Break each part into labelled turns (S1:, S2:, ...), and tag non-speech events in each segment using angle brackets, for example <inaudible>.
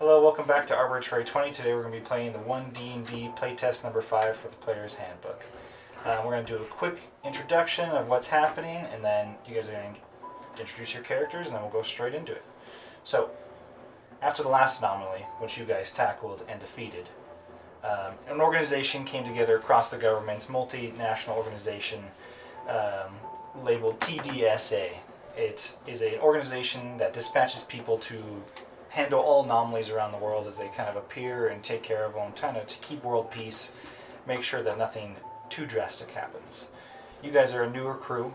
S1: welcome back to Arbitrary 20. Today we're going to be playing the 1D&D playtest number 5 for the Player's Handbook. Um, we're going to do a quick introduction of what's happening, and then you guys are going to introduce your characters, and then we'll go straight into it. So, after the last anomaly, which you guys tackled and defeated, um, an organization came together across the government's multinational organization um, labeled TDSA. It is an organization that dispatches people to handle all anomalies around the world as they kind of appear and take care of them, kind of to keep world peace, make sure that nothing too drastic happens. You guys are a newer crew,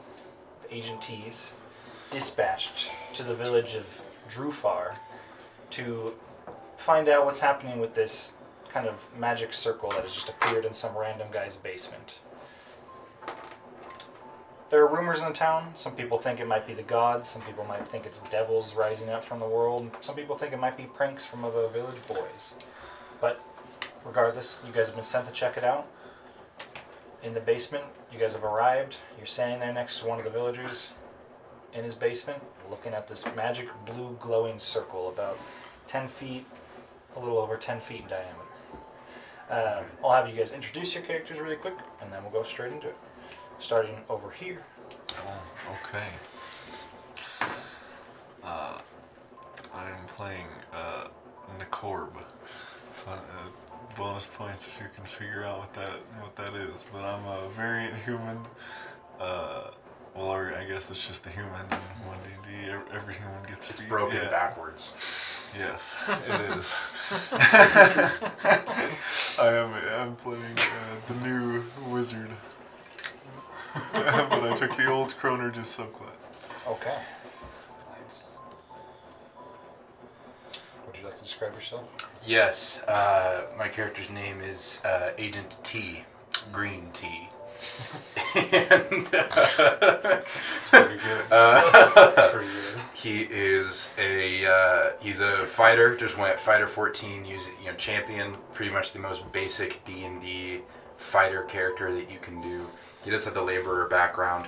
S1: Agent T's, dispatched to the village of Drufar to find out what's happening with this kind of magic circle that has just appeared in some random guy's basement. There are rumors in the town. Some people think it might be the gods. Some people might think it's devils rising up from the world. Some people think it might be pranks from other village boys. But regardless, you guys have been sent to check it out. In the basement, you guys have arrived. You're standing there next to one of the villagers in his basement, looking at this magic blue glowing circle about 10 feet, a little over 10 feet in diameter. Uh, I'll have you guys introduce your characters really quick, and then we'll go straight into it. Starting over here.
S2: Oh, okay. Uh, I am playing uh, Nicorb. Fun, uh, bonus points if you can figure out what that what that is. But I'm a variant human. Uh, well, or I guess it's just a human in one D&D. Ev- Every human gets
S3: It's
S2: beat.
S3: broken
S2: yeah.
S3: backwards. <laughs>
S2: Yes, it is. I am. I'm playing uh, the new wizard, <laughs> but I took the old Croner just subclass.
S1: Okay. Would you like to describe yourself?
S3: Yes, uh, my character's name is uh, Agent T, Green Tea. and uh,
S2: Pretty good.
S3: uh,
S2: pretty good.
S3: he is a uh, he's a fighter. Just went fighter 14, using you know champion, pretty much the most basic D and D fighter character that you can do. He does have the laborer background,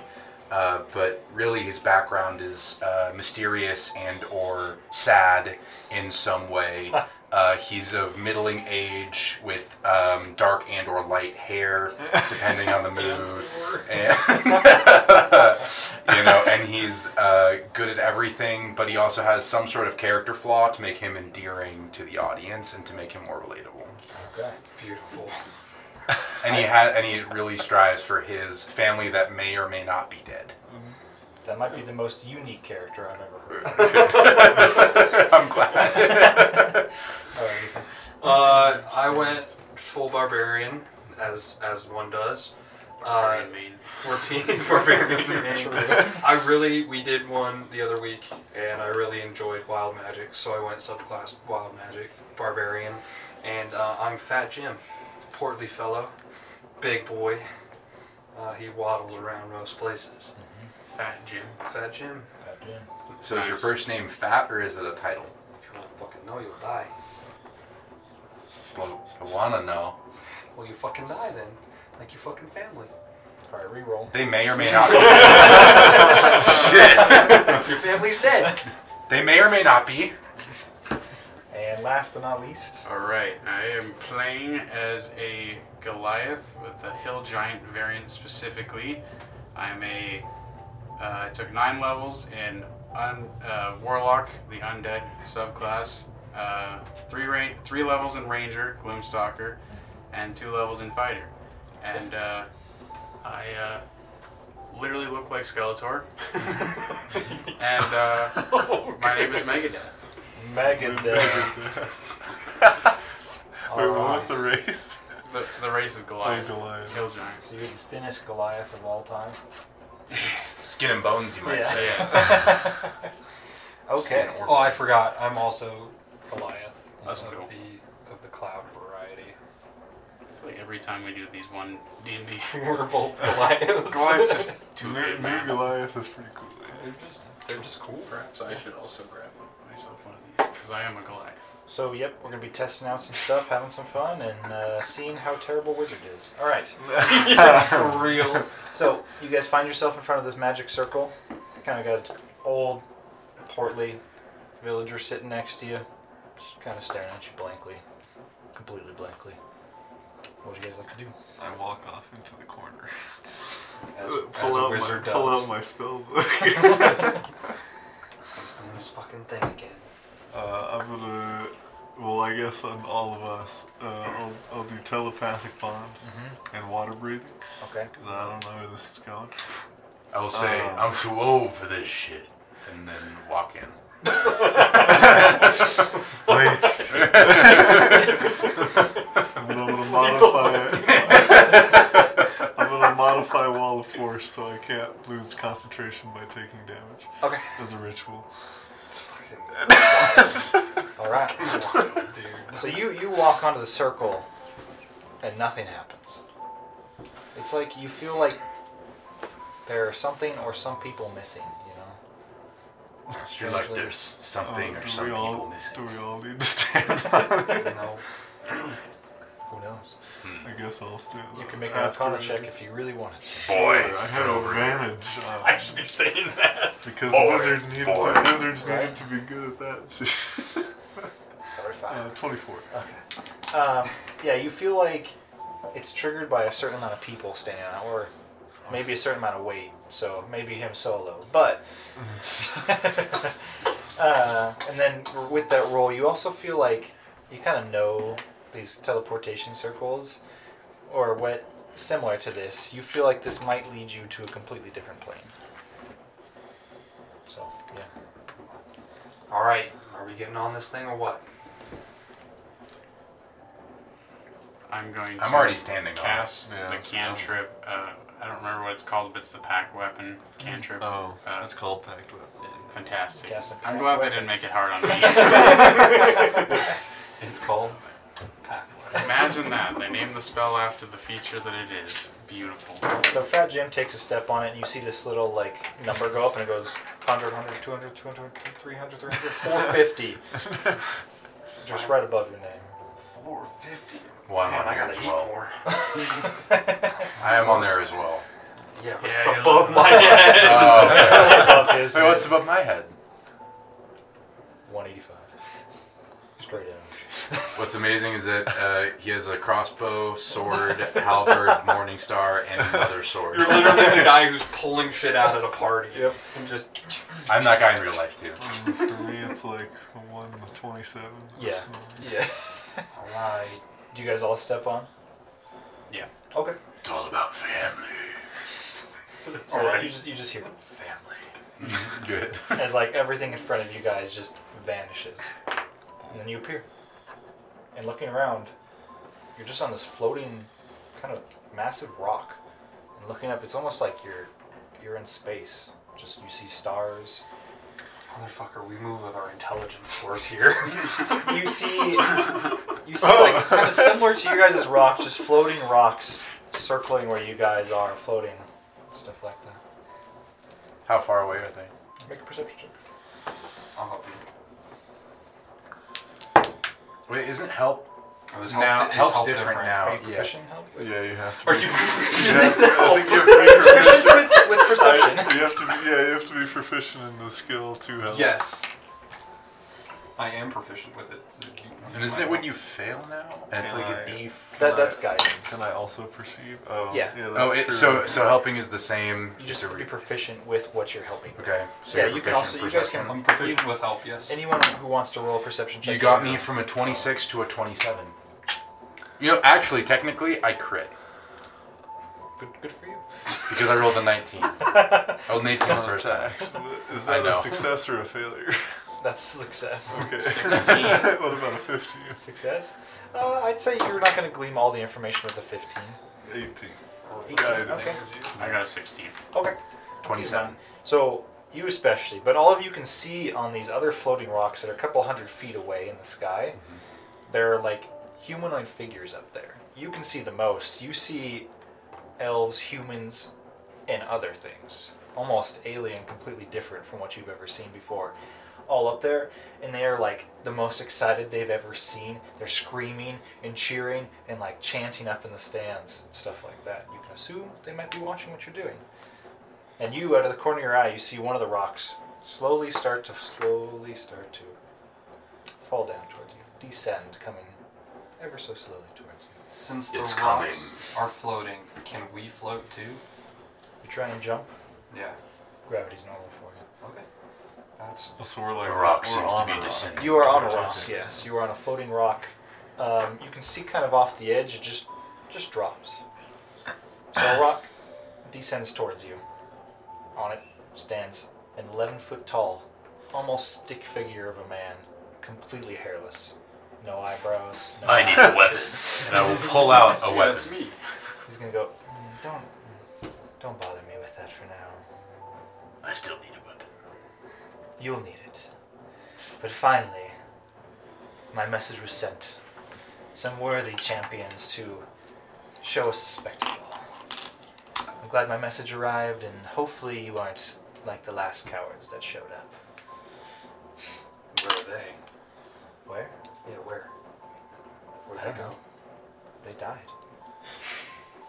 S3: uh, but really his background is uh, mysterious and or sad in some way. Uh, he's of middling age with um, dark and or light hair, depending on the mood. and, you know, and he's uh, good at everything, but he also has some sort of character flaw to make him endearing to the audience and to make him more relatable.
S1: Okay.
S4: Beautiful.
S3: And he ha- and he really strives for his family that may or may not be dead. <laughs>
S1: That might be the most unique character I've ever heard.
S3: I'm glad.
S1: All right, Ethan.
S4: Uh, I went full barbarian, as as one does. Uh, Fourteen <laughs> barbarian. main. <laughs> I really we did one the other week, and I really enjoyed wild magic, so I went subclass wild magic barbarian, and uh, I'm Fat Jim, portly fellow, big boy. Uh, he waddles around most places.
S5: Mm-hmm. Fat Jim.
S4: Fat Jim.
S1: That dude.
S3: so is your first name Fat or is it a title?
S4: If you don't fucking know, you'll die.
S3: Well, I wanna know.
S4: Well, you fucking die then, like your fucking family.
S1: All right, re-roll.
S3: They may or may not. be
S2: <laughs>
S3: Shit.
S4: Your family's <laughs> dead.
S3: They may or may not be.
S1: And last but not least,
S5: Alright, I am playing as a Goliath with the Hill Giant variant specifically. I'm a. Uh, I took nine levels in un, uh, Warlock, the Undead subclass, uh, three, ra- three levels in Ranger, Gloomstalker, and two levels in Fighter. And uh, I uh, literally look like
S2: <laughs>
S5: Skeletor. and uh,
S4: Oh,
S5: my name is Megadeth.
S1: Megan. Uh,
S2: <laughs> Wait, what was the race? <laughs>
S5: The, the race is
S2: Oh,
S5: Goliath.
S2: Goliath.
S5: Hill Giants.
S1: so you're the thinnest Goliath of all time.
S3: Skin and bones, you might
S1: Yeah.
S3: say.
S5: Yes.
S1: Okay.
S3: Skin or
S4: Oh, I
S3: bones.
S4: forgot. I'm also Goliath.
S5: That's
S4: of
S5: cool.
S4: the of the cloud variety. <laughs>
S5: Like <laughs> every time we do these one D and D. <laughs>
S4: We're both Goliaths.
S5: Goliath's just too
S2: New,
S5: big.
S2: new
S5: man.
S2: Goliath is pretty cool.
S4: <laughs> they're just they're
S2: <laughs>
S4: just cool.
S5: Perhaps I should also grab myself one of these because I am a Goliath.
S1: So yep, we're gonna be testing out some stuff, having some fun, and uh, seeing how terrible Wizard is. All right.
S4: For real.
S1: So you guys find yourself in front of this magic circle. Kind of got an old, portly villager sitting next to you, Just kind of staring at you blankly, completely blankly. What would you guys like to do?
S2: I walk off into the corner.
S4: As, as
S2: Uh, pull,
S4: a
S2: out my,
S4: wizard
S2: pull
S4: does.
S2: out my spell <laughs> book.
S4: He's doing his fucking thing again.
S2: uh, I'm gonna. Well, I guess on all of us, uh, I'll, I'll do telepathic bond
S1: Mm-hmm.
S2: and water breathing
S1: Okay.
S2: because I don't know where this is going.
S3: I will say,
S2: Oh.
S3: I'm too old for this shit. And then walk in.
S2: <laughs> Wait. I'm gonna, <laughs> I'm gonna modify. <laughs> I'm gonna modify wall of force so I can't lose concentration by taking damage
S4: Okay.
S2: as a ritual.
S1: All right.
S4: Dude.
S1: So you you walk onto the circle, and nothing happens. It's like you feel like there are something or some people missing. You know.
S3: You're like,
S1: Strangely.
S3: there's something
S2: Uh,
S3: or
S2: do
S3: some
S2: we all-
S3: people missing.
S2: Do we all need to stand <laughs> up?
S4: No.
S1: Who knows?
S2: I guess I'll stand.
S1: You
S2: up
S1: can make an
S2: after
S1: Arcana
S2: we
S1: check
S2: do-
S1: if you really wanted.
S3: Boy.
S2: I had advantage. Um,
S5: I should be saying that.
S2: because
S3: boy,
S2: the wizard needed
S3: boy.
S2: the wizards
S1: Right.
S2: needed to be good at that. <laughs> uh, Twenty-four.
S1: Okay. Um, yeah, you feel like it's triggered by a certain amount of people standing out, or maybe a certain amount of weight. So maybe him solo, but. <laughs> uh, and then with that roll, you also feel like you kind of know these teleportation circles, or what similar to this. You feel like this might lead you to a completely different plane. So yeah.
S4: All right. Are we getting on this thing or what?
S5: I'm going.
S3: I'm
S5: to
S3: already standing on it.
S5: cast
S2: Yeah.
S5: the cantrip. Uh, I don't remember what it's called, but it's the pack weapon cantrip.
S2: Oh,
S5: Uh,
S2: that's called packed weapon.
S5: Fantastic.
S1: Cast a
S5: I'm
S1: pack
S5: glad they
S1: weapon.
S5: didn't make it hard on me.
S4: It's called Pack.
S5: Imagine that. They named the spell after the feature that it is. Beautiful.
S1: So Fat Jim takes a step on it, and you see this little like number go up, and it goes 100, 100, 200, 200, 300, 300, 450, just right above your name.
S4: 450.
S3: Well,
S5: Oh,
S3: I'm
S4: Man,
S3: on
S4: I
S3: there
S4: gotta
S3: as
S4: eat
S3: well.
S4: more.
S3: I am on there as well.
S4: Yeah, but
S5: Yeah,
S4: it's
S5: you're
S4: above
S5: looking-
S4: my head.
S3: Oh,
S1: above his.
S3: so <laughs> what's above my head?
S1: 185. Straight in.
S3: What's amazing is that uh, he has a crossbow, sword, halberd, morning star, and another sword.
S4: You're literally the guy who's pulling shit out at a party.
S1: Yep.
S4: And just
S3: I'm that guy in real life too.
S2: Um, for me, it's like one twenty-seven. or
S1: Yeah. <laughs>
S2: something.
S1: Yeah.
S4: all right.
S1: Do you guys all step on?
S5: Yeah.
S1: Okay.
S3: It's all about family.
S1: So
S4: All right.
S1: you just you just hear family
S3: Good.
S1: as like everything in front of you guys just vanishes, and then you appear. And looking around, you're just on this floating, kind of massive rock. And looking up, it's almost like you're you're in space. Just you see stars.
S4: Motherfucker, we move with our intelligence scores
S3: <laughs>
S4: here.
S1: You see you see
S3: Oh.
S1: like kind of similar to you guys' rocks, just floating rocks circling where you guys are, floating stuff like that.
S3: How far away are they?
S1: Make a perception check.
S4: I'll help you.
S3: Wait, isn't help
S4: I was
S3: now?
S4: helped, it's
S3: Help's
S4: helped
S3: different,
S1: Are you
S3: now. Oh, Yeah.
S1: proficient help?
S2: Yeah, you have to.
S4: <laughs> Are
S2: be-
S4: you
S2: You have to, I think you have to be proficient.
S1: with, with
S3: <laughs>
S1: perception.
S2: I- you have to be. Yeah, you have to be proficient in the skill to help.
S4: Yes. I am proficient with it. So you,
S3: And isn't it when you fail now? And it's
S2: Can
S3: like a
S2: I-
S3: D.
S1: That, that's guidance.
S2: Can I also perceive? Oh,
S1: Yeah.
S2: yeah that's
S3: Oh, it,
S2: true.
S3: so so helping is the same.
S1: You just
S3: it's a
S1: have to
S3: re-
S1: be proficient with what you're helping. with.
S3: okay. So
S1: Yeah,
S3: you're
S1: you can
S3: proficient
S1: also- you guys can-
S3: perception.
S4: I'm proficient with help, yes.
S1: Anyone who wants to roll a perception check.
S3: You got me from a 26 to a 27. You know, actually, technically, I crit
S1: Good, good for you.
S3: because I rolled a <laughs> 19. I rolled an 18 the first time.
S2: Is
S3: I
S2: that a
S3: know.
S2: success or a failure? <laughs>
S1: That's <laughs> success.
S2: Okay. <laughs> what about a 15?
S1: Success. Uh, I'd say you're not going to glean all the information with a 15.
S2: 18.
S1: 18. Okay.
S2: Guidance.
S5: <laughs> I got a 16.
S1: Okay.
S3: 27.
S1: So you especially, but all of you can see on these other floating rocks that are a couple hundred feet away in the sky. There are like humanoid figures up there. You can see the most. You see elves, humans, and other things. Almost alien, completely different from what you've ever seen before. All up there, and they are like the most excited they've ever seen. They're screaming and cheering and like chanting up in the stands, stuff like that. You can assume they might be watching what you're doing. And you, out of the corner of your eye, you see one of the rocks slowly start to slowly start to fall down towards you, descend, coming ever so slowly towards you.
S4: Since the
S3: It's
S4: rocks are floating, can we float too?
S1: You try and jump,
S4: Yeah.
S1: gravity's normal for you.
S4: Okay. That's
S2: So we're like
S3: The rock
S2: we're
S3: seems
S2: on
S3: to
S2: a
S3: be
S2: rock.
S3: descending.
S1: You are on a
S3: towards
S1: rock.
S3: us.
S1: Yes, you are on a floating rock. Um, you can see kind of off the edge, it just just drops. So a rock descends towards you. On it stands an 11 foot tall, almost stick figure of a man, completely hairless, no eyebrows. No
S3: I need a weapon, and I will pull out a weapon.
S5: That's me.
S1: He's gonna go. "Mm, Don't, mm, don't bother me with that for now.
S3: I still need a weapon.
S1: You'll need it. But finally, my message was sent. Some worthy champions to show us a spectacle. I'm glad my message arrived, and hopefully you aren't like the last cowards that showed up.
S4: where are they?
S1: Where?
S4: Yeah, where?
S1: I
S4: Where'd
S1: don't
S4: they go?
S1: know. They died.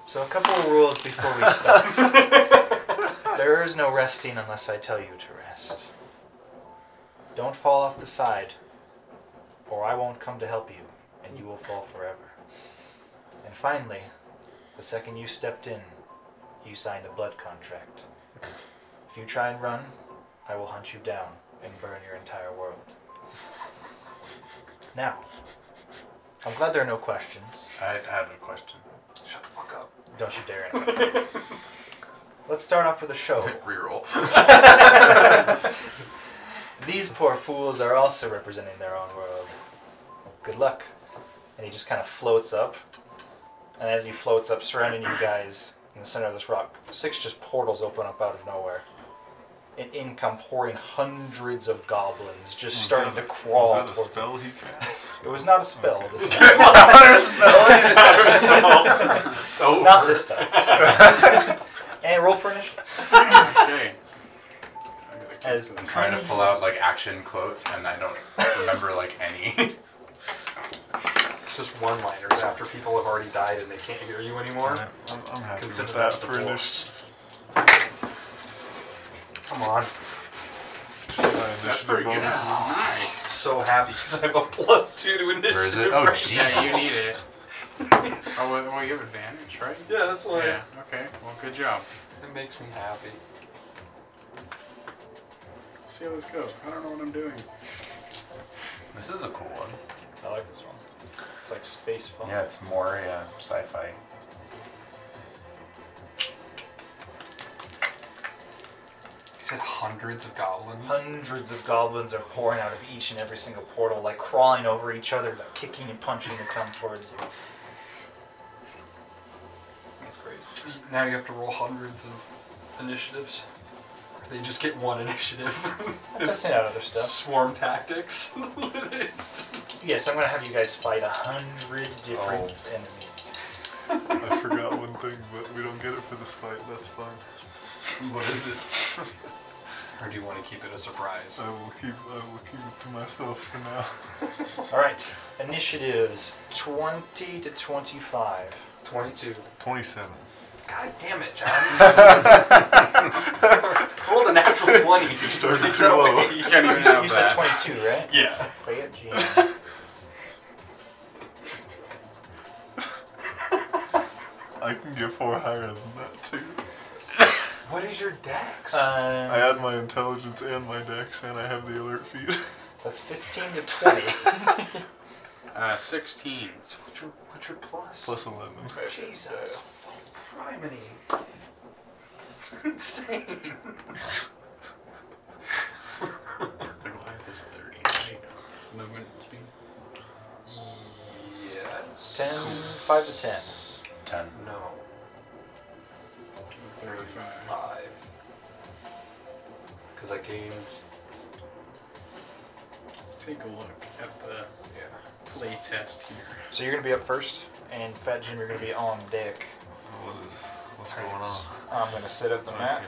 S1: So a couple of rules before we start. there is no resting unless I tell you to rest. Don't fall off the side, or I won't come to help you, and you will fall forever. And finally, the second you stepped in, you signed a blood contract. If you try and run, I will hunt you down and burn your entire world. Now, I'm glad there are no questions.
S3: I have a question.
S4: Shut the fuck up.
S1: Don't you dare. interrupt. Let's start off with a show.
S3: Reroll.
S1: These poor fools are also representing their own world. Good luck. And he just kind of floats up. And as he floats up, surrounding you guys in the center of this rock, six just portals open up out of nowhere. And in come pouring hundreds of goblins, just
S2: Was
S1: starting
S2: that-
S1: to crawl.
S2: Was that a
S1: towards
S2: spell he cast?
S1: It was not a spell.
S2: Okay. <laughs>
S1: This time. <laughs>
S3: It's over.
S1: not this
S2: <laughs>
S1: time. and roll for initiative.
S5: Okay. I'm gonna keep
S1: As
S3: I'm trying to pull out like action quotes, and I don't remember like any.
S4: It's just one liners after people have already died and they can't hear you anymore.
S2: I'm, I'm happy
S4: Consider
S2: with that
S4: that the
S2: for an
S4: dwarfs.
S2: initiative.
S4: Come on.
S2: Initiative
S5: pretty good.
S2: bonus.
S5: Nice.
S4: So happy because I have <laughs> a plus two to initiative.
S3: Where is <laughs> it? Oh,
S4: right
S3: Jesus.
S4: now.
S5: Yeah, you need it. <laughs> oh, well, well, you have advantage, right?
S4: Yeah, that's why
S5: Yeah. Okay. Well, good job.
S4: it makes me happy.
S5: See how this goes. I don't know what I'm doing.
S3: This is a cool one.
S1: I like this one. It's like space fun.
S3: Yeah, it's more yeah, sci-fi.
S4: You said hundreds of goblins.
S1: Hundreds of goblins are pouring out of each and every single portal, like crawling over each other, like kicking and punching to come towards you.
S4: That's crazy. Now you have to roll hundreds of initiatives. They just get one initiative. <laughs>
S1: I'm testing out other stuff.
S4: Swarm tactics. <laughs>
S1: Yes, I'm gonna have you guys fight a hundred different
S3: Oh.
S1: enemies.
S2: I forgot one thing, but we don't get it for this fight. That's fine.
S4: what is it? or do you want to keep it a surprise?
S2: I will keep. I will keep it to myself for now.
S1: Alright, initiatives 20 to 25.
S4: 22.
S2: Twenty-seven.
S4: God damn it, John. <laughs> roll the natural 20. You
S2: started too low.
S5: <laughs> You can't even have
S1: You said
S5: that.
S1: 22, right?
S4: Yeah.
S1: Play it, Gene.
S3: <laughs>
S2: I can get four higher than that too.
S4: What is your dex?
S2: I
S1: Um,
S2: add my intelligence and my dex, and I have the alert feed. <laughs>
S1: that's 15 to
S3: <laughs>
S1: 20.
S5: Uh, 16.
S4: so what's your, what's your plus?
S2: Plus eleven.
S4: Jesus. Primony. It's insane.
S5: The Goliath is 38. Movement speed.
S4: Yes.
S1: 10, 5 to 10.
S3: Ten.
S4: No.
S5: 35.
S4: Five. Because I gained.
S5: Let's take a look at the
S4: Yeah.
S5: playtest here.
S1: So you're gonna be up first, and Fat Jim, you're gonna be on deck.
S2: What is? What's going on?
S1: I'm gonna set up the map.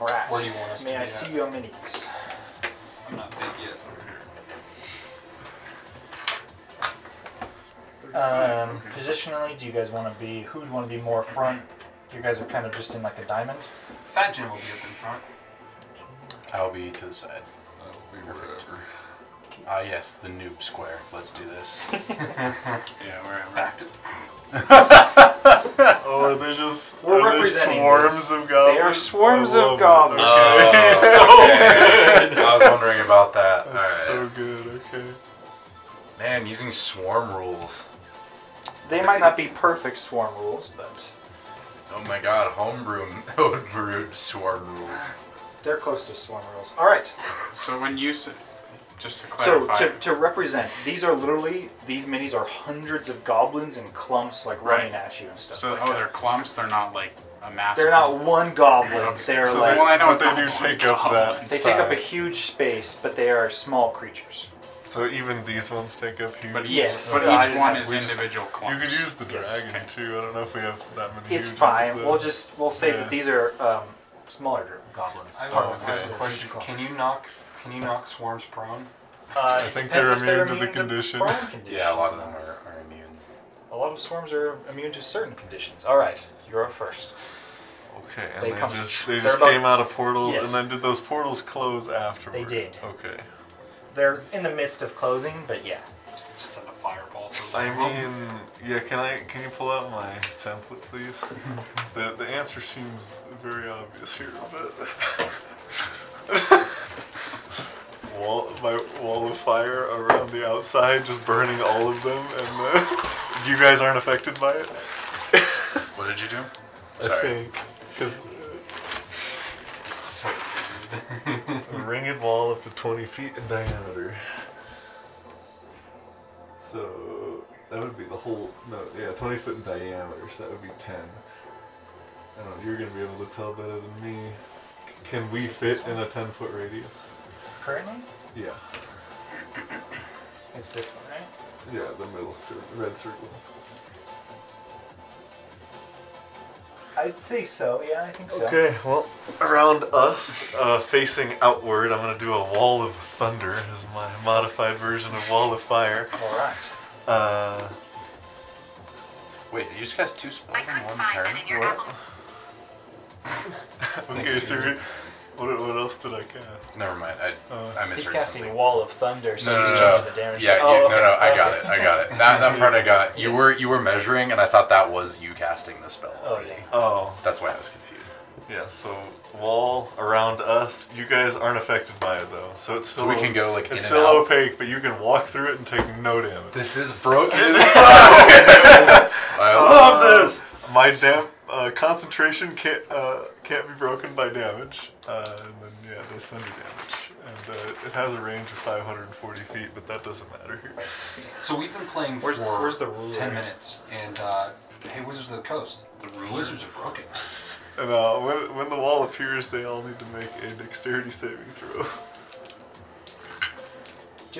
S1: Alright.
S4: Where do you want us to
S1: May I
S4: be
S1: see
S4: at?
S1: your minis?
S4: I'm not big yet. Over here.
S5: 35,
S1: Um,
S5: okay.
S1: positionally, do you guys want to be? Who would want to be more front? You guys are kind of just in like a diamond.
S4: Fat Jim will be up in front.
S3: I'll be to the side. Oh,
S2: That'll be wherever.
S3: Ah, yes, the noob square. Let's do this.
S5: Yeah, we're, we're
S4: Back to
S2: Oh, are they just
S1: We're
S2: are they
S1: representing
S2: swarms
S1: this.
S2: of goblins?
S1: They are swarms
S2: I
S1: of
S2: love it.
S1: goblins.
S3: Oh,
S2: Okay.
S3: okay. I was wondering about that. All right.
S2: That's so good. Okay.
S3: Man, using swarm rules.
S1: They might not be perfect swarm rules, but
S3: Oh my god, homebrew <laughs> homebrew swarm rules.
S1: they're close to swarm rules. All right.
S5: So when you s- just to
S1: So
S5: clarify,
S1: to, to represent, these are literally these minis are hundreds of goblins in clumps, like running at you and stuff.
S5: so oh, they're clumps. They're not like a mass.
S1: they're
S5: one.
S1: not one goblin.
S5: Okay,
S1: They're
S2: So
S1: like
S2: they,
S5: Well, I know
S2: but
S5: it's
S2: they
S5: not
S2: do
S5: one
S2: take up
S5: goblin.
S2: that.
S1: they take up a
S2: size.
S1: huge space, but they are small creatures.
S2: So even these ones take up huge.
S5: But each,
S1: Yes.
S5: but
S1: So I
S5: each
S1: didn't
S5: one
S1: have-
S5: is
S1: we just-
S5: individual
S2: You
S5: clumps.
S2: could use the
S1: Yes.
S2: dragon too. I don't know if we have that many.
S1: It's
S2: huge
S1: fine.
S2: Ones, though.
S1: We'll just we'll say
S2: Yeah.
S1: that these are um, smaller dr- goblins.
S4: I have
S2: Oh,
S4: a has a
S2: okay.
S4: question. Can you knock? Can you knock swarms prone?
S1: Uh,
S2: I think
S1: depends
S2: they're
S1: if
S2: immune to the condition.
S1: prone <laughs> condition.
S3: Yeah, a lot of them are, are immune.
S1: A lot of swarms are immune to certain conditions. All right, you're up first.
S2: Okay, and
S1: They
S2: they,
S1: come-
S2: just they
S1: they're
S2: just
S1: about-
S2: came out of portals,
S1: Yes.
S2: and then did those portals close afterward?
S1: did.
S2: Okay.
S1: They're in the midst of closing, but yeah.
S4: Just send a fireball. through
S2: I
S4: them.
S2: mean, yeah. Can I? Can you pull out my template, <laughs> please? the The answer seems very obvious here, but <laughs> wall my wall of fire around the outside, just burning all of them, and uh, <laughs> you guys aren't affected by it.
S3: What did you do?
S2: I
S3: Sorry.
S2: think because
S4: It's so
S2: a ringed wall up to twenty feet in diameter. So that would be the whole no, yeah, twenty foot in diameter. So that would be ten. I don't know. You're gonna be able to tell better than me. C- Can we fit in a ten foot radius?
S1: Currently,
S2: Yeah,
S1: it's this one, right?
S2: yeah, the middle circle, red circle.
S1: I'd say so. Yeah, I think so.
S2: Okay, well, around us, uh, facing outward, I'm gonna do a wall of thunder as my modified version of wall of fire.
S1: All right.
S2: Uh,
S3: Wait, you just got two spells
S6: I
S3: in
S6: couldn't
S3: one
S6: find
S3: turn?
S6: that in your
S2: What?
S6: apple.
S2: Okay,
S4: Thanks,
S2: so
S4: Steven.
S2: what, what else did I cast?
S3: Never mind. I,
S2: Uh,
S3: I
S1: He's
S3: misheard
S1: casting
S3: something.
S1: Wall of Thunder, so
S3: No, no,
S1: he's
S3: no,
S1: changing
S3: no.
S1: the damage.
S3: Yeah,
S1: Oh,
S3: you, no,
S1: okay,
S3: no, I got
S1: okay.
S3: it, I got it. That, that part I got. You were you were measuring, and I thought that was you casting the spell.
S1: Oh
S3: already.
S1: yeah.
S2: Oh,
S3: That's why I was confused.
S2: yeah, so wall around us. You guys aren't affected by it though, so it's still
S3: we can go, like, in
S2: it's
S3: and
S2: still
S3: out?
S2: opaque, but you can walk through it and take no damage.
S3: This is broken. I Uh,
S2: love this. My damp uh, concentration can't uh, can't be broken by damage, uh, and then yeah, it does thunder damage, and uh, it has a range of 540 feet, but that doesn't matter here.
S4: So we've been playing
S1: Where's-
S4: for
S1: where's the ruler?
S4: ten minutes, and uh, hey, Wizards of the Coast, the
S5: ruler?
S4: Wizards are broken.
S2: And uh, when when the wall appears, they all need to make a dexterity saving throw.
S1: Do you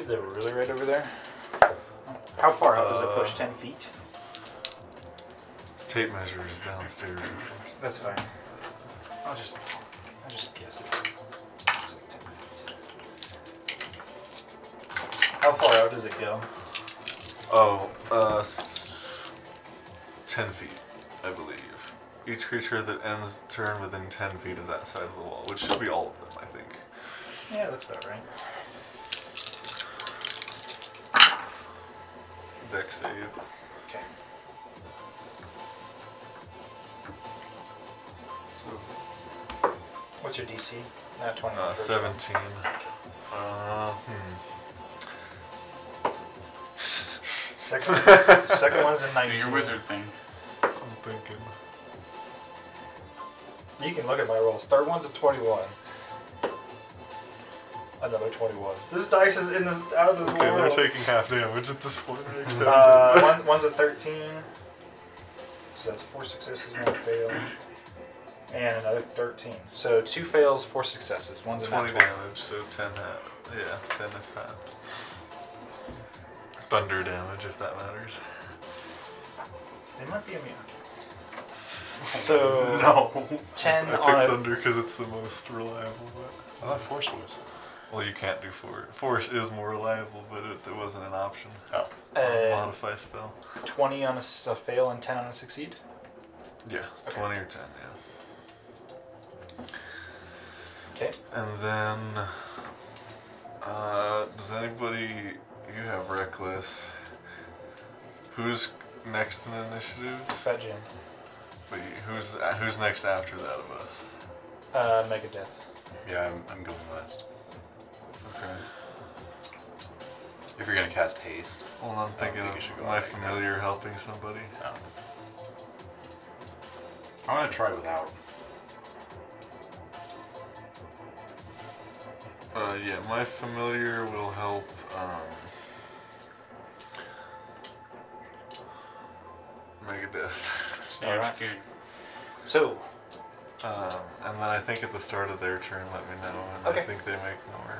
S1: have the ruler right over there? Uh, How far out does it push? Ten feet.
S2: Tape measure is downstairs.
S1: That's fine. I'll just, I'll just guess it. It's like 10 feet. How far out does it go?
S2: Oh, uh, s- ten feet, I believe. Each creature that ends turn within ten feet of that side of the wall, which should be all of them, I think.
S1: Yeah, that's about right.
S2: Dex save.
S1: Okay. What's your DC? Not 20.
S2: Uh,
S1: first.
S2: seventeen. Uh, hmm.
S1: Second,
S5: <laughs>
S1: second one's a
S5: Do
S1: 19.
S5: your wizard thing.
S2: I'm thinking.
S1: You can look at my rolls. Third one's a 21. Another 21. This dice is in this out of this
S2: Okay, they're
S1: world.
S2: taking half damage at this point. except-
S1: Uh, one, one's a 13. So that's four successes, one fail. And another 13. So two fails, four successes. One's a nat
S2: 20 damage, so 10 half. Yeah, 10 if half. Thunder damage, if that matters.
S1: They might be immune.
S5: <laughs>
S1: So
S4: No.
S1: 10
S2: I
S1: on
S2: picked
S1: a,
S2: Thunder because it's the most reliable. But...
S3: thought force was.
S2: Well, you can't do Force. Force is more reliable, but it, it wasn't an option.
S3: Oh.
S1: uh,
S2: Modify spell.
S1: 20 on a, s- a fail and 10 on a succeed.
S2: Yeah,
S1: Okay.
S2: 20 or 10, yeah.
S1: Okay.
S2: And then. Uh, Uh, does anybody you have reckless? Who's next in initiative?
S1: Fat Jim.
S2: Wait, who's uh, who's next after that of us?
S1: Uh, Megadeth.
S3: Yeah, I'm, I'm going last.
S2: Okay.
S3: If you're gonna cast haste,
S2: Well, I'm thinking
S3: think you should
S2: of
S3: go
S2: my
S3: like that.
S2: familiar helping somebody.
S3: no. um, I'm gonna try without.
S2: Uh, yeah, my familiar will help. Um, Megadeth. <laughs>
S5: Yeah,
S1: Alright.
S5: good.
S1: So,
S2: um, and then I think at the start of their turn, let me know, and I
S1: Okay.
S2: think they make more.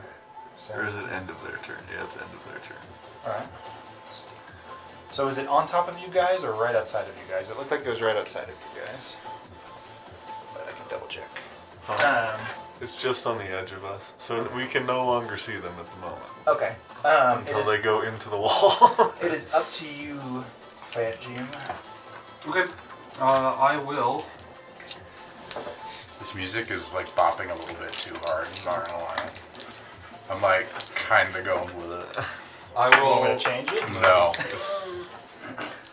S1: so
S2: Or is it end of their turn? Yeah, it's end of their turn.
S1: all right. So is it on top of you guys or right outside of you guys? It looked like it was right outside of you guys, but I can double check. Um,
S2: It's just on the edge of us, so
S1: Mm-hmm.
S2: we can no longer see them at the moment
S1: okay. Um, it
S2: until
S1: is,
S2: they go into the wall. <laughs>
S1: it is up to you, Fat Jim.
S4: Okay. Uh, I will.
S3: This music is like bopping a little bit too hard. I'm not gonna lie. I'm like kind of going with it.
S4: I
S1: You want me
S4: will.
S1: to change it?
S3: No.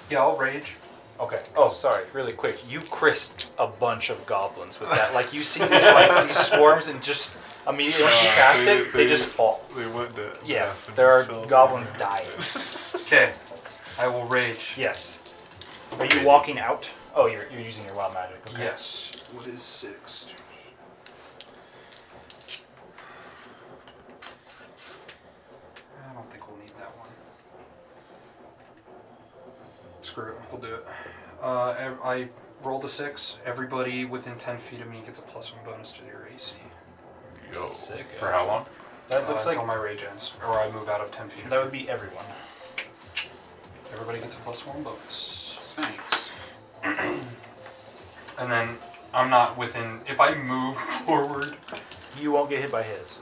S4: Yeah, I'll rage.
S1: Okay. Oh, sorry. Really quick. You crisped a bunch of goblins with that. Like you see these <laughs> like these swarms, and just immediately once you cast it, they just fall.
S2: they went to.
S1: Yeah.
S2: death and
S1: There are
S2: just fell
S1: goblins
S2: through.
S1: dying.
S4: Okay. I will rage.
S1: Yes. Are you walking out? Oh, you're, you're using your wild magic. Okay.
S4: Yes. What is six? I don't think we'll need that one. Screw it. We'll do it. Uh, ev- I rolled a six. Everybody within ten feet of me gets a plus one bonus to their AC.
S2: Yo.
S1: Sick.
S3: For how long?
S1: That
S4: uh,
S1: looks like
S4: until my rage ends, or I move out of ten feet. Of
S1: that
S4: me.
S1: would be everyone.
S4: Everybody gets a plus one bonus.
S5: Thanks.
S4: And then I'm not within. If I move <laughs> forward,
S1: You won't get hit by his.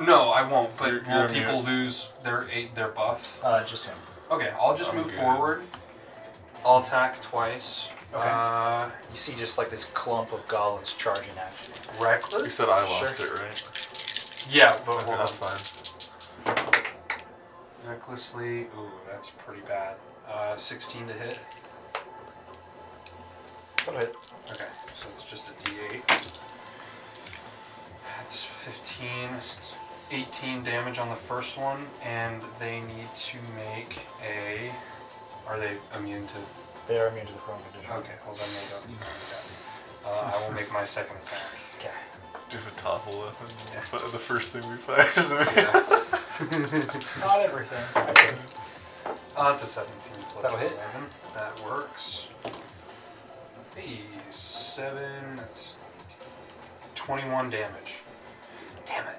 S4: no, I won't. But
S2: You're-
S4: will
S2: you're
S4: people lose their eight, their buff?
S1: Uh, just him.
S4: Okay, I'll just
S2: I'm
S4: move
S2: good.
S4: forward. I'll attack twice.
S1: Okay.
S4: Uh,
S1: You see just like this clump of goblins charging at you.
S4: reckless.
S2: You said I lost it, right?
S4: Yeah, but
S2: Okay,
S4: hold
S2: that's
S4: on.
S2: fine.
S4: Recklessly. Ooh, that's pretty bad. Uh, 16 to hit.
S1: Go ahead.
S4: Okay, so it's just a d8. That's 15, 18 damage on the first one, and they need to make a. Are they immune to.
S1: They are immune to the prone condition.
S4: Okay, hold on, they don't. Uh, I will make my second
S2: <laughs>
S4: attack.
S1: Okay.
S2: Do you have a topple weapon? But <laughs> The first thing we find is a
S1: Not everything.
S4: Uh, that's a 17 plus
S1: That'll
S4: 11.
S1: hit.
S4: That works. Hey, 7, that's 21 damage. Damn it.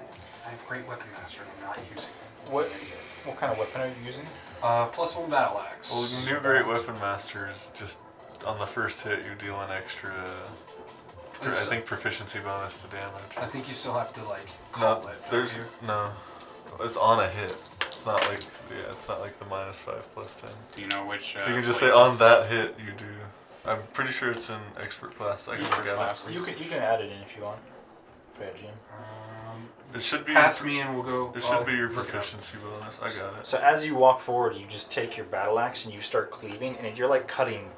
S4: I have Great Weapon Master and I'm not using it.
S1: What what kind of weapon are you using?
S4: Uh, plus one battle axe.
S2: Well, new great weapon masters just on the first hit you deal an extra. I
S4: It's-
S2: think proficiency bonus to damage.
S4: I think you still have to like call
S2: No,
S4: it. don't
S2: there's
S4: you?
S2: no. It's on a hit. It's not like yeah. It's not like the minus five plus ten.
S5: Do you know which? Uh,
S2: So you can just say on that hit you do. I'm pretty sure it's an expert class. I can look at
S1: You can you can add it in if you want. Fair Jim.
S4: Um,
S2: it. It should be.
S4: pass me and we'll go.
S2: It
S4: I'll
S2: should be your
S4: look it up.
S2: proficiency bonus. I got it.
S1: So as you walk forward, you just take your battle axe and you start cleaving, and you're like cutting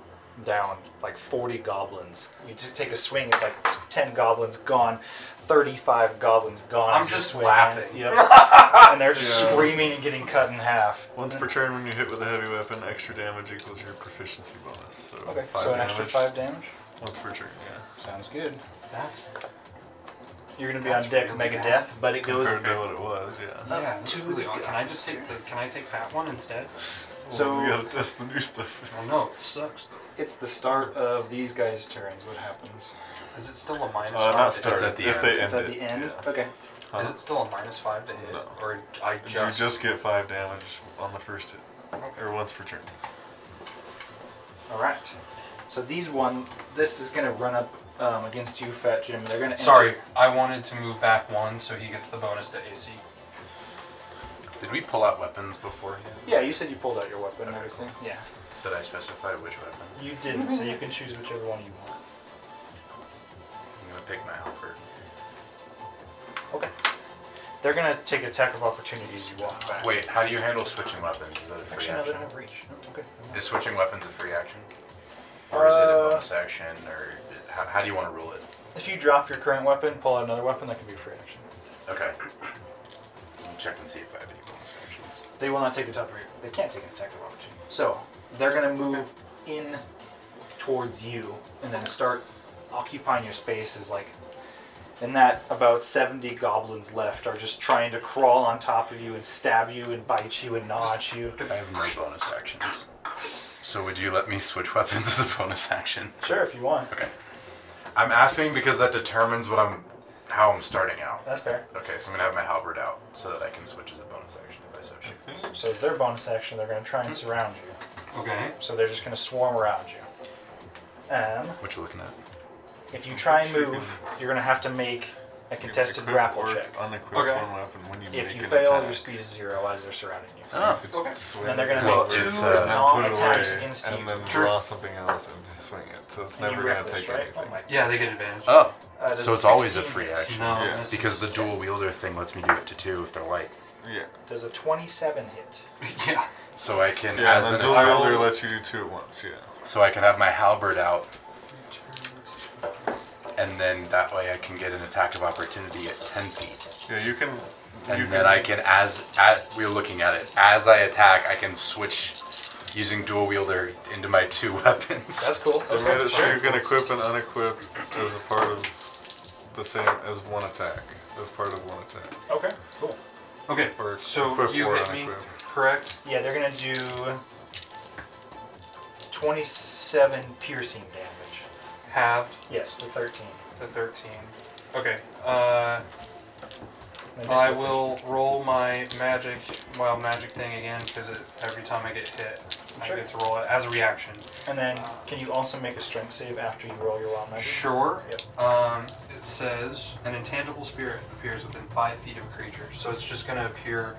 S1: down like 40 goblins. You just take a swing, it's like 10 goblins gone, 35 goblins gone.
S4: I'm
S1: as you
S4: just
S1: swing.
S4: laughing.
S1: <laughs> Yep. and they're just
S2: Yeah.
S1: screaming and getting cut in half.
S2: Once per turn, when you hit with a heavy weapon, extra damage equals your proficiency bonus. So
S1: Okay,
S2: five
S1: so an
S2: damage.
S1: extra five damage.
S2: Once per turn, yeah.
S1: Sounds good.
S4: That's
S1: You're gonna be
S4: That's
S1: on deck,
S4: really
S1: mega
S4: bad.
S1: death, but it goes.
S2: Compared to what it was, yeah.
S4: yeah. That's
S1: to
S4: really
S1: the
S4: odd. Can I just take the? Can I take that one instead?
S1: So-
S2: we gotta test the new stuff.
S4: Well, no, it sucks. though.
S1: It's the start of these guys' turns. What happens?
S4: Is it still a minus
S2: Uh, not
S4: five? to hit?
S2: start.
S3: at the
S2: if
S3: end.
S2: they
S1: It's
S2: end
S1: at the
S2: it,
S1: end.
S2: yeah.
S1: Okay.
S2: Huh?
S4: Is it still a minus five to hit?
S2: No.
S4: Or I just.
S2: You just get five damage on the first hit, or once per turn.
S1: All right. So these one, this is gonna run up um, against you, Fat Jim. They're gonna. enter-
S4: Sorry, I wanted to move back one so he gets the bonus to AC.
S3: Did we pull out weapons beforehand?
S1: Yeah, you said you pulled out your weapon and everything. Yeah.
S3: Did I specify which weapon?
S1: You didn't, so you can choose whichever one you want.
S3: I'm gonna pick my helper.
S1: Okay. They're gonna take attack of opportunities you walk back.
S3: Wait, how do you handle switching weapons? Is that a free
S1: Actually, no, they
S3: action?
S1: don't have reach. No, okay.
S3: Is switching weapons a free action? Or is it a
S1: Uh,
S3: bonus action? Or how, how do you want to rule it?
S1: If you drop your current weapon, pull out another weapon, that can be a free action.
S3: Okay. I'll check and see if I have any bonus actions.
S1: They will not take a top rate. They can't take an attack of opportunity. So they're gonna move in towards you and then start occupying your space is like and that about 70 goblins left are just trying to crawl on top of you and stab you and bite you and gnaw at you.
S3: I have no bonus actions. So would you let me switch weapons as a bonus action?
S1: Sure, if you want.
S3: Okay. I'm asking because that determines what I'm, how I'm starting out.
S1: That's fair.
S3: Okay, so I'm gonna have my halberd out so that I can switch as a bonus action if I so choose.
S1: So it's their bonus action. They're gonna try and surround you.
S4: Okay.
S1: So they're just gonna swarm around you. Um,
S3: What you looking at?
S1: if you try and move, you're gonna have to make a contested
S2: Equip
S1: grapple
S2: or
S1: check.
S2: Unequip
S4: Okay.
S2: one weapon when you
S1: If
S2: make
S1: you
S2: an
S1: fail,
S2: attack.
S1: your speed is zero as they're surrounding you. So
S3: Oh,
S4: Okay.
S1: Then they're gonna
S3: Well,
S1: make two
S3: it's, uh,
S2: and then put
S1: non
S2: it
S1: attacks
S2: away,
S1: against you.
S2: and then
S1: Sure.
S2: draw something else and swing it. So it's
S1: And you
S2: never gonna
S1: reckless,
S2: take
S1: right? Oh
S2: anything.
S1: my-
S4: Yeah, they get advantage.
S3: Oh,
S1: Uh, does
S3: so
S1: a
S3: it's always a
S1: 16
S3: free
S1: hit?
S3: action
S4: No,
S2: Yeah.
S4: this
S3: because
S4: is-
S3: the dual wielder thing lets me do it to two if they're light.
S2: yeah.
S1: Does a 27 hit?
S4: <laughs> yeah.
S3: So I can
S2: Yeah.
S3: as
S2: And
S3: an
S2: the dual
S3: attack-
S2: wielder lets you do two at once. Yeah.
S3: so I can have my halberd out, and then that way I can get an attack of opportunity at ten feet,
S2: Yeah. You can.
S3: and
S2: you
S3: then I can as at we're looking at it as I attack I can switch using dual wielder into my two <laughs> weapons.
S1: That's cool.
S2: They made it
S1: that's
S2: so
S1: fine.
S2: you can equip and unequip as a part of the same as one attack. As part of one attack.
S1: Okay, cool.
S4: Okay.
S2: Or
S4: So
S2: equip
S4: you
S2: or
S4: hit me,
S2: unequip.
S4: correct?
S1: Yeah, they're gonna do 27 piercing damage.
S4: Halved
S1: Yes, the 13.
S4: to 13. Okay. Uh,
S1: And
S4: I
S1: this-
S4: will roll my magic, wild magic thing again because every time I get hit,
S1: Sure.
S4: I get to roll it as a reaction.
S1: And then, can you also make a strength save after you roll your wild magic?
S4: Sure.
S1: Yep.
S4: Um, it says an intangible spirit appears within five feet of a creature, so it's just gonna appear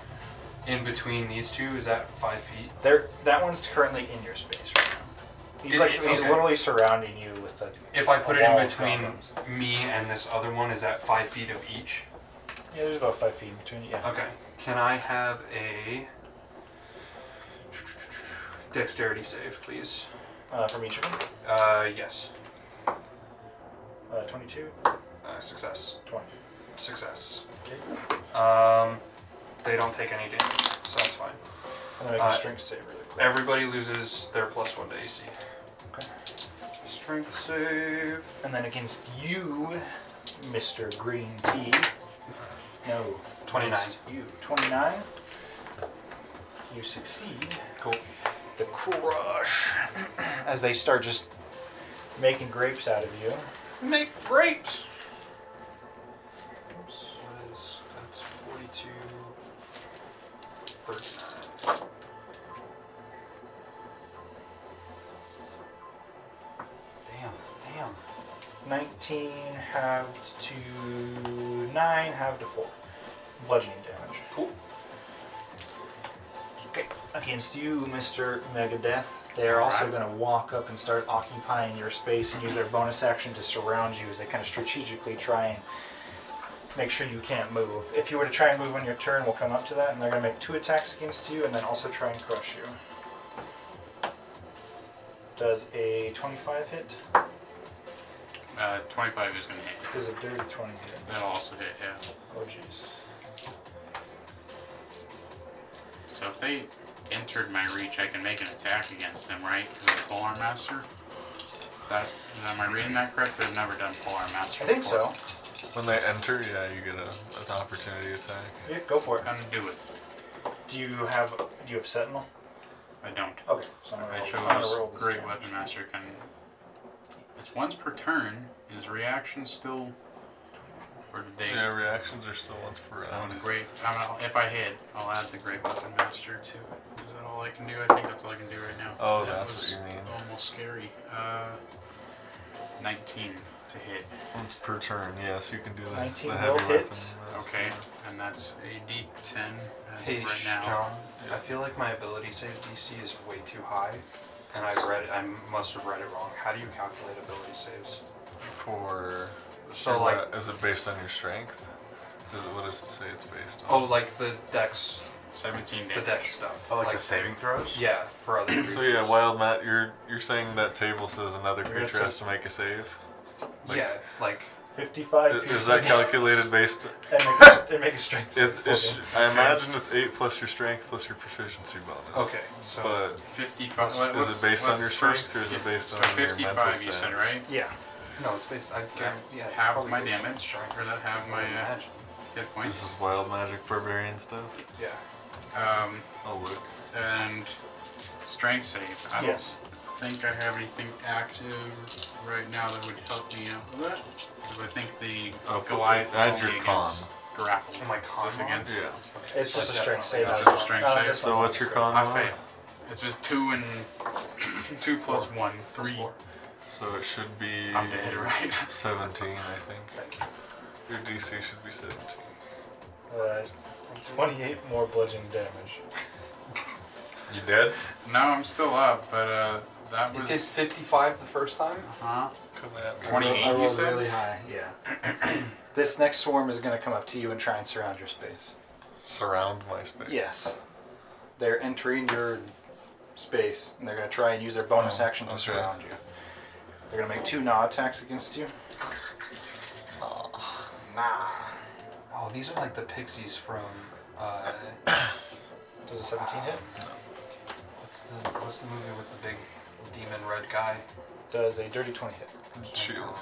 S4: in between these two. Is that five feet?
S1: There, that one's currently in your space right now. He's
S4: It-
S1: like,
S4: it-
S1: he's
S4: okay.
S1: literally surrounding you with a.
S4: If I put
S1: a
S4: it
S1: wall
S4: in
S1: of
S4: between
S1: goblins.
S4: me and this other one, is that five feet of each?
S1: Yeah, there's about five feet in between. you, Yeah.
S4: Okay. Can I have a dexterity save, please?
S1: Uh, from each of them.
S4: Uh, yes.
S1: Uh, 22,
S4: Uh, success.
S1: 20.
S4: Success.
S1: Okay.
S4: Um, they don't take any damage, so that's fine.
S1: I'm gonna make
S4: Uh,
S1: a strength save really quick.
S4: Everybody loses their plus one to AC.
S1: Okay.
S4: Strength save.
S1: er, And then against you, Mr. Green Tea. No.
S4: 29.
S1: against You. 29. You succeed.
S4: Cool.
S1: The crush. <clears throat> As they start just making grapes out of you.
S4: Make grapes! Oops, what is. That's 42. 39. Damn, damn.
S1: 19 halved to 9, halved to 4. Bludgeoning damage.
S4: Cool.
S1: Okay. Against you, Mr. Megadeth. They are also
S4: Alright.
S1: going to walk up and start occupying your space and use their bonus action to surround you as they kind of strategically try and make sure you can't move. If you were to try and move on your turn, we'll come up to that, and they're going to make two attacks against you and then also try and crush you. Does a 25 hit?
S5: Uh, 25 is going to hit.
S1: Does a dirty 20 hit?
S5: That'll also hit, yeah.
S1: Oh, jeez.
S5: So if they entered my reach, I can make an attack against them, right? Because I'm full arm master? Is that, is that- am I reading that correct? I've never done full arm master
S1: I think
S5: before.
S1: so.
S2: When they enter, yeah, you get a, an opportunity attack.
S1: Yeah, go for it.
S5: I'm gonna do it.
S1: Do you have do you have Sentinel?
S5: I don't.
S1: Okay, so I'm
S5: I
S1: gonna roll. I'm gonna roll
S5: chose
S1: this
S5: Great
S1: damage.
S5: Weapon Master can. It's once per turn. Is reaction still? Or did they?
S2: Yeah, reactions are still um, once per
S5: I'm
S2: round.
S5: gonna great. I'm gonna, if I hit, I'll add the Great Weapon Master to it. Is that all I can do? I think that's all I can do right now.
S2: Oh,
S5: That
S2: that's what
S5: was
S2: you mean.
S5: Almost scary. Uh, 19 to hit.
S2: Once per turn, yes, you can do that.
S1: 19
S2: the heavy
S1: will hit.
S2: weapon.
S5: Okay, and that's a D10 as of
S4: Hey,
S5: right now.
S4: John,
S2: Yeah.
S4: I feel like my ability save DC is way too high, and I read it. I must have read it wrong. How do you calculate ability saves?
S2: For uh,
S4: So like,
S2: is it based on your strength? Does it, what does it say it's based on?
S4: Oh, like the dex,
S5: 17
S4: the
S5: damage.
S4: dex stuff.
S3: Oh, like, the saving throws?
S4: Yeah, for other creatures.
S2: So yeah, Wild Matt, you're you're saying that table says another
S1: gonna
S2: creature
S1: take-
S2: has to make a save. like-
S4: yeah, like
S1: 55
S2: Is that calculated based?
S1: and make a, and make a strength save
S2: It's,
S1: for
S2: it's
S1: me.
S2: I imagine it's eight plus your strength plus your proficiency bonus.
S4: okay. So
S2: But
S5: 55.
S2: Is it based on your strength, or is it based
S5: so
S2: on your
S5: 55
S2: mental
S5: you
S2: stats?
S5: said, right?
S1: Yeah.
S4: no, it's based. I guarantee. Yeah, it's
S5: Half
S4: probably
S5: my
S4: based on
S5: damage,
S4: strength.
S5: or that half
S4: I
S5: my
S4: would
S5: uh,
S4: imagine.
S5: hit
S2: this
S5: points.
S2: is Wild Magic Barbarian stuff.
S4: Yeah.
S5: Um,
S2: I'll look.
S5: and strength save. I don't
S1: Yes.
S5: think I have anything active right now that would help me out with that. Because I think the
S2: Oh,
S5: Goliath
S2: add
S5: is
S2: your
S5: only
S2: con.
S5: against grapple.
S4: Oh, my con
S5: Is this
S4: mod?
S5: against?
S2: Yeah.
S4: Okay.
S1: It's just a
S4: so
S1: strength
S4: definitely
S1: save.
S5: It's
S4: not
S1: that's
S5: a
S1: all.
S5: strength
S1: Uh,
S5: save.
S1: this
S2: So
S1: one's
S2: what's your con? mod?
S5: I fail. It's just two and <coughs> two plus one,
S4: plus
S5: three.
S4: four.
S2: So it should be
S5: I'm dead, right? <laughs>
S2: seventeen, I think.
S4: Thank you.
S2: Your DC should be seventeen.
S1: Uh, 28 more bludgeoning damage.
S3: You dead?
S5: No, I'm still up, but uh, that
S4: It did
S5: was. Uh-huh.
S4: 55 the first time.
S5: Huh?
S2: Come at me.
S1: I rolled-
S5: 28,
S1: I
S5: you
S1: rolled
S5: said?
S1: really high, yeah. <clears throat> this next swarm is going to come up to you and try and surround your space.
S2: Surround my space.
S1: Yes. They're entering your space, and they're going to try and use their bonus
S2: Oh,
S1: action to
S2: okay.
S1: surround you. They're going to make two gnaw attacks against you. Nah.
S4: Oh, these are like the pixies from. Uh,
S1: Does a 17 hit?
S4: what's the What's the movie with the big demon red guy?
S1: Does a dirty 20 hit?
S2: Shield.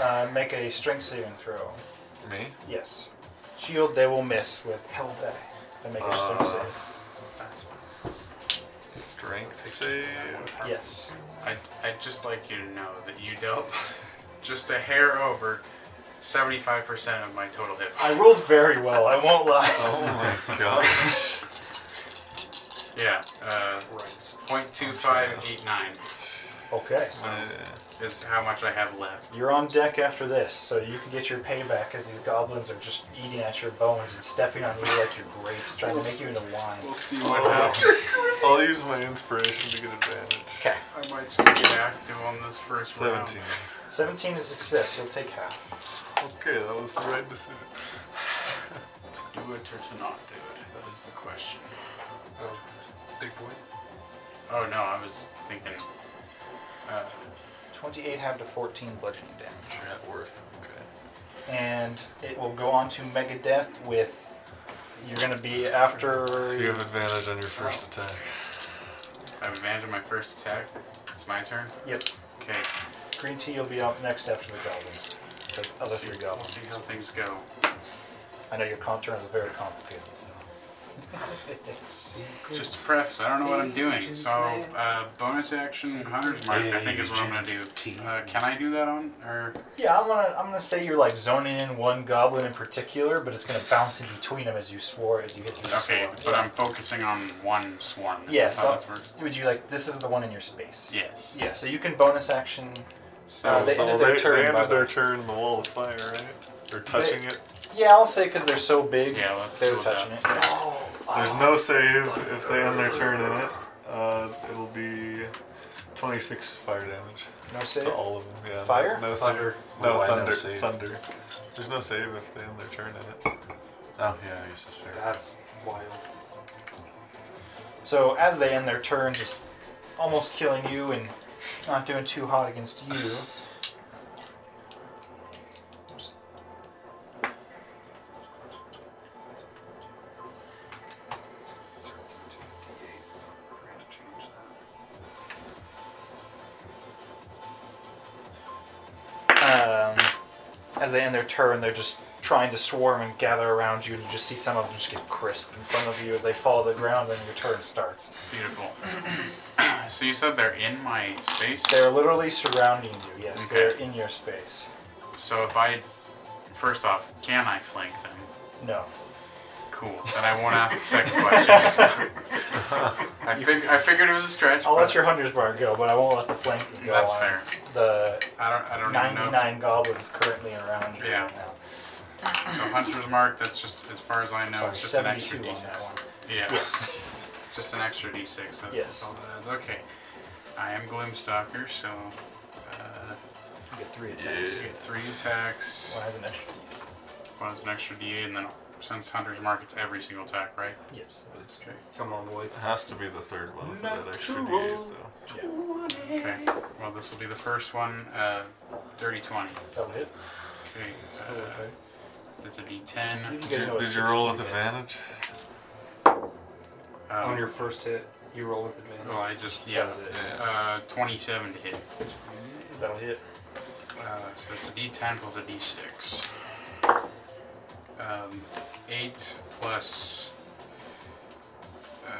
S1: Uh, make a strength saving throw.
S2: Me?
S1: Yes. Shield, they will miss with hell die. They make a strength
S2: Uh,
S1: save.
S4: That's what it is.
S2: Strength save.
S1: Yes.
S5: I I'd just like you to know that you dealt <laughs> just a hair over 75% of my total hit.
S1: I rolled very well, I won't lie. <laughs>
S2: Oh my <laughs> gosh.
S5: Yeah. Uh,
S4: Christ.
S5: 0.2589
S1: Okay.
S2: Yeah.
S5: is how much I have left.
S1: You're on deck after this, so you can get your payback because these goblins are just eating at your bones and stepping on you like your grapes, trying to make you into wine.
S5: We'll see what happens.
S2: Oh, <laughs> I'll use my inspiration to get advantage.
S1: Okay.
S5: I might just get active on this first
S2: Seventeen.
S1: 17 is success, you'll take half.
S2: Okay, that was the right decision.
S5: round. Do it or to not do it? That is the question.
S4: Oh, big boy.
S5: Oh no, I was thinking. Uh,
S1: 28 half to 14 bludgeoning damage.
S2: Not worth. Okay.
S1: And it will go on to Megadeth with. You're going to be after.
S2: You have advantage on your first attack.
S5: I have advantage on my first attack. It's my turn.
S1: Yep.
S5: Okay,
S1: Green tea will be up next after the goblins. The other
S5: see,
S1: three
S5: we'll
S1: goblins.
S5: see how things go.
S1: I know your comp turn is very complicated, so. <laughs>
S4: Secret.
S5: Just to preface, I don't know what I'm doing. So, uh, bonus action, Hunter's Mark, I think is what I'm gonna do. Uh, can I do that on? Or
S1: Yeah, I'm gonna I'm gonna say you're like zoning in one goblin in particular, but it's gonna bounce in between them as you swore as you hit your
S5: okay,
S1: swarm.
S5: but I'm focusing on one swarm. Is
S1: Yeah,
S5: this how
S1: so-
S5: this works?
S1: Would you like this is the one in your space?
S5: Yes.
S1: Yeah, so you can bonus action.
S5: So
S1: Uh, they
S2: Oh, Well,
S1: ended their
S2: they,
S1: turn,
S2: they
S1: by
S2: ended
S1: the
S2: their
S1: way.
S2: turn in the wall of fire, right? Or touching it.
S1: Yeah, I'll say because they're so big.
S5: Yeah, let's
S1: they're
S5: do
S1: touching
S5: that.
S1: it. Yeah.
S2: There's no save if they end their turn in it. Uh, it'll be 26 fire damage
S1: No save.
S2: to all of them. Yeah. no-
S1: Fire?
S2: No,
S3: Thunder.
S2: save. No
S3: Why no
S2: thunder.
S3: save?
S2: Thunder. There's no save if they end their turn in it.
S3: Oh, yeah, I guess that's fair. <laughs>
S4: That's wild.
S1: So as they end their turn, just almost killing you and not doing too hot against you. Oops. Um, as they end their turn, they're just trying to swarm and gather around you, and you just see some of them just get crisp in front of you as they fall to the ground, and your turn starts.
S5: Beautiful. <clears throat> so you said they're in my space.
S1: They're literally surrounding you, yes.
S5: Okay.
S1: They're in your space.
S5: So if I, first off, can I flank them?
S1: No.
S5: Cool. Then I won't ask the
S1: <laughs>
S5: second question. I, fig- I figured it was a stretch.
S1: I'll
S5: but
S1: let your hunter's bar go, but I won't let the flanking go
S5: That's
S1: on
S5: fair.
S1: the
S5: I don't. I don't even know.
S1: 99 goblins currently around you
S5: Yeah.
S1: right now.
S5: So hunter's mark. That's just as far as I know.
S1: Sorry,
S5: it's just an extra
S1: 72 on that
S5: d6.
S1: one.
S5: Yeah.
S1: Yes.
S5: It's just an extra d6. That's
S1: Yes.
S5: all that adds. Okay. I am Gloomstalker, so uh,
S1: You get three attacks.
S5: you get three attacks.
S1: One has an extra.
S5: Well, it's an extra D8, and then since Hunter's Mark, it's every single attack, right?
S1: Yes.
S5: Okay.
S4: Come on, boy.
S2: It has to be the third one for that extra
S4: Natural.
S2: D8, though.
S5: Okay. Well, this will be the first one. Uh, dirty 20.
S1: That'll hit.
S5: Okay. Uh, so it's a D10.
S1: You guys
S2: Did
S1: know
S2: you,
S1: what
S2: did you
S1: 16
S2: roll with
S1: is.
S2: advantage?
S5: Um,
S4: On your first hit, you roll with advantage.
S5: Uh, Well, I just yeah.
S1: That was it.
S2: Yeah.
S5: Uh, 27 to hit.
S1: That'll hit.
S5: Uh, so it's a D10 plus a D6. Um, eight plus. Uh,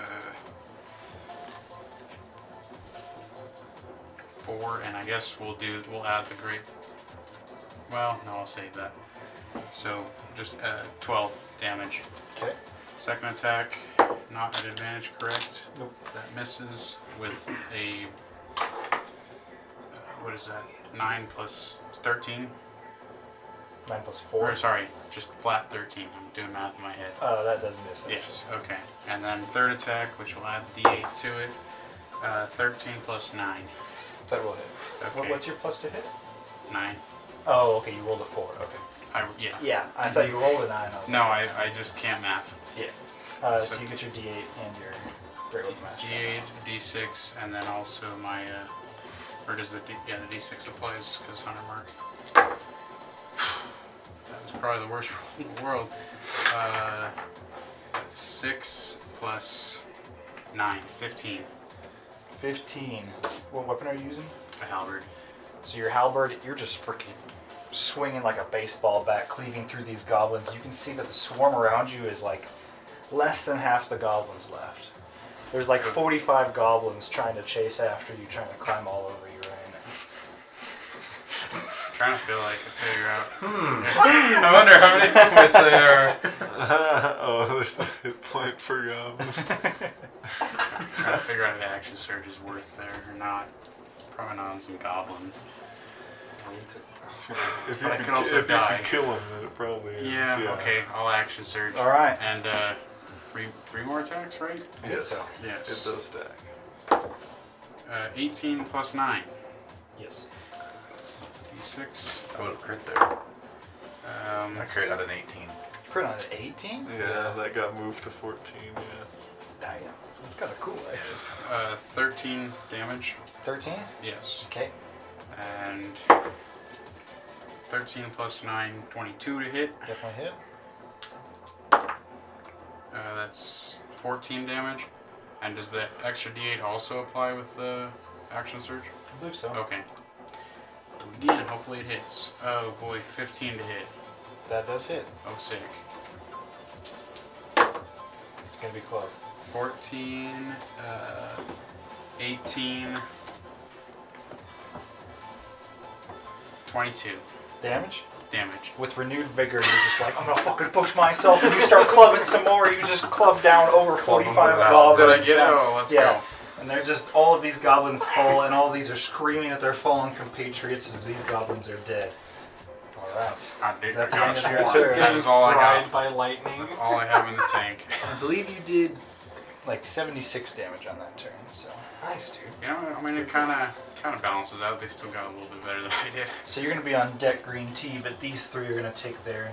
S5: four, and I guess we'll do. We'll add the great. Well, no, I'll save that. So just uh, 12 damage.
S1: Okay.
S5: Second attack, not at advantage, correct?
S1: Nope.
S5: That misses with a. uh, What is that? 9 plus 13?
S1: Nine plus four.
S5: Or, sorry, just flat 13. I'm doing math in my head.
S1: Uh, that doesn't miss. actually.
S5: Yes, okay. And then third attack, which will add d8 to it. Uh, 13 plus 9.
S1: That will hit.
S5: Okay.
S1: What, what's your plus to hit?
S5: 9.
S1: Oh, okay. You rolled a four. Okay.
S5: I, yeah.
S1: Yeah. I thought you rolled a nine. I was
S5: No, I, I just can't math.
S1: Yeah. Uh, so,
S5: So-
S1: you get your D8 and your Great Old Master.
S5: D8, d6, and then also my. Uh, or does the D, yeah the d6 applies because hunter mark. <sighs> That was probably the worst <laughs> roll in the world. Uh, that's six plus nine, 15.
S1: 15. What weapon are you using?
S5: A halberd.
S1: So your halberd, you're just freaking swinging like a baseball bat, cleaving through these goblins. You can see that the swarm around you is like less than half the goblins left. There's like 45 goblins trying to chase after you, trying to climb all over you right now.
S5: trying to feel like I figure out.
S3: I wonder how many points there are.
S2: <laughs> oh, there's the hit point for goblin. <laughs>
S5: Trying to figure out if action surge is worth there or not. Probably not on some goblins.
S4: I need to-
S2: If you
S5: But I
S2: could,
S5: could also
S2: if you
S5: die.
S2: could kill him, then it probably is.
S5: Yeah. Okay. I'll action surge.
S1: All right.
S5: And uh, three three more attacks, right?
S2: Yes.
S1: So-
S5: Yes.
S2: It does stack.
S5: Uh, 18 plus 9.
S1: Yes.
S5: That's a d6.
S3: I would have crit there.
S5: Um,
S3: I crit at an 18.
S1: Crit on an 18?
S2: Yeah, that got moved to 14, yeah.
S1: Damn. That's kind of cool, actually.
S5: uh, 13 damage.
S1: 13?
S5: Yes.
S1: Okay.
S5: And 13 plus 9, 22 to hit.
S1: Definitely hit.
S5: Uh, that's 14 damage. And does the extra d8 also apply with the action surge?
S1: I believe so.
S5: Okay. Again, hopefully it hits. Oh boy, 15 to hit.
S1: That does hit.
S5: Oh, sick.
S1: It's going to be close.
S5: 14, uh, 18, 22
S1: Damage?
S5: damage.
S1: with renewed vigor, you're just like, I'm gonna fucking push myself, and you start clubbing some more. You just club down over
S3: Club 'em
S1: 45
S3: without-
S1: goblins.
S5: Did I get it?
S1: down.
S5: Oh, let's
S1: yeah. And they're just all of these goblins fall, and all these are screaming at their fallen compatriots as these goblins are dead. All right.
S5: I did.
S1: Is that
S5: I
S1: the
S5: got
S1: end of
S5: you.
S1: your turn?
S5: That is all I
S4: Fried
S5: got.
S4: by lightning.
S5: That's all I have in the tank.
S1: I believe you did like 76 damage on that turn. So
S4: Nice, dude.
S5: You know, I mean, it kind of kind of balances out. They still got a little bit better than I did.
S1: so you're gonna be on deck green tea, but these three are gonna take their.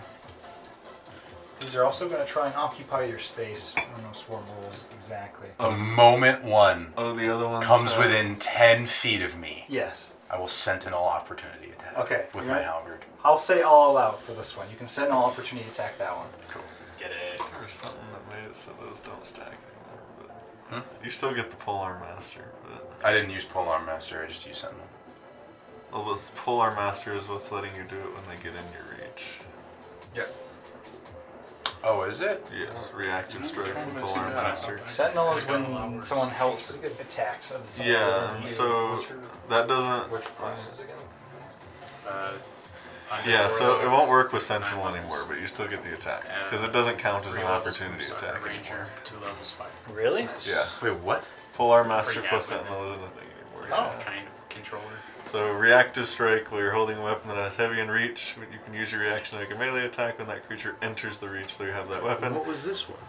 S1: These are also gonna try and occupy your space. I don't know swarm rules exactly.
S3: The moment one
S2: Oh, the other one
S3: comes within 10 feet of me,
S1: Yes.
S3: I will sentinel opportunity attack
S1: Okay.
S3: with
S1: you're
S3: my
S1: gonna-
S3: halberd.
S1: I'll say all out for this one. You can send an all opportunity attack that one.
S3: Get it.
S2: Or something that made it so those don't stack anymore. But You still get the Polar Master, but.
S3: I didn't use Polearm Master, I just used Sentinel.
S2: Well, this Polar Master is what's letting you do it when they get in your reach.
S4: Yep.
S3: Oh, is it?
S2: Yes, reactive strike
S5: trying
S2: from
S5: to
S2: Polar
S5: see that.
S2: Master.
S1: Sentinel is
S5: Could've gotten a lot
S1: when
S5: worse.
S1: someone helps attacks. of someone
S2: Yeah,
S1: other
S2: and
S1: than
S2: so
S1: you.
S2: that doesn't.
S4: Which classes again?
S5: Uh,
S2: Yeah, so it won't work with Sentinel
S5: Nine
S2: anymore, but you still get the attack.
S5: Uh,
S2: Because it doesn't count as
S5: Three
S2: an
S5: levels
S2: opportunity
S5: from Sucker
S2: attack anymore.
S5: Ranger, two levels five.
S1: Really?
S2: Yeah.
S3: Wait, what?
S2: Polar Master
S5: Pretty
S2: plus
S5: accurate.
S2: Sentinel isn't a thing anymore.
S5: Oh,
S2: yeah.
S5: kind of controller.
S2: So reactive strike, while you're holding a weapon that has heavy in reach, you can use your reaction to make a melee attack when that creature enters the reach where you have that weapon.
S6: What was this one?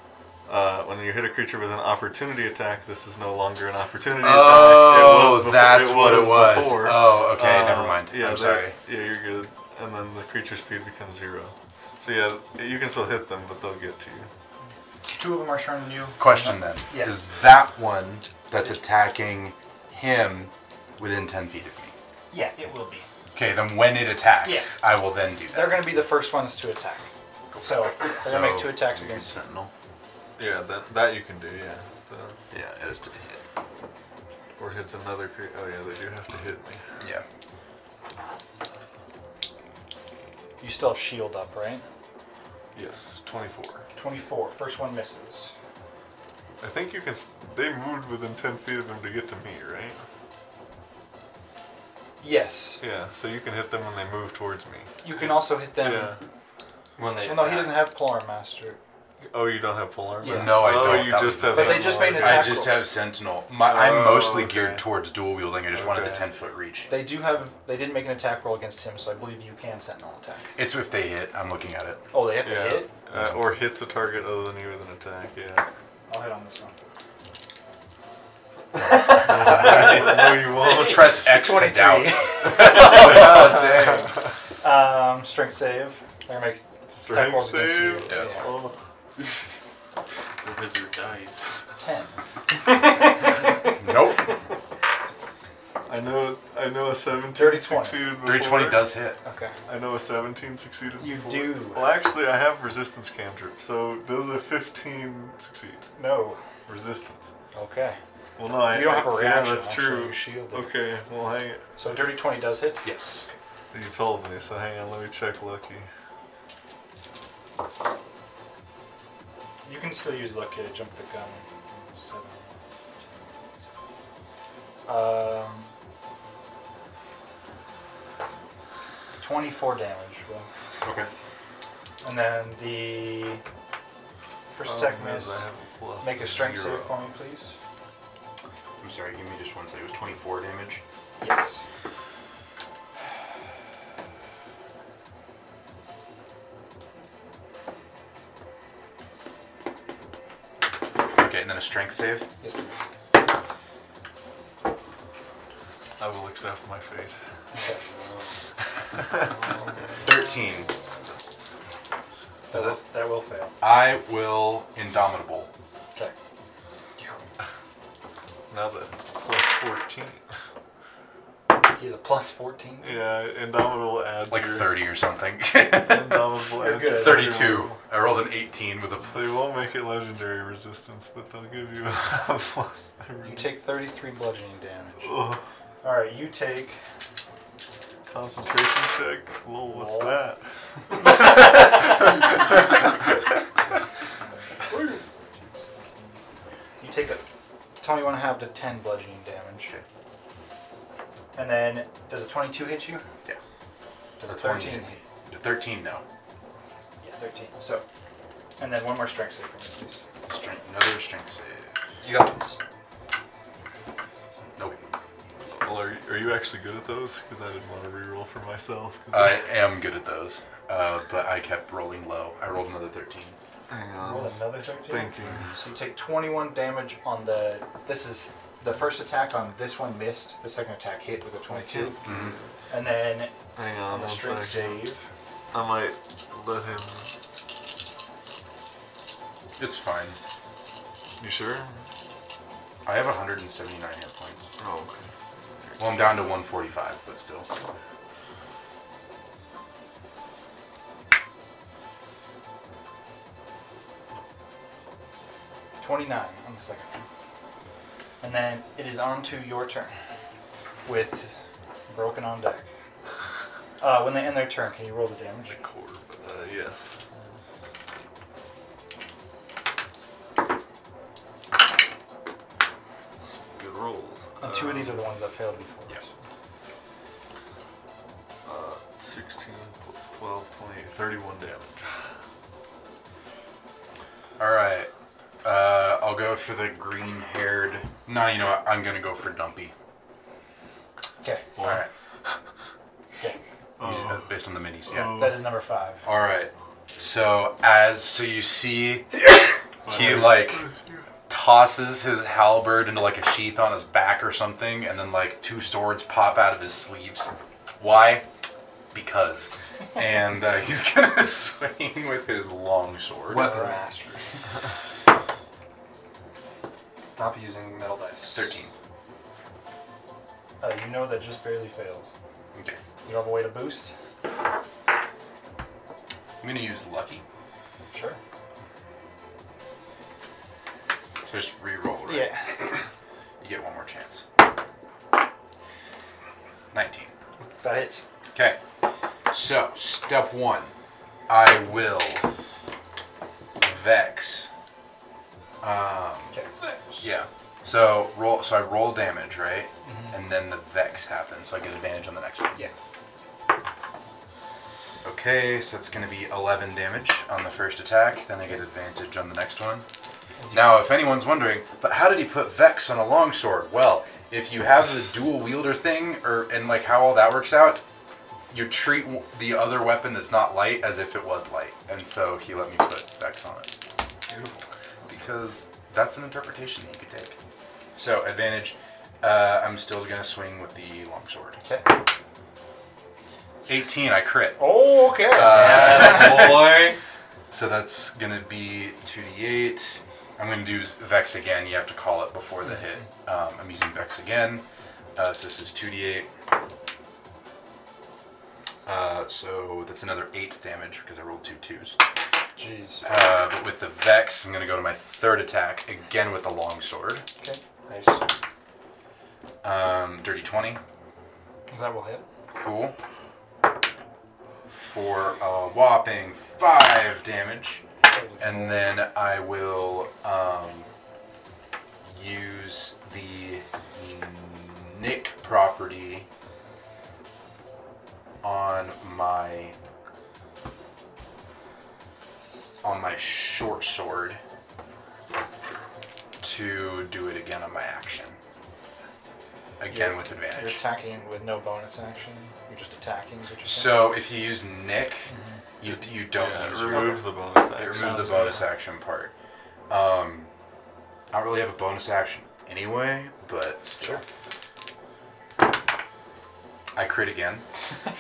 S2: Uh, when you hit a creature with an opportunity attack, this is no longer an opportunity
S3: Oh,
S2: attack. befo-
S3: that's what it was.
S2: before.
S3: Oh, okay,
S2: Uh,
S3: never mind.
S2: Yeah,
S3: I'm
S2: that-
S3: sorry.
S2: Yeah, you're good. And then the creature speed becomes zero. So yeah, you can still hit them, but they'll get to you.
S1: Two of them are turning you.
S3: Question then:
S1: Uh, Yes.
S3: Is that one that's attacking him within ten feet of me?
S1: Yeah, it will be.
S3: Okay, then when it attacks,
S1: Yeah.
S3: I will then do
S1: They're
S3: that.
S1: going to be the first ones to attack. So they're going to make two attacks
S3: you can
S1: against you.
S3: Sentinel.
S2: Yeah, that that you can do. Yeah. The-
S3: Yeah, it is to hit.
S2: or hits another creature. Oh yeah, they do have to hit me.
S3: Yeah.
S1: You still have shield up, right?
S2: Yes, 24.
S1: 24. First one misses.
S2: I think you can. s- They moved within 10 feet of him to get to me, right?
S1: Yes.
S2: Yeah. So you can hit them when they move towards me.
S1: You can also hit them.
S2: Yeah.
S4: When they
S1: Well, no, he
S4: attack.
S1: doesn't have Polar Master.
S2: Oh, you don't have pole armor.
S1: Yeah.
S3: No, I
S2: Oh,
S3: don't.
S2: you
S3: That
S2: just
S3: was-
S2: have.
S1: But they
S2: sentinel
S1: just made an
S2: armor.
S3: I
S1: attack
S3: just
S1: roll.
S3: have Sentinel. My, I'm
S2: Oh,
S3: mostly
S2: okay.
S3: geared towards dual wielding. I just wanted the
S2: Okay.
S3: 10 foot reach.
S1: They do have. They did make an attack roll against him, so I believe you can sentinel attack.
S3: It's if they hit. I'm looking at it.
S1: Oh, they have to
S2: Yeah.
S1: hit.
S2: Uh, or hits a target other than you with an attack.
S3: <laughs>
S2: Yeah.
S1: I'll hit on this one.
S2: no, you won't.
S3: Press X to
S1: 23.
S3: doubt.
S1: <laughs>
S3: Oh,
S1: Um, strength save. They're gonna make attack
S2: <laughs> Strength
S1: rolls against you.
S2: save.
S3: Yeah, that's
S2: Oh,
S5: The wizard dies.
S1: Ten.
S3: <laughs> Nope.
S2: I know. I know a 17
S1: Dirty 20.
S2: succeeded before.
S3: 320 does hit.
S1: Okay.
S2: I know a 17 succeeded.
S1: You
S2: before.
S1: do.
S2: Well, actually, I have resistance cantrip, so does a 15 succeed?
S1: No.
S2: Resistance.
S1: Okay.
S2: Well, no, I
S1: You don't have
S2: I-
S1: a reaction.
S2: Yeah, that's
S1: actually,
S2: true.
S1: you shielded.
S2: Okay, well, hang.
S1: So dirty twenty does hit.
S3: Yes.
S2: You told me, so hang on. Let me check Lucky.
S1: You can still use lucky to jump the gun. Seven. Um. Twenty-four damage. Will.
S3: Okay.
S1: And then the first
S2: Oh,
S1: attack miss. Make a strength save for me, please.
S3: I'm sorry. Give me just one second. It was 24 damage.
S1: Yes.
S3: Okay, and then a strength save.
S1: Yes, please.
S2: I will accept my fate.
S1: Okay.
S3: 13.
S1: That,
S3: Is
S1: will,
S3: this-
S1: that will fail.
S3: I will Indomitable.
S1: Okay.
S2: Now that plus 14.
S1: He's a plus 14.
S2: Yeah, Indomitable adds
S3: Like
S2: your-
S3: 30 or something. <laughs>
S2: Indomitable adds your
S1: good.
S3: 32. I rolled an 18 with a
S2: They
S3: plus.
S2: won't make it legendary resistance, but they'll give you <laughs> a plus.
S1: You take 33 bludgeoning damage.
S2: Ugh.
S1: Alright, you take.
S2: Concentration check? Lol, what's
S1: Lol.
S2: that?
S1: You take a 21 and a half to 10 bludgeoning damage.
S3: Okay.
S1: And then, does a 22 hit you?
S3: Yeah.
S1: Does a
S3: That's one
S1: 13 hit
S3: hit. 13 now.
S1: Yeah, 13. So. And then one more strength save for me, please.
S3: Strength, another strength save.
S4: You got this.
S3: Nope.
S2: Well, are, are you actually good at those? Because I didn't want to reroll for myself. 'cause
S3: I am good at those, uh, but I kept rolling low. I rolled another 13.
S2: Hang
S1: Roll
S2: on.
S1: another 13.
S2: Thinking.
S1: So Um, you take 21 damage on the. This is the first attack on this one missed. The second attack hit with a 22,
S3: Mm-hmm.
S1: and then
S2: Hang
S1: on
S2: on
S1: the
S2: one
S1: strength
S2: second.
S1: save.
S2: I might let him.
S3: It's fine.
S2: You sure?
S3: I have 179 hit points.
S2: Oh, okay.
S3: Well, I'm down to 145, but still.
S1: Twenty-nine on the second one. And then it is on to your turn with Broken on deck. Uh, when they end their turn, can you roll the damage?
S2: Corb. Uh, yes. Some good rolls.
S1: And Uh, two of these
S2: Um,
S1: are the ones that failed before.
S3: Yep.
S2: Uh, 16 plus 12, 28, 31 damage.
S3: All right. Uh, I'll go for the green haired. No, you know what? I'm going to go for Dumpy.
S1: Okay.
S3: All right.
S1: Okay.
S3: Use that Based on the minis, yeah.
S1: That is number five.
S3: All right. So as so you see, he like tosses his halberd into like a sheath on his back or something, and then like two swords pop out of his sleeves. Why? Because and uh, he's <laughs> gonna swing with his long sword.
S4: Weapon master. Stop using metal dice.
S3: Thirteen. <laughs>
S1: Uh, you know that just barely fails.
S3: Okay.
S1: You don't have a way to boost?
S3: I'm gonna use lucky.
S1: Sure.
S3: So just re-roll, right?
S1: Yeah.
S3: You get one more chance. Nineteen.
S1: So that hits.
S3: Okay. So, step one. I will vex. Um,
S1: Okay.
S3: yeah. So roll. So I roll damage, right? And then the vex happens, so I get advantage on the next one.
S1: Yeah.
S3: Okay, so it's going to be 11 damage on the first attack. Then I get advantage on the next one. Now, if anyone's wondering, but how did he put Vex on a longsword? Well, if you have the dual wielder thing, or and like how all that works out, you treat w- the other weapon that's not light as if it was light, and so he let me put Vex on it. Beautiful, because that's an interpretation that you could take. So advantage. Uh, I'm still going to swing with the longsword.
S1: Okay.
S3: 18, I crit.
S1: Oh, okay.
S4: Yes, boy.
S3: So that's gonna be 2d8. I'm gonna do Vex again. You have to call it before the hit. Um, I'm using Vex again. Uh, so this is 2d8. Uh, so that's another 8 damage because I rolled two twos.
S1: Jeez.
S3: Uh, but with the Vex, I'm gonna go to my third attack again with the longsword.
S1: Okay.
S4: Nice.
S3: Um, dirty 20.
S1: That will hit.
S3: Cool. For a whopping 5 damage. And then I will um, use the Nick property on my on my short sword to do it again on my action. Again with
S1: You're
S3: advantage.
S1: attacking with no bonus action. You're just attacking. is what you're saying?
S3: So if you use Nick, you you don't
S2: Yeah,
S3: use
S2: it
S3: your-
S2: removes the bonus
S3: It
S2: action.
S3: removes the bonus action part. Um, I don't really have a bonus action anyway, but still. I crit again.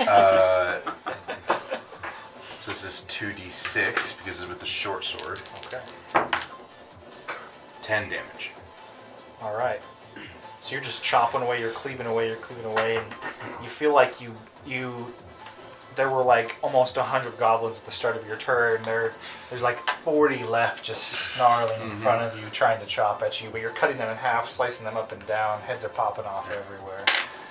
S3: uh, so this is 2d6 because it's with the short sword.
S1: Okay.
S3: 10 damage.
S1: All right. So you're just chopping away, you're cleaving away, you're cleaving away, and you feel like you you there were like almost hundred goblins at the start of your turn. There there's like forty left just snarling in front of you, trying to chop at you, but you're cutting them in half, slicing them up and down, heads are popping off everywhere.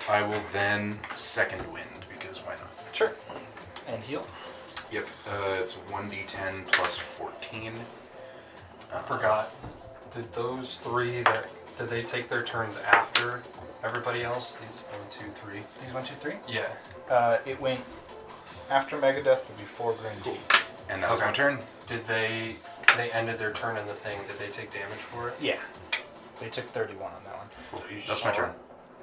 S3: I will then second wind because why not?
S1: Sure. And heal.
S3: Yep. Uh, it's 1d10 plus 14.
S4: I forgot. Did those three that did they take their turns after everybody else? These one, two, three.
S1: These one, two, three.
S4: Yeah.
S1: Uh, it went after Megadeth, but before Green
S3: And that was my
S4: Okay.
S3: turn.
S4: Did they they ended their turn in the thing? Did they take damage for it?
S1: Yeah. They took 31 on that one.
S3: That's my turn.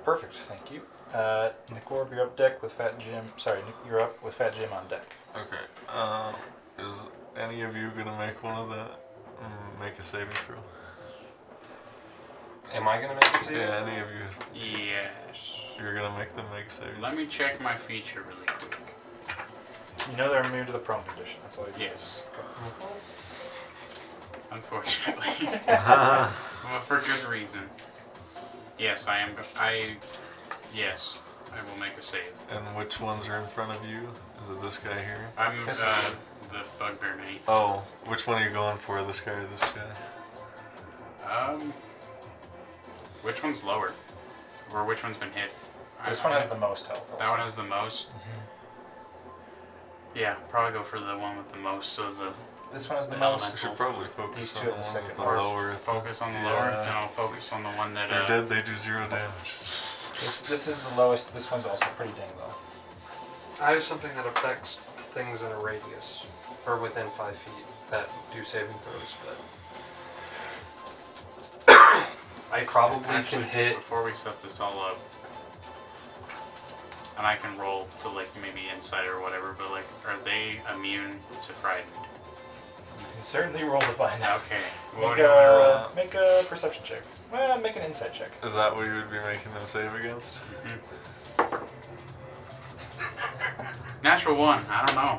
S1: Perfect, thank you. Uh, Nicorb, you're up deck with Fat Jim. Sorry, Nic- you're up with Fat Jim on deck.
S2: Okay. Uh, is any of you gonna make one of that? Mm, Make a saving throw.
S4: Am I gonna make a save?
S2: Yeah, any of you.
S5: Yes.
S2: You're gonna make them make a saving.
S5: Let me check my feature really quick.
S1: You know they're immune to the prone condition. That's all you
S5: Yes. <laughs> Unfortunately, <laughs>
S2: throw.
S5: well, for good reason. Yes, I am. go- I. Yes, I will make a save.
S2: <laughs> and which ones are in front of you? Is it this guy here?
S5: I'm
S4: This is-
S5: uh, the bugbear knight.
S2: Oh, which one are you going for? This guy or this guy?
S5: Um, which one's lower, or which one's been hit? I-
S1: This one has
S5: I-
S1: the Mm-hmm. most health.
S5: That one has the most. Yeah, probably go for the one with the most. So the
S1: This one has the
S5: the
S1: most.
S2: We should
S5: Cool.
S2: probably focus
S1: These two
S2: on
S1: are the
S2: the one
S1: second
S2: with the
S1: worst.
S2: lower.
S5: focus on the lower,
S2: Yeah.
S5: and I'll focus on the one that.
S2: If they're
S5: Uh,
S2: dead, they do zero damage.
S1: This, this is the lowest. This one's also pretty dang low.
S4: I have something that affects things in a radius or within five feet that do saving throws, but <coughs> I probably
S5: Actually,
S4: can hit.
S5: before we set this all up, and I can roll to like maybe insight or whatever. But like, are they immune to frightened?
S1: You can certainly roll to find out.
S5: Okay. <laughs>
S1: Make
S5: What do you wanna roll?
S1: a, make a perception check. Well, make an insight check.
S2: Is that what you would be making them save against?
S5: Natural one. I don't know.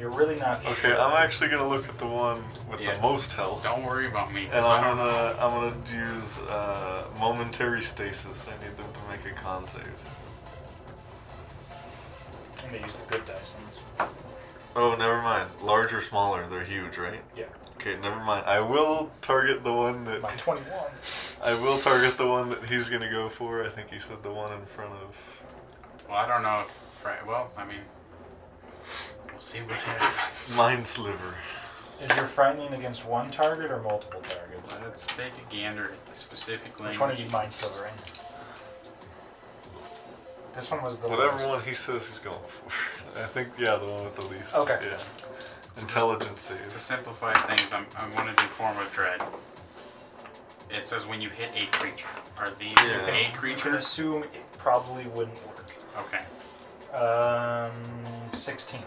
S1: You're really not sure.
S2: Okay, I'm actually gonna look at the one with
S5: Yeah.
S2: the most health,
S5: Don't worry about me. 'cause
S2: and
S5: I
S2: I'm
S5: don't know.
S2: gonna I'm gonna use uh, momentary stasis. I need them to make a con save.
S1: I'm gonna use the good dice on this one.
S2: Oh, never mind. Large or smaller, they're huge, right?
S1: Yeah.
S2: Okay, never mind. I will target the one that
S1: My 21.
S2: I will target the one that he's gonna go for. I think he said the one in front of.
S5: Well, I don't know if. Fra- well, I mean, we'll see what happens.
S2: Mind sliver.
S1: Is your frightening against one target or multiple targets?
S5: Let's take a gander at the specific language.
S1: Which one are you mind silvering? This one was the
S2: Whatever
S1: lowest.
S2: one he says he's going for. <laughs> I think yeah, the one with the least.
S1: Okay.
S2: Yeah. Intelligence
S5: To
S2: save.
S5: simplify things, I'm, I want to do form of dread. It says when you hit a creature. Are these
S2: Yeah.
S5: a
S1: You can
S5: creature?
S1: assume it probably wouldn't work.
S5: Okay.
S1: Um, 16.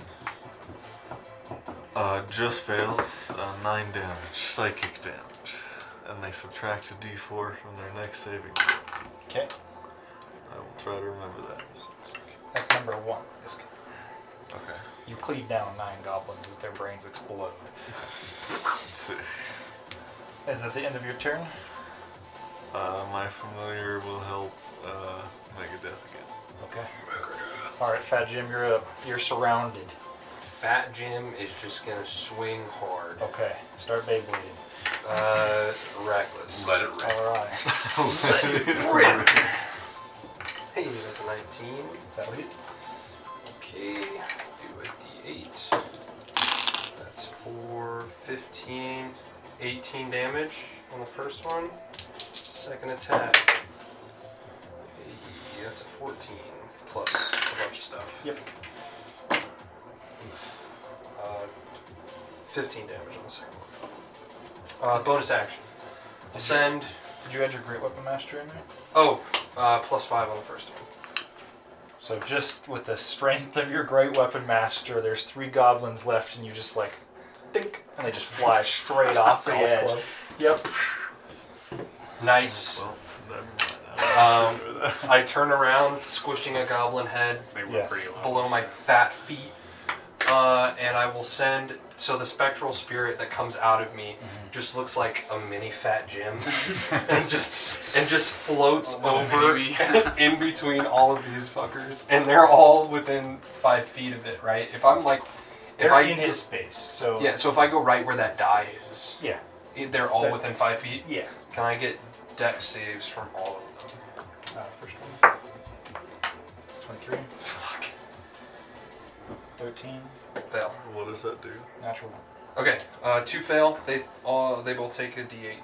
S2: Uh, just fails. Uh, nine damage, psychic damage, and they subtract a d4 from their next saving. throw.
S1: Okay,
S2: I will try to remember that.
S1: that's number one. This-
S2: Okay.
S1: You cleave down nine goblins as their brains explode.
S2: Let's see.
S1: Is that the end of your turn?
S2: Uh, my familiar will help uh, make a death again.
S1: Okay. All right, Fat Jim, you're up. You're surrounded.
S4: Fat Jim is just gonna swing hard.
S1: Okay, start Beyblading.
S4: Uh,
S3: <laughs>
S4: reckless.
S3: Let it rip.
S1: All
S2: <laughs>
S1: right.
S4: Rip. Hey, that's a 19.
S1: That lead?
S4: Okay, do a d8. That's 4, 15, 18 damage on the first one. Second attack. Hey, that's a 14, plus a bunch of stuff.
S1: Yep.
S4: Uh, 15 damage on the second one. Uh, bonus action. Ascend.
S1: Did you add your Great Weapon Master in there?
S4: Oh, uh, plus 5 on the first one.
S1: So just with the strength of your Great Weapon Master, there's three goblins left, and you just like, think, and they just fly
S4: <laughs>
S1: straight off the
S4: Golf
S1: edge.
S4: club.
S1: Yep.
S4: Nice.
S2: Well, never mind. I
S4: Um,
S2: don't remember that.
S4: I turn around, squishing a goblin head
S5: They were
S1: Yes.
S5: pretty low.
S4: below my fat feet, uh, and I will send. So the spectral spirit that comes out of me just looks like a mini fat Jim, and just and just floats
S5: little
S4: over
S5: baby.
S4: <laughs> in between all of these fuckers, and they're all within five feet of it, right? If I'm like,
S1: They're
S4: if I
S1: in his space, so
S4: yeah, so if I go right where that die is,
S1: yeah,
S4: it- they're all
S1: That-
S4: within five feet.
S1: yeah.
S4: Can I get deck saves from all of them?
S1: Uh, first one. 23,
S4: Fuck,
S1: 13,
S4: fail.
S2: What does that do?
S1: natural one.
S4: Okay, uh, two fail. They all they both take a d8.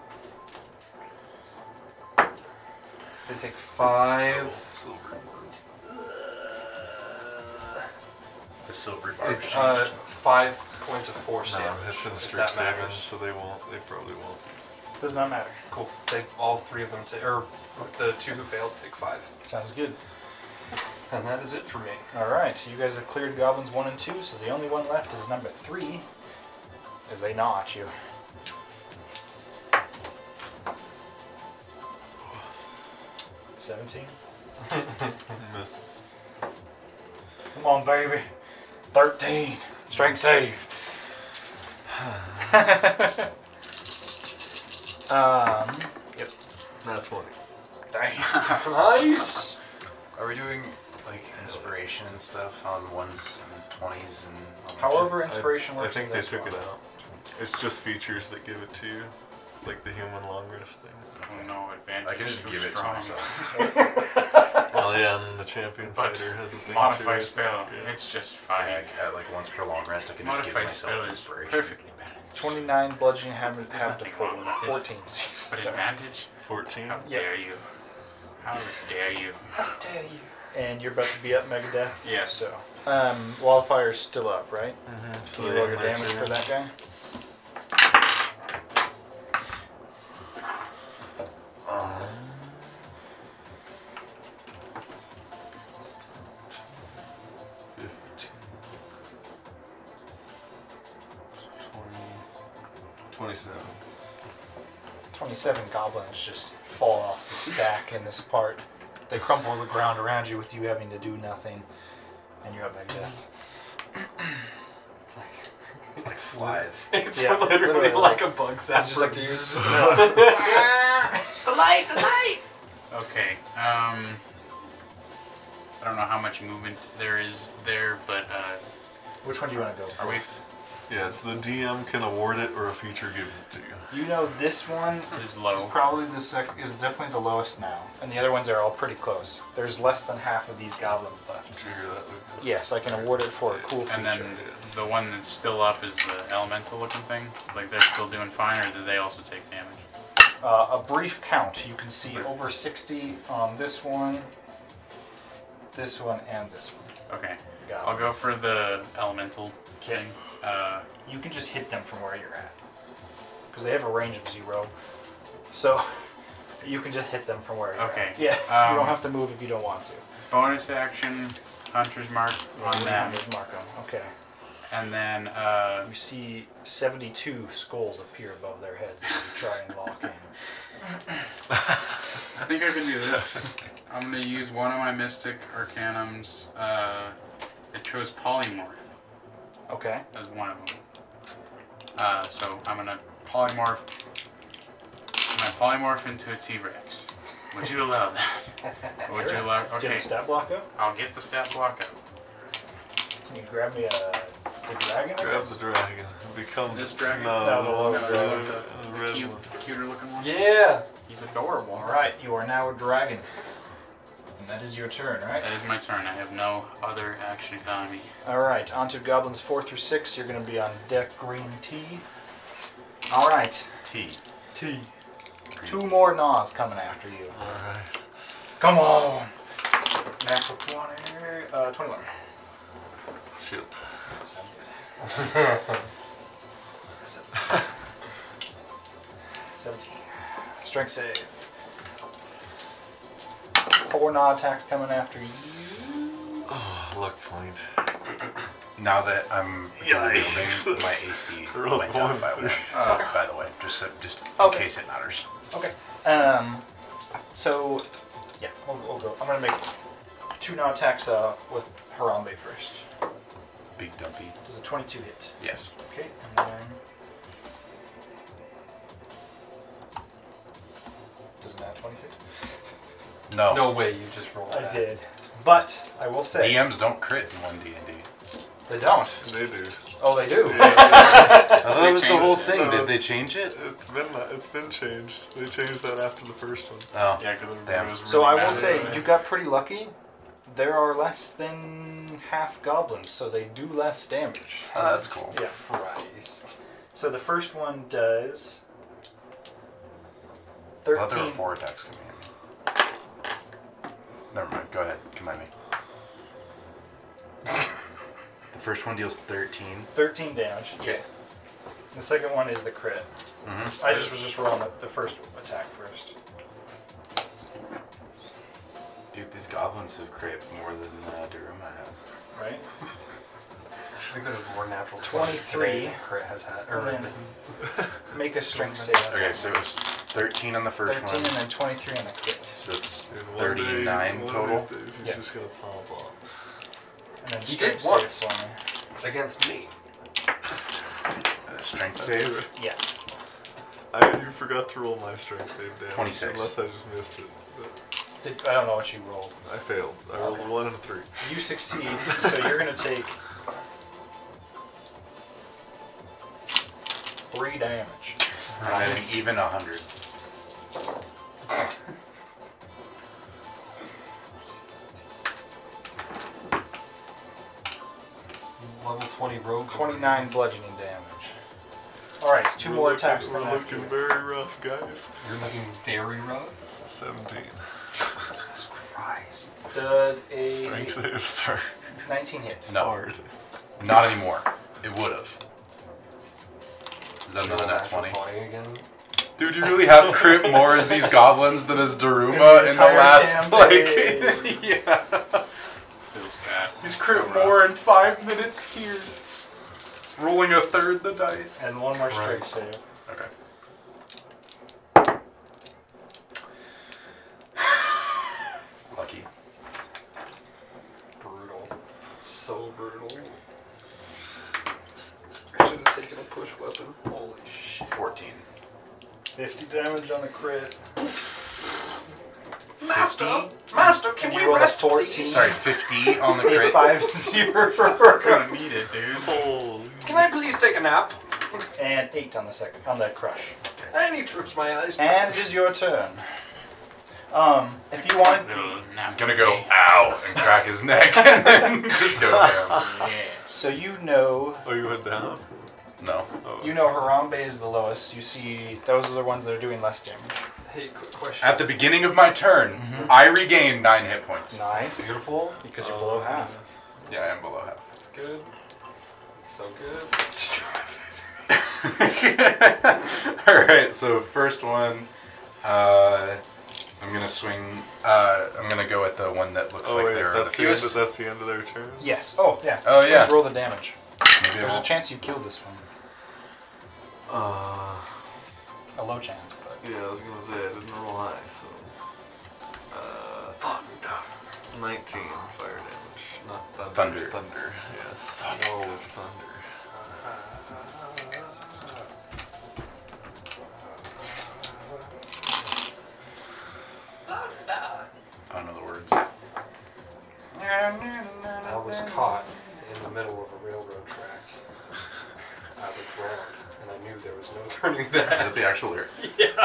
S4: They take five.
S2: Silver words.
S3: The silvery bar.
S4: It's uh, five points of force
S2: No,
S4: damage.
S2: it's in a
S4: if
S2: strip
S4: that
S2: saving,
S4: matters.
S2: so they won't. They probably won't.
S1: Does not matter.
S4: Cool. They all three of them take, or the two who failed take five.
S1: Sounds good.
S4: And that is it for me.
S1: All right, you guys have cleared goblins one and two, so the only one left is number three. As they gnaw at you. Seventeen.
S2: Miss.
S1: Come on, baby. Thirteen. Strength save. <laughs> um. Yep.
S2: Not twenty.
S1: Dang.
S4: Nice.
S3: Are we doing like inspiration and stuff on ones and twenties and?
S1: However,
S2: I-
S1: inspiration
S2: I
S1: works.
S2: think
S1: in
S2: they
S1: this
S2: took it
S1: one.
S2: out. It's just features that give it to you, like the human long rest thing.
S5: Oh, no advantage.
S3: I can just
S5: too
S3: give it to
S5: strong.
S3: myself.
S2: <laughs> oh yeah, and the champion
S5: But
S2: fighter has a thing
S5: <laughs> Modify
S2: to it.
S5: spell.
S2: Yeah.
S5: It's just
S3: I,
S5: fine.
S3: I- I, like once per long rest, I can just give
S5: Modify
S3: myself
S5: spell is
S3: inspiration.
S5: perfectly balanced.
S1: Twenty-nine bludgeoning have, have to
S5: nothing wrong
S1: four.
S5: with
S1: Fourteen.
S5: it.
S1: <laughs>
S5: But
S1: Sorry.
S5: advantage?
S2: Fourteen.
S5: How dare you? How dare you?
S4: dare you?
S1: And you're about to be up, Megadeth.
S5: Yeah,
S1: So, um, wildfire's still up, right?
S2: Mm-hmm. So
S1: Can you
S2: they
S1: roll your
S2: might
S1: damage
S2: turn
S1: for
S2: it.
S1: that guy?
S2: Um, Fifteen. Twenty. Twenty-seven.
S1: 27 goblins just fall off the stack in this part. They crumple to the ground around you with you having to do nothing. and you're up next. Death. it's like
S3: Like <laughs> flies.
S4: It's
S1: Yeah,
S4: literally,
S1: literally
S4: like
S1: like-
S4: a bug
S1: I'm
S4: zap
S1: just like
S4: produce.
S5: the light, the light. Okay. Um, I don't know how much movement there is there, but uh,
S1: Which one do you want to go? For?
S5: are we?
S2: Yeah, it's the DM can award it or a feature gives it to you.
S1: You know this one
S5: Is
S1: is
S5: low.
S1: probably the sec- is definitely the lowest now, and the other ones are all pretty close. There's less than half of these goblins left.
S2: Did you hear that, Lucas?
S1: Yes, I can award it for a cool feature.
S5: And then the one that's still up is the elemental looking thing. Like they're still doing fine, or did they also take damage?
S1: Uh, a brief count. You can see over 60 on this one, this one, and this one.
S5: Okay.
S1: Got
S5: I'll go
S1: it.
S5: for the elemental thing. Uh,
S1: You can just hit them from where you're at. Because they have a range of zero. So you can just hit them from where you're
S5: Okay,
S1: at. Yeah. <laughs> you
S5: um,
S1: don't have to move if you don't want to.
S5: bonus action, hunter's mark
S1: Oh,
S5: on them,
S1: There's Marco. Okay.
S5: and then uh,
S1: You see 72 skulls appear above their heads as you try and lock in.
S5: I think I can do <laughs> this. I'm gonna use one of my mystic arcanums. Uh, it chose polymorph
S1: Okay.
S5: as one of them. Uh, so I'm gonna polymorph. I'm gonna polymorph into a T-Rex. Would you allow that? Would you allow?
S1: Do you
S5: Okay,
S1: have a stat block up?
S5: I'll get the stat block up.
S1: Can you grab me a, the dragon? I
S2: Grab
S1: guess?
S2: the dragon. Become
S5: This dragon?
S2: No,
S1: No,
S2: the,
S1: the
S2: one-
S1: one-
S2: the,
S5: no,
S2: other-
S5: the-
S2: the
S5: The
S2: red
S5: cute,
S2: one.
S5: cuter looking one.
S1: Yeah.
S5: He's adorable.
S1: All right, you are now a dragon, and that is your turn, right?
S5: That is my turn. I have no other action economy.
S1: All right, onto goblins four through six. You're going to be on deck green tea. All right,
S3: T.
S1: tea. Two more gnaws coming after you.
S2: Alright.
S1: Come on. Natural twenty, uh, twenty-one. <laughs>
S2: Shield.
S1: Sounds good. Seventeen. Strength save. Four gnaw attacks coming after you.
S2: Oh, luck point.
S3: Now that I'm rebuilding,
S2: Yikes.
S3: my AC
S2: Roll
S3: went down
S2: one
S3: by
S2: there.
S3: one. by the way, just so, just in
S1: Okay.
S3: case it matters.
S1: Okay. Um. So, yeah, we'll, we'll go. I'm gonna make two non attacks uh, with Harambe first.
S3: Big dumpy.
S1: Does a 22 hit?
S3: Yes.
S1: Okay. And then does not 20 hit?
S3: No.
S4: No way, you just rolled that.
S1: I did, but I will say
S3: DMs don't crit in one D <laughs> and D.
S1: they don't.
S2: They do.
S1: Oh, they do.
S3: I thought
S5: it was the whole
S2: thing. Did they
S3: change it?
S2: It's been uh, it's been changed. They changed that after the first one.
S3: Oh.
S5: Yeah, because
S3: Damn.
S5: it was really
S1: so I will
S5: bad.
S1: say you got pretty lucky. There are less than half goblins, so they do less damage.
S3: Oh, that's cool.
S1: Yeah. Christ. So the first one does. 13.
S3: Well, there were four attacks coming at me. Never mind. Go ahead. Come at me. <laughs> the first one deals 13.
S1: 13 damage.
S3: Okay.
S1: The second one is the crit.
S3: Mm-hmm.
S1: I just was just rolling the, the first attack first.
S3: Dude, these goblins have crit more than uh, Daruma has.
S1: Right?
S4: I think there's more natural
S1: 23.
S4: than Crit has had. Or
S1: And then make a strength save.
S3: Okay, so it was 13 on the first
S1: 13
S3: one.
S1: and then 23 on the crit.
S3: So it's
S2: Dude, one day-
S3: 39
S2: one of
S3: total.
S2: these days, he's
S1: Yeah.
S2: just gonna pop off.
S1: And then
S4: He did
S1: strength
S4: once.
S1: save for me.
S4: it's against me.
S3: Uh, strength save.
S1: Yeah.
S2: I, you forgot to roll my strength save damage.
S3: 26.
S2: Unless I just missed it. But
S1: Did, I don't know what you rolled.
S2: I failed. I rolled a one and a three.
S1: You succeed, so you're going to take 3 damage.
S3: Not even, even 100.
S4: Level 20 rogue.
S1: 29 bludgeoning damage. Alright, 2
S2: We're
S1: more
S2: looking-
S1: attacks.
S2: We're
S1: coming after
S2: looking
S1: you.
S2: very rough, guys.
S4: You're looking very rogue.
S2: 17.
S4: Jesus Christ.
S1: Does a
S2: Strength saves are
S1: 19 hit?
S3: No.
S2: hard.
S3: Not anymore. It would have. Is that another nat
S4: Natural
S3: 20?
S4: 20 again.
S3: Dude, you really have crit more as these goblins than as Daruma in the
S1: Entire
S3: last
S1: damn day.
S3: like. yeah,
S5: feels bad.
S3: he's crit
S5: So rough.
S3: more in five minutes here. <laughs> Rolling a third the dice.
S1: And one more strength
S4: Right.
S1: save.
S3: Okay. <sighs> Lucky.
S4: Brutal.
S1: 50 damage on the crit.
S3: Master,
S1: Master, can we rest, please?
S3: Sorry, 50 on the
S1: Eight
S3: crit.
S1: five <laughs> zero for Virgo.
S5: Gonna need it, dude.
S4: Can I please take a nap?
S1: and eight on the second on the crush.
S4: I need to reach my eyes.
S1: And it is your turn. Um, if you want,
S5: Little
S3: He's gonna go, ow, and crack his neck, and then <laughs> just go down.
S5: Yeah.
S1: so you know,
S2: Oh, you went down?
S3: No.
S2: Oh.
S1: you know Harambe is the lowest. You see, those are the ones that are doing less damage.
S4: Hey, quick question.
S3: At the beginning of my turn, I regain nine hit points.
S1: Nice, Oh,
S4: Beautiful.
S1: because you're below half.
S3: Yeah, I am below half.
S4: It's good. It's so good.
S3: <laughs> All right, so first one, uh, I'm gonna swing. Uh, I'm gonna go at the one that looks
S2: Oh,
S3: like
S2: wait,
S3: they're the
S2: that's the, end
S3: fewest.
S2: of, that's the end of their turn?
S1: Yes. Oh yeah.
S3: Oh, yeah.
S1: Let's roll the damage.
S3: Maybe I
S1: There's a
S3: won't-
S1: chance you killed this one.
S2: Uh,
S1: A low chance, but
S2: yeah, I was gonna say, I didn't roll high, so. Uh, thunder. 19 fire damage. Not thunder.
S3: Thunder.
S2: it's Thunder, yes. Thunder. Roll with thunder.
S3: I don't know Oh, the words.
S4: I was caught in the middle of a railroad track. I looked round, and I knew there was no <laughs> turning
S3: Is
S4: back.
S3: that the actual lyric?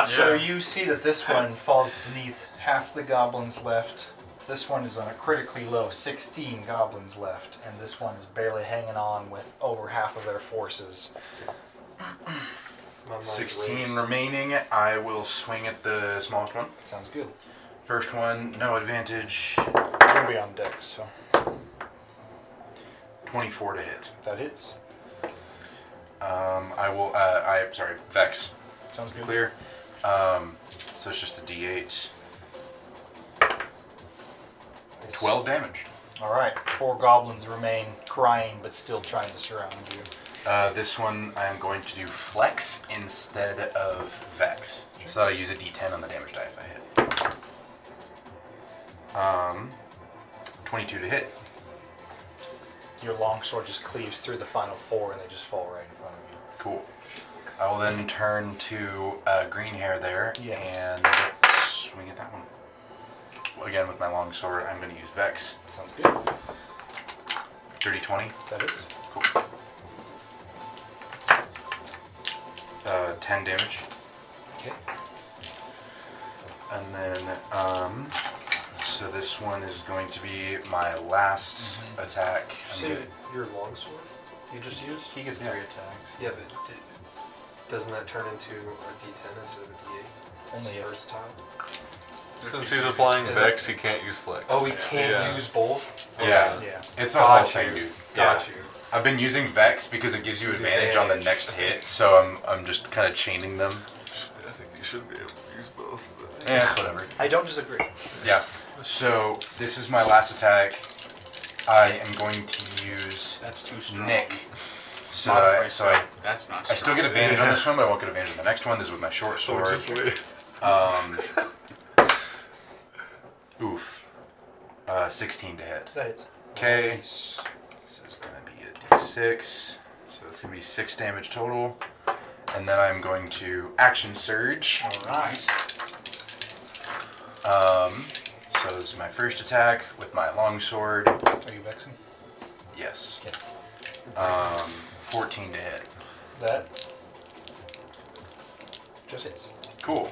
S1: So you see that this one falls beneath half the goblins left. This one is on a critically low 16 goblins left, and this one is barely hanging on with over half of their forces.
S4: My mind
S3: 16
S4: raced.
S3: remaining. I will swing at the smallest one.
S1: Sounds good.
S3: First one, no advantage.
S1: You're gonna be on deck, so
S3: 24 to hit.
S1: that hits.
S3: Um, I will. Uh, I sorry, Vex.
S1: Sounds good.
S3: Clear. Um, so it's just a D8. 12 damage.
S1: All right, four goblins remain crying but still trying to surround you.
S3: Uh, this one I'm going to do flex instead of vex. So that I use a d10 on the damage die if I hit. Um, 22 to hit.
S1: Your longsword just cleaves through the final four, and they just fall right in front of you.
S3: Cool. I will then turn to uh, green hair there
S1: Yes.
S3: and swing at that one. Well, Again with my long sword, I'm going to use vex.
S1: Sounds good.
S3: 30 20.
S1: That hits.
S3: Cool. Uh, 10 damage.
S1: Okay.
S3: And then, um, so this one is going to be my last attack.
S4: Did
S3: I'm
S4: you say
S3: gonna-
S4: your longsword you just used?
S1: He gets
S3: Yeah.
S1: three attacks.
S4: Yeah, but d doesn't that turn into a D10 instead of a D8?
S1: Only if-
S4: first time.
S2: Since he's applying
S4: Is
S2: Vex, he can't use Flex.
S4: Oh, we can't
S2: Yeah.
S4: use both.
S3: yeah,
S1: Yeah.
S3: it's a whole
S4: Got
S3: thing,
S4: you.
S3: dude.
S4: Got you.
S3: I've been using Vex because it gives you advantage on the
S4: Advantage.
S3: next hit, so I'm I'm just kind of chaining them.
S2: I think you should be able to use both. But
S3: Yeah, whatever.
S1: I don't disagree.
S3: Yeah. So this is my last attack. I am going to use
S5: That's too strong.
S3: Nick. So that I, so I,
S5: That's not strong.
S3: I still get advantage on this one, but I won't get advantage on the next one. This is with my short
S2: So
S3: sword.
S2: just wait.
S3: Um, oof. Uh, 16 to hit.
S1: That hits.
S3: Okay. This is going to be a d6. So that's going to be 6 damage total. And then I'm going to action surge.
S1: All right.
S3: Um, so this is my first attack with my longsword.
S1: Are you vexing?
S3: Yes.
S1: Okay.
S3: Um, 14 to hit.
S1: That just hits.
S3: Cool.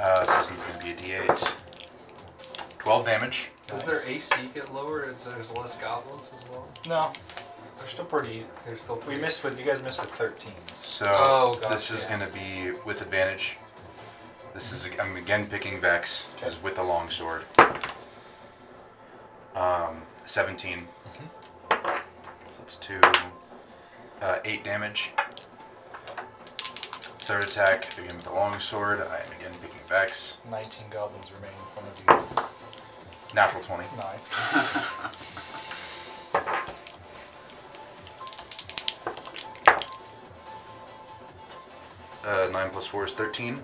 S3: Uh, so this is going to be a d8. 12 damage.
S4: Does their AC get lower? Is there's less goblins as well?
S1: No, they're still pretty. e-
S4: They're still
S1: We missed with you guys missed with thirteen.
S3: So
S4: Oh, gotcha.
S3: this is going to be with advantage. This is I'm again picking Vex is with the long sword. Um, 17.
S4: Mm-hmm.
S3: So that's two, uh, eight damage. Third attack again with the long sword. I am again picking Vex.
S1: Nineteen goblins remain in front of
S3: Natural 20.
S1: you. Nice.
S3: Uh, nine plus four is 13.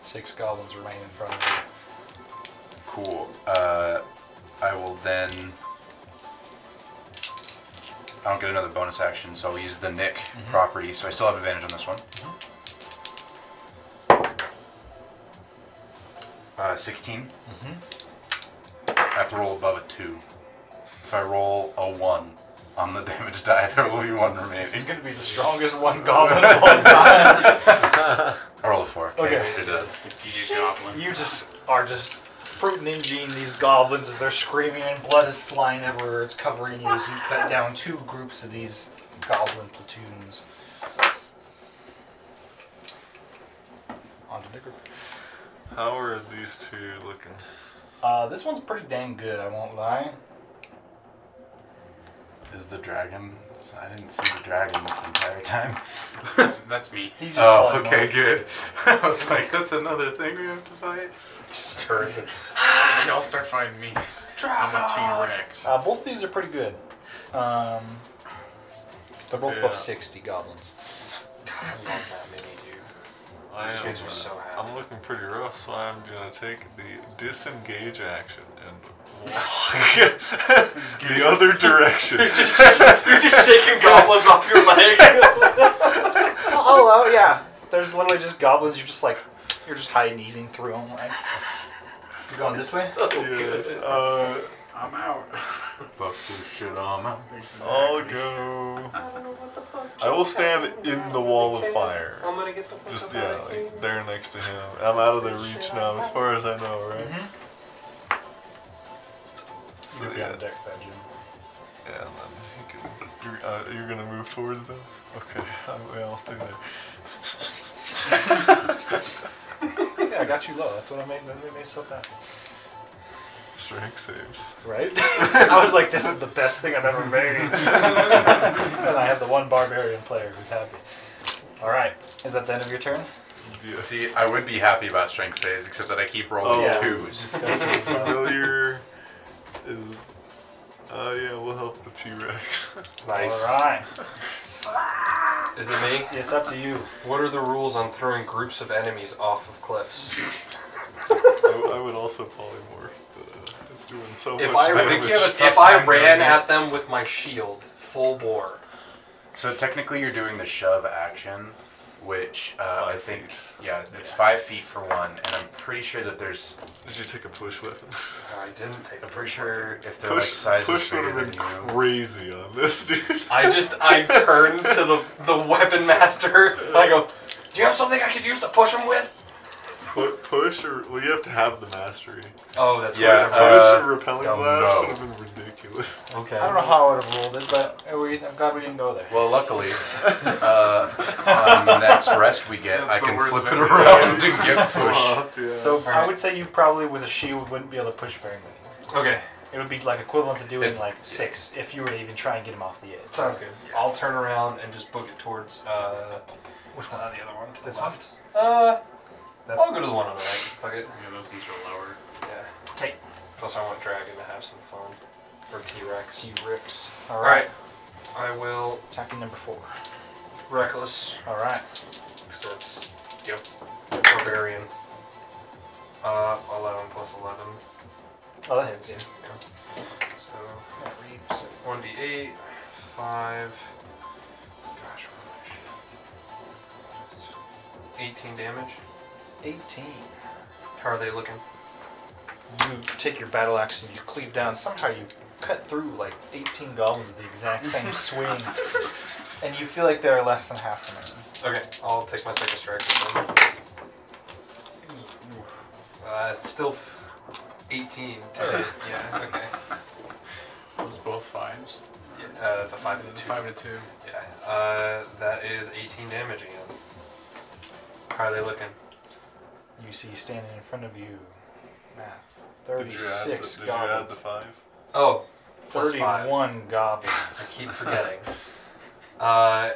S1: Six goblins remain in front of you.
S3: Cool. Uh, I will then. I don't get another bonus action, Mm-hmm. so I'll use the Nick property. So I still have advantage on this one. Uh, 16. I have to roll above a 2. If I roll a 1 on the <laughs> damage die, there will be 1
S1: This is
S3: remaining.
S1: going to be the strongest one goblin <laughs> of all time.
S3: I roll a 4.
S1: Okay.
S3: You're dead.
S5: He's a goblin.
S1: You just are just fruit ninjaing these goblins as they're screaming and blood is flying everywhere. It's covering you as you cut down two groups of these goblin platoons. Onto the group.
S2: How are these two looking? <laughs>
S1: Uh, this one's pretty dang good, I won't lie.
S3: Is the dragon. So I didn't see the dragon this entire time.
S5: That's, that's me.
S1: He's just
S3: Oh,
S1: blood
S3: okay,
S1: monk.
S3: good. I was like, that's another thing we have to fight.
S1: Just turns.
S5: <laughs> Y'all start fighting me. I'm a Team Rex.
S1: Uh, both of these are pretty good. Um, they're both
S2: Yeah.
S3: uh,
S1: above 60 goblins.
S4: I love that mini <laughs> dude.
S2: I
S4: This
S2: am, uh,
S4: makes me so happy.
S2: I'm looking pretty rough, so I'm gonna take the disengage action and
S4: <laughs>
S2: walk <laughs> the other direction.
S4: You're just shaking goblins off your leg.
S1: Oh, oh, yeah. There's literally just goblins. You're just like, you're just high kneesing through them. Like, you're going this way.
S2: yes. Uh,
S5: I'm out.
S3: Fuck this shit, I'm out.
S2: I'll go. I will stand in the wall of fire.
S4: I'm gonna get the
S2: Just yeah, like there next to him. I'm out of their reach now, as far as I know, right? So
S1: You've
S2: yeah,
S1: got a deck that, Jim.
S2: yeah. And then he can, you're, uh, you're gonna move towards them. Okay, <laughs> I, yeah, I'll stay there.
S1: Yeah, I got you low. That's what I made. I made so that.
S2: Strength saves.
S1: Right? <laughs> I was like, this is the best thing I've ever <laughs> made. and I have the one barbarian player who's happy. All right. Is that the end of your turn?
S2: Yes.
S3: See, I would be happy about strength saves, except that I keep rolling
S2: Oh,
S1: yeah.
S3: twos.
S4: <laughs>
S2: familiar is. Uh, yeah, we'll help the T Rex.
S4: <laughs> Nice.
S1: All right.
S4: Is it me?
S1: It's up to you.
S4: What are the rules on throwing groups of enemies off of cliffs?
S2: <laughs> I, I would also polymorph, but uh, it's doing so
S4: If
S2: much
S4: I,
S2: damage.
S3: think you have a tough
S4: if I
S3: time doing
S4: ran
S3: it.
S4: at them with my shield, full bore,
S3: So technically, you're doing the shove action, which uh, I
S2: Five
S3: think,
S2: feet.
S3: yeah, it's five feet for one, and I'm pretty sure that there's.
S2: Did you take a push weapon?
S4: I didn't take
S3: I'm
S4: them.
S3: pretty sure if they're like
S2: Push,
S3: sizes
S2: push would
S3: bigger
S2: have
S3: than
S2: been
S3: you.
S2: crazy on this <laughs> dude.
S4: I just I turned to the the weapon master and I go, "Do you have something I could use to push them with?"
S2: Pu- push or well, you have to have the mastery.
S4: Oh, that's
S3: Yeah,
S4: right.
S2: Push
S4: I'm right.
S3: Uh,
S2: or repelling
S3: don't
S2: blast
S3: know.
S2: would have been <laughs> ridiculous.
S4: okay.
S1: I don't know how I would have rolled it, but we, I'm glad we didn't go there.
S2: <laughs>
S3: Well, luckily, uh, on the next rest we get,
S5: That's
S3: I
S5: the
S3: can
S5: worst
S3: flip it
S5: memory.
S3: around and get push.
S2: Swap, yeah.
S1: So I
S4: Alright.
S1: would say you probably with a shield wouldn't be able to push very many.
S4: Okay,
S1: It would be like equivalent to doing
S3: It's-
S1: like six if you were to even try and get him off the edge.
S4: sounds good. I'll turn around and just book it towards uh,
S1: Which
S4: uh, the other one to the
S1: This
S4: left. Uh,
S1: That's
S4: I'll go to the one on the right. Fuck it.
S5: Yeah, those things are lower.
S4: Yeah.
S1: okay.
S4: Plus, I want Dragon to have some fun. Or T Rex.
S1: T Rex. All
S4: All
S1: right.
S4: right. I will
S1: Attacking number four.
S4: reckless.
S1: All right.
S4: 'cause That's yep. Barbarian. Uh, eleven plus eleven.
S1: Oh, that hits you.
S4: So
S1: That reaps.
S4: one d eight, five. Gosh, what am I? Eighteen damage.
S1: Eighteen.
S4: How are they looking?
S1: You take your battle axe and you cleave down. Somehow you cut through like eighteen goblins with the exact same swing, and you feel like there are less than half remaining.
S4: Okay, I'll take my second strike. with them. Uh, it's still f- eighteen. To hit. yeah. Okay.
S5: Those both fives.
S4: Yeah, uh, that's a five and a two.
S5: Five to two.
S4: Yeah, uh, that is 18 damage again. How are they looking?
S1: You see standing in front of you. Math.
S2: did you add, the,
S1: Thirty-six
S2: did you add
S1: goblins.
S2: the five?
S4: Oh, plus five.
S1: Thirty-one
S4: I <laughs>
S1: goblins.
S4: keep forgetting. uh,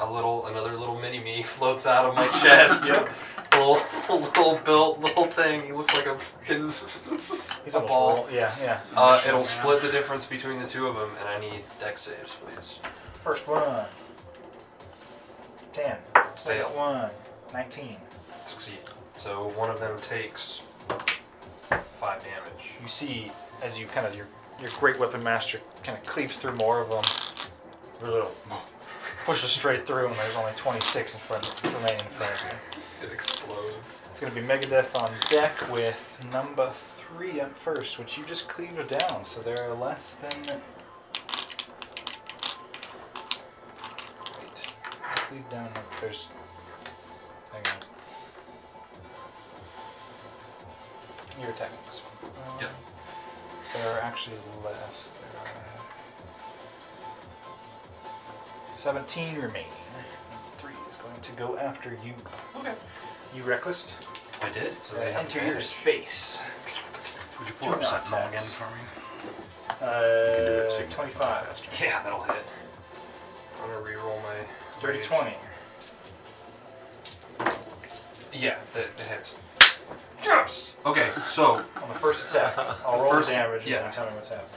S4: a little, another little mini me <laughs> floats out of my chest.
S1: Yep.
S4: little, little built, little thing. He looks like a freaking.
S1: He's
S4: A
S1: almost
S4: ball.
S1: roll- Yeah, yeah.
S4: Uh,
S5: Sure,
S4: it'll
S5: man.
S4: split the difference between the two of them, and I need deck saves, please.
S1: First one. 10. Second
S4: Fail.
S1: one. 19.
S4: Succeed. So one of them takes five damage.
S1: You see, as you kind of, your, your great weapon master kind of cleaves through more of them. Their little pushes straight through, and there's only 26 in front remaining in front of you.
S4: It explodes.
S1: It's going to be Megadeth on deck with number three up first, which you just cleaved down, so there are less than. Wait. Cleave down. There's. Hang on. You're attacking this one. Uh,
S4: Yep.
S1: There are actually less. There are 17 remaining. Three is going to go after you.
S4: Okay.
S1: You reckless?
S4: I did. So
S1: Uh,
S4: they have
S1: enter your
S4: advantage.
S1: space.
S3: Would you
S1: pull up something again
S3: for me?
S1: Uh,
S3: significantly
S1: 25.
S3: faster.
S4: Yeah, that'll hit. I'm gonna re-roll my.
S1: 30
S4: rage.
S1: 20.
S4: Yeah, that, that hits. Yes. Okay, so
S1: On <laughs> the first attack, I'll roll
S4: First-
S1: the damage and
S4: yeah.
S1: then tell me what's happening.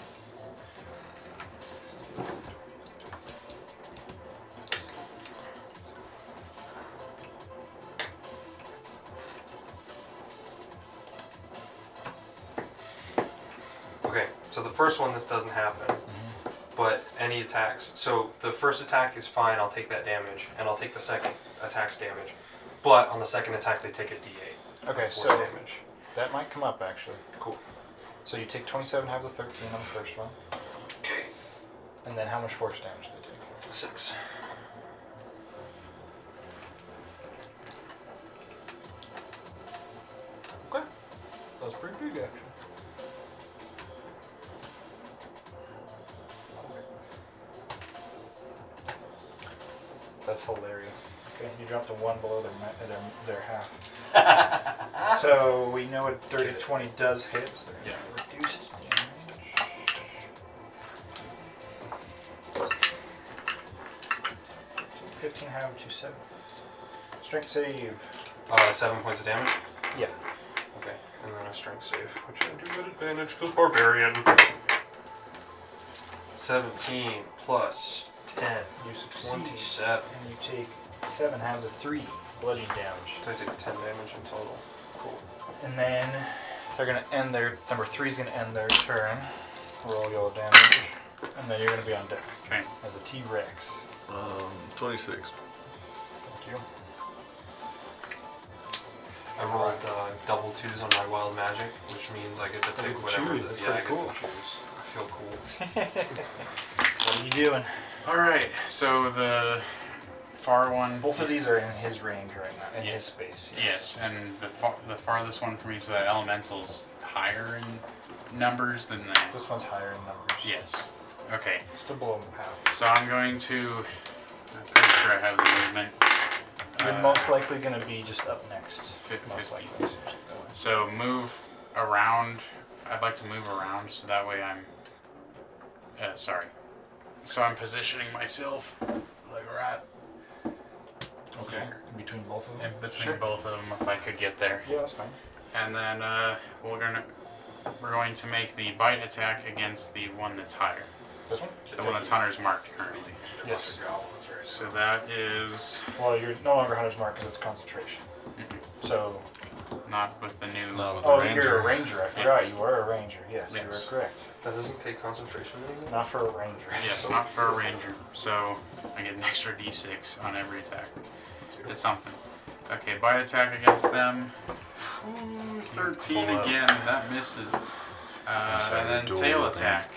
S4: okay, so the first one this doesn't happen, but any attacks. So the first attack is fine. I'll take that damage, and I'll take the second attack's damage. But on the second attack, they take a D8
S1: Okay,
S4: force
S1: so
S4: damage.
S1: that might come up actually.
S4: Cool.
S1: So you take 27, have the 13 on the first one. And then how much force damage do they take?
S4: Six.
S1: Okay. That was pretty big actually. That's hilarious. Okay, you dropped a one below their ma- their, their <laughs> half. so we know a dirty twenty does hit. So
S4: Yeah.
S1: Reduced damage. Fifteen half to seven. Strength save.
S4: Uh, seven points of damage.
S1: Yeah.
S4: Okay, and then a strength save, which I do at advantage because barbarian. 17 plus 10,
S1: You succeed.
S4: 27.
S1: And you take seven halves of three bludgeoning damage.
S4: So I take 10 damage in total. Cool.
S1: And then they're gonna end their number three's gonna end their turn. Roll your damage. And then you're gonna be on deck
S5: Okay.
S1: as a T Rex.
S2: Um, 26.
S1: Thank you.
S4: I rolled uh, double twos on my wild magic, which means I get to
S1: Oh, you
S4: pick
S1: can
S4: whatever.
S1: choose,
S4: the-
S1: that's
S4: yeah, I
S1: pretty
S4: get
S1: cool.
S4: to choose. I feel cool.
S1: What are you doing?
S5: All right. So the far one.
S1: Both of these are in his range right now, in
S5: Yeah.
S1: his space.
S5: Yes, and the far, the farthest one for me, so that elemental's higher in numbers than that.
S1: This one's higher in numbers.
S5: Yes. Okay.
S1: Still below half.
S5: So I'm going to. I'm pretty sure I have the movement.
S1: You're
S5: Uh,
S1: most likely gonna be just up next.
S5: fif-
S1: most
S5: 50.
S1: likely.
S5: So move around. I'd like to move around so that way I'm. Uh, sorry. So I'm positioning myself like right
S1: Okay. In between both of
S5: in
S1: them.
S5: between
S1: Sure.
S5: both of them if I could get there.
S1: Yeah, that's fine.
S5: And then uh, we're gonna we're going to make the bite attack against the one that's higher,
S1: This one.
S5: the one that's Hunter's marked currently.
S1: Yes.
S5: So that is
S1: Well, you're no longer hunter's mark because it's concentration. So
S5: not with the new.
S2: Not with
S1: Oh,
S2: a ranger.
S1: you're a ranger. I forgot you were a ranger. Yes, you were
S5: Yes.
S1: correct.
S4: That doesn't take concentration anymore?
S1: Not for a ranger.
S5: Yes, not for a ranger. So I get an extra d6 on every attack. It's something. Okay, bite attack against them. Ooh, 13
S2: Pull up.
S5: again. That misses. Uh,
S2: sorry,
S5: and then
S2: dual
S5: tail
S2: weapon.
S5: attack.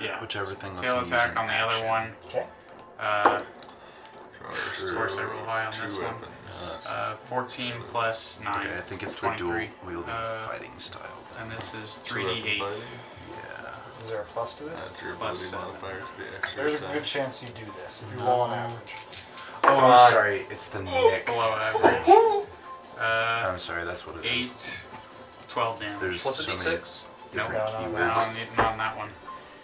S5: Yeah.
S3: Whichever thing lets
S5: Tail
S3: me use
S5: attack
S3: an
S5: on the other
S3: action.
S5: one.
S1: <laughs> Okay.
S5: Uh,
S2: Charge
S5: Of course I
S2: through
S5: roll high on
S2: two
S5: this one.
S2: weapons.
S5: uh, 14 plus 9.
S3: Okay, I think it's the dual
S5: 23.
S3: wielding
S5: Uh,
S3: fighting style. then.
S5: And this is
S2: Two weapon
S5: 3d8.
S2: fighting.
S3: Yeah.
S2: Oh,
S1: Is there a plus to this?
S2: That's your
S5: Plus
S2: ability
S5: seven.
S2: modifiers, the extra
S1: There's a
S2: attack.
S1: good chance you do this if you roll on average.
S3: Oh,
S4: Come on.
S3: I'm sorry. It's the nick.
S5: Below average. Uh,
S3: I'm sorry. That's what it is.
S5: 8, 12 damage.
S3: There's
S4: Plus a
S3: so many
S4: D6?
S3: different
S1: No, no,
S5: Not
S3: keywords.
S5: on, the, not on that one.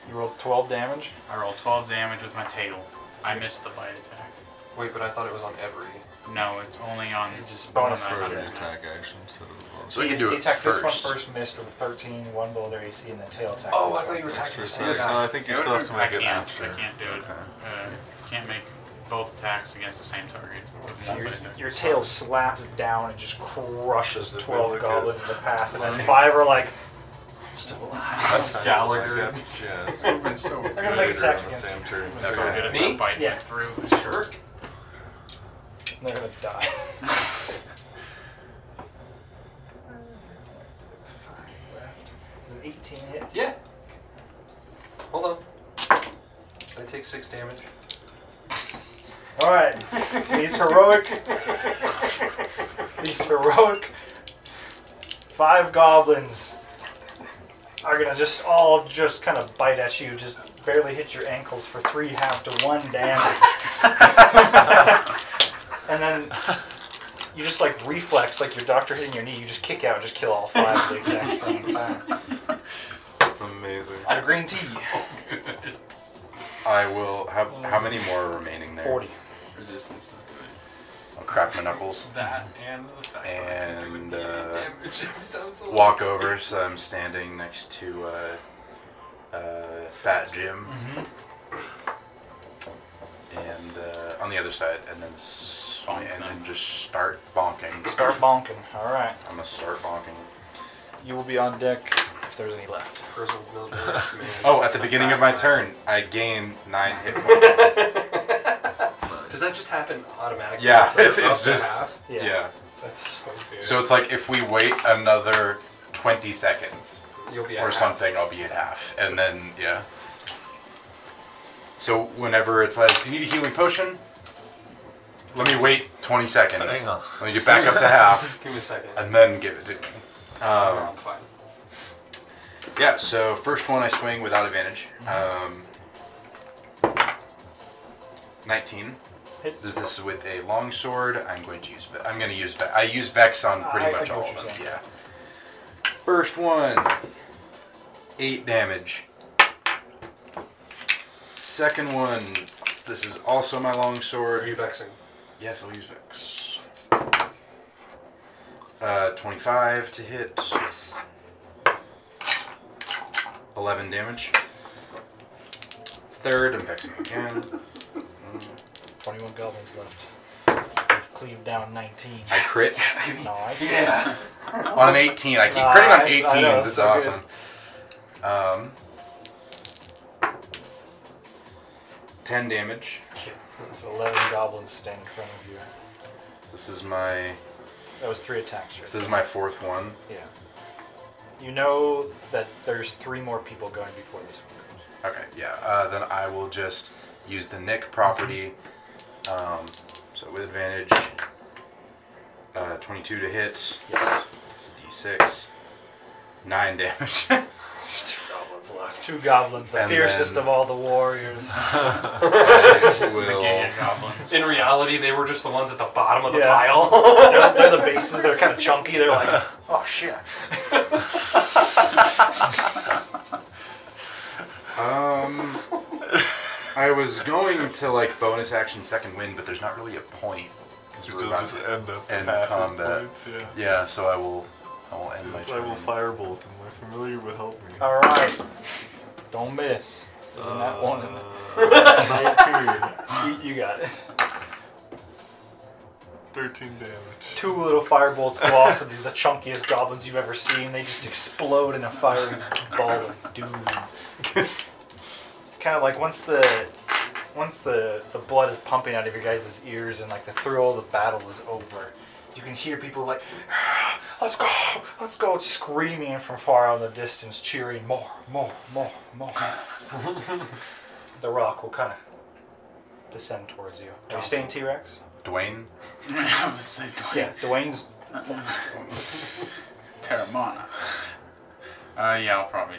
S1: You rolled 12 damage.
S5: I roll 12 damage with my tail. I missed the bite attack.
S4: Wait, but I thought it was on every.
S5: No, it's only on
S1: You just
S5: one
S1: bonus
S5: of my
S2: For
S5: hundred.
S2: an attack action instead of a bonus.
S3: So I can
S1: you
S3: do it
S1: attack this one
S3: first.
S1: first, missed with a 13, one below their AC, and then tail attack.
S4: Oh,
S1: this
S4: I thought
S1: one.
S4: you were attacking the
S2: Yes,
S4: same
S2: no, I
S4: guy.
S2: think you still have to
S5: I
S2: make it
S5: can't.
S2: after.
S5: I can't do it. Uh, can't make both attacks against the same target.
S1: Your- Your tail slaps down and just crushes
S2: The
S1: 12
S2: good.
S1: goblins in the path, and then five are like, still alive. <laughs>
S2: That's fine.
S4: Gallagher.
S2: I
S4: <laughs>
S2: got- Yeah, it's been so good
S1: gonna make
S2: on
S1: attacks
S2: the
S1: against
S2: same
S1: you.
S2: turn.
S5: So
S3: Okay.
S5: good if
S4: Me?
S5: I bite
S1: Yeah.
S5: through.
S4: Sure.
S1: and they're gonna die. Is an 18 hit?
S4: Yeah. Hold on. I take six damage.
S1: All right. So these heroic, these heroic five goblins are gonna just all just kind of bite at you, just barely hit your ankles for three half to one damage, and then you just like reflex, like your doctor hitting your knee, you just kick out, and just kill all five at the exact same time.
S3: That's amazing.
S1: Out of green tea,
S3: I will. How, how many more are remaining there?
S1: forty.
S5: Resistance is good.
S3: I'll crack my knuckles,
S2: That and the fact that I can do
S3: And,
S2: it
S3: uh,
S4: Damage <laughs> every time it's a
S3: walk
S4: lot.
S3: over. So I'm standing next to uh, uh, Fat Jim, and uh, on the other side, and then s-
S5: Bonk
S3: and
S5: them.
S3: then just start bonking.
S1: Start bonking. All right.
S3: I'm gonna start bonking.
S1: You will be on deck if there's any left.
S4: Personal <laughs> military command.
S3: Oh, at the beginning of my turn, I gain nine hit points.
S4: Does that just happen automatically?
S3: Yeah, <laughs>
S4: until
S3: it's-
S4: up
S3: it's
S4: to
S3: just-
S4: half?
S3: <laughs> yeah.
S4: That's so weird.
S3: So it's like if we wait another 20 seconds
S4: You'll be at
S3: or
S4: half.
S3: something, I'll be at half. And then, yeah. So whenever it's like, do you need a healing potion? Let me wait 20 seconds.
S2: Hang on.
S3: Let me get
S2: <laughs>
S3: back up to half
S4: Give me a second.
S3: and then give it to me. Um,
S4: I'm fine.
S3: yeah, so first one I swing without advantage. Um, 19.
S1: Hits.
S3: So this is with a long sword. I'm going to use. Ve- I'm going to use. Ve- I use Vex on pretty
S1: I- I
S3: much
S1: know
S3: all
S1: what
S3: of
S1: you're
S3: them.
S1: saying.
S3: Yeah. First one, eight damage. Second one, this is also my long
S4: Are
S3: sword.
S4: you vexing?
S3: Yes, I'll use Vex. Uh, 25 to hit. Yes. 11 damage. Third, I'm vexing again.
S1: 21 goblins left. We've cleaved down 19.
S3: I crit.
S1: Nice.
S4: Yeah.
S3: on an 18. I keep
S1: Nice.
S3: critting
S1: I
S3: on 18s.
S1: know,
S3: it's
S1: so good.
S3: awesome. Um, 10 Um, damage.
S1: There's 11 goblins standing in front of you.
S3: This is my
S1: That was three attacks,
S3: this
S1: right?
S3: is my fourth one.
S1: Yeah. You know that there's three more people going before this one.
S3: Okay, yeah. Uh, then I will just use the Nick property. Um, so with advantage, uh, 22 to hit.
S1: Yes.
S3: It's a d6. Nine <laughs> damage.
S1: Two goblins left. Two goblins, the
S3: And
S1: fiercest
S3: then-
S1: of all the warriors.
S3: I
S5: The
S3: will-
S5: Gigan
S2: <laughs>
S5: goblins. <laughs>
S4: In reality, they were just the ones at the bottom of the
S1: Yeah.
S4: pile.
S1: they're, they're the bases, they're kind of chunky. They're like, oh shit.
S3: Um, I was going to like bonus action second wind, but there's not really a point because
S2: Which
S3: we're
S2: will
S3: about
S2: just
S3: to.
S2: end up
S3: end
S2: at half hit
S3: combat.
S2: points, yeah.
S3: Yeah, so I will. I will end my
S2: So I will
S3: turn.
S2: firebolt and my familiar will help me.
S1: All right. Don't miss. There's a nat one in there.
S2: Uh, 19.
S1: You, you got it.
S2: 13 damage.
S1: Two little firebolts go off of the, the chunkiest goblins you've ever seen. They just explode in a fiery ball of doom. kind of like once the once the, the blood is pumping out of your guys' ears and like the thrill of the battle is over, you can hear people like, "Ah, "Let's go, let's go!" screaming from far out in the distance, cheering more, more, more, more. the rock will kind of descend towards you. Are you staying T Rex?
S3: Dwayne.
S5: I was say
S1: Yeah, Dwayne's
S5: Terramana. Uh, yeah, I'll probably.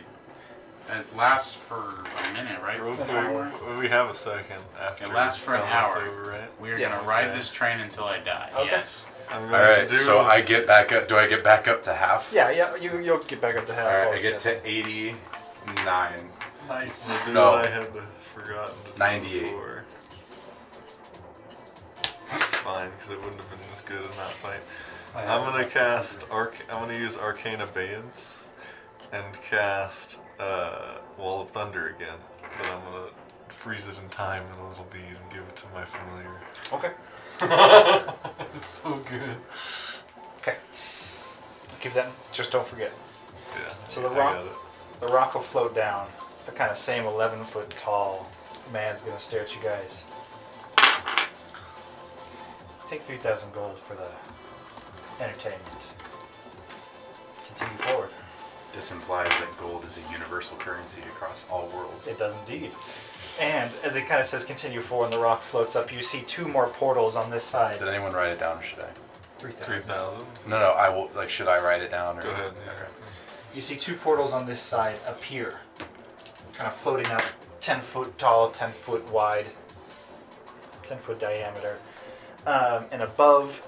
S5: It lasts for a minute, right?
S2: Real
S5: An
S2: quick,
S5: hour.
S2: we have a second after.
S5: It lasts for an
S2: combat's
S5: hour.
S2: Over, right?
S5: We're
S1: Yeah.
S5: gonna ride
S2: Okay.
S5: this train until I die.
S1: Okay.
S5: Yes.
S2: I'm going
S3: All
S2: to
S3: right,
S2: do
S3: so
S2: it.
S3: I get back up. Do I get back up to half?
S1: Yeah, yeah, you, you'll get back up to half.
S3: All right, I
S1: always,
S3: get
S1: yeah.
S3: to 89.
S2: Nice. We'll do
S3: No.
S2: what I had to, forgotten to do
S3: 98.
S2: before. It's fine, because it wouldn't have been as good in that fight. I'm gonna cast arc. I'm gonna use arcane abeyance, and cast uh, wall of thunder again. But I'm gonna freeze it in time in a little bead and give it to my familiar.
S1: Okay.
S4: it's <laughs> <laughs> so good.
S1: Okay. Keep that. Just don't forget.
S2: Yeah.
S1: So the
S2: I
S1: rock-
S2: got it.
S1: The rock will float down. The kind of same 11 foot tall man's gonna stare at you guys. Take 3,000 gold for the entertainment. Continue forward.
S3: This implies that gold is a universal currency across all worlds.
S1: It does indeed. And as it kind of says continue forward and the rock floats up, you see two more portals on this side.
S3: Did anyone write it down or should I?
S1: 3,000.
S2: Three thousand.
S3: No, no, I will. Like, should I write it down? Or,
S2: Go ahead.
S3: Okay.
S1: You see two portals on this side appear, kind of floating up 10 foot tall, 10 foot wide, 10 foot diameter. Um, and above,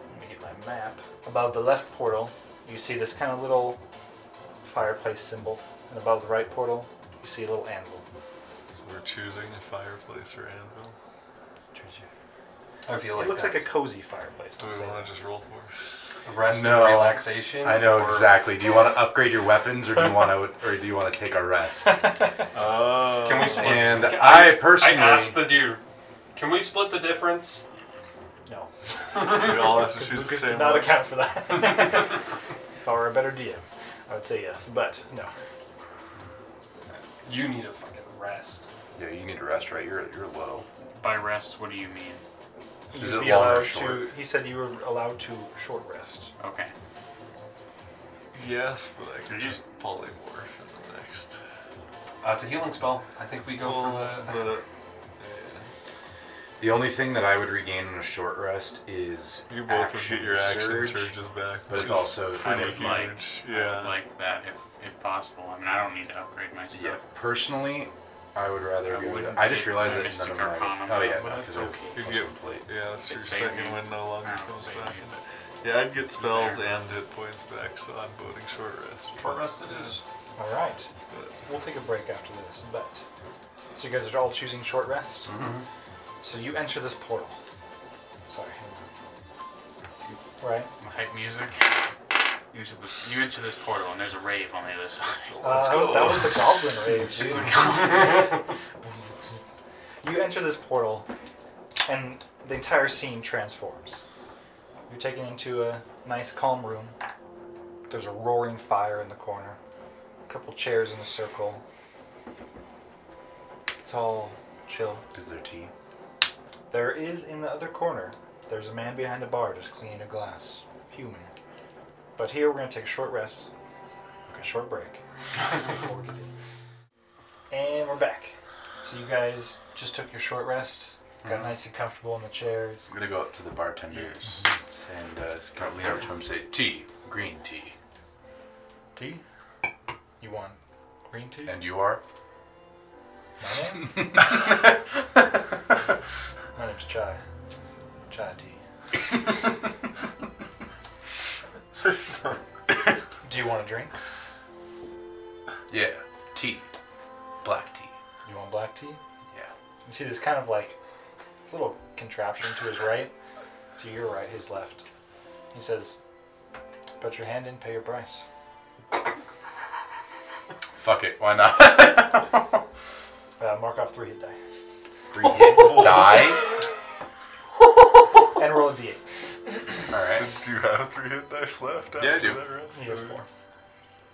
S1: let me get my map, above the left portal, you see this kind of little fireplace symbol. And above the right portal, you see a little anvil.
S2: We're choosing a fireplace or anvil.
S4: I feel like
S1: it looks like a
S4: that's
S1: cozy fireplace.
S2: Do
S1: I'll
S2: we
S1: say
S2: want
S1: that.
S2: to just roll for it?
S4: rest
S3: No.
S4: and relaxation.
S3: I know
S4: or-
S3: exactly. Do you want to upgrade your weapons, or do
S2: <laughs>
S3: you want to, or do you want to take a rest?
S2: Oh.
S1: <laughs>
S4: Can we split?
S3: And
S4: can-
S3: I personally,
S4: I asked the dude, can we split the difference?
S1: No,
S2: we all have to
S1: because
S2: choose the
S1: Lucas
S2: same
S1: did not
S2: one?
S1: account for
S2: <laughs>
S1: that. if I were a better DM, I would say yes, but no.
S4: You need a fucking rest.
S3: yeah, you need to rest, right? You're you're low.
S5: By rest, what do you mean?
S3: Is
S1: You'd
S3: it
S1: be
S3: long or
S1: allowed
S3: short?
S1: To, he said you were allowed to short rest.
S5: Okay.
S2: Yes, but I could just polymorph in the next.
S4: Uh, it's a healing spell. I think we go
S2: Well,
S4: for the.
S2: but uh,
S3: The only thing that I would regain in a short rest is
S2: you both would get your action
S3: surge.
S2: surges back,
S3: but
S2: which
S3: it's
S2: is
S3: also- I
S2: pretty
S5: would
S2: huge.
S5: like- I
S2: yeah.
S5: would like that if, if possible. I mean, I don't need to upgrade my stuff.
S3: Yeah, personally, I would rather.
S5: I
S3: go with-
S5: wouldn't
S3: I just
S5: do
S3: realized
S5: the
S3: that none
S5: Mystic
S3: of my.
S5: Arcana,
S3: Oh yeah,
S5: but
S3: because
S5: that's
S3: no,
S5: okay.
S2: You
S3: plus
S2: get-
S3: one plate.
S2: yeah, that's your
S5: It's saving
S2: second
S5: you.
S2: one no
S5: I
S2: longer
S5: don't know,
S2: comes
S5: maybe,
S2: back.
S5: but-
S2: Yeah, I'd get spells
S5: there.
S2: and hit points back, so I'm voting short rest.
S4: Short rest it is.
S1: All right,
S2: But
S1: we'll take a break after this. But so you guys are all choosing short rest.
S3: Mm-hmm.
S1: So you enter this portal. Sorry. hang on. Right.
S5: Hype music. You enter, the, you enter this portal and there's a rave on the other <laughs> side.
S1: Uh, that, was, that was the goblin rage. dude. you enter this portal, and the entire scene transforms. You're taken into a nice, calm room. There's a roaring fire in the corner, a couple chairs in a circle. It's all chill.
S3: Is there tea?
S1: There is in the other corner, there's a man behind a bar just cleaning a glass. Human. But here we're going to take a short rest, a short break. before we continue. And we're back. So you guys just took your short rest, got nice and comfortable in the chairs.
S3: I'm gonna go up to the bartender and uh, kind of lean over to him and say, "Tea, green tea."
S1: Tea? Eh. You want green tea?
S3: And you are?
S1: My name? <laughs> My name's Chai. Chai <laughs> tea. Do you want a drink?
S3: Yeah, tea, black tea.
S1: You want black tea?
S3: Yeah.
S1: You see this kind of like this little contraption to his right, to your right, his left. He says, "Put your hand in, pay your price."
S3: Fuck it. Why not? <laughs>
S1: Uh, mark off three hit die
S3: Green hit, die.
S1: and roll a d8.
S3: All right.
S2: do you have three hit dice left?
S3: I
S2: after
S3: do.
S2: That rest?
S1: He has four.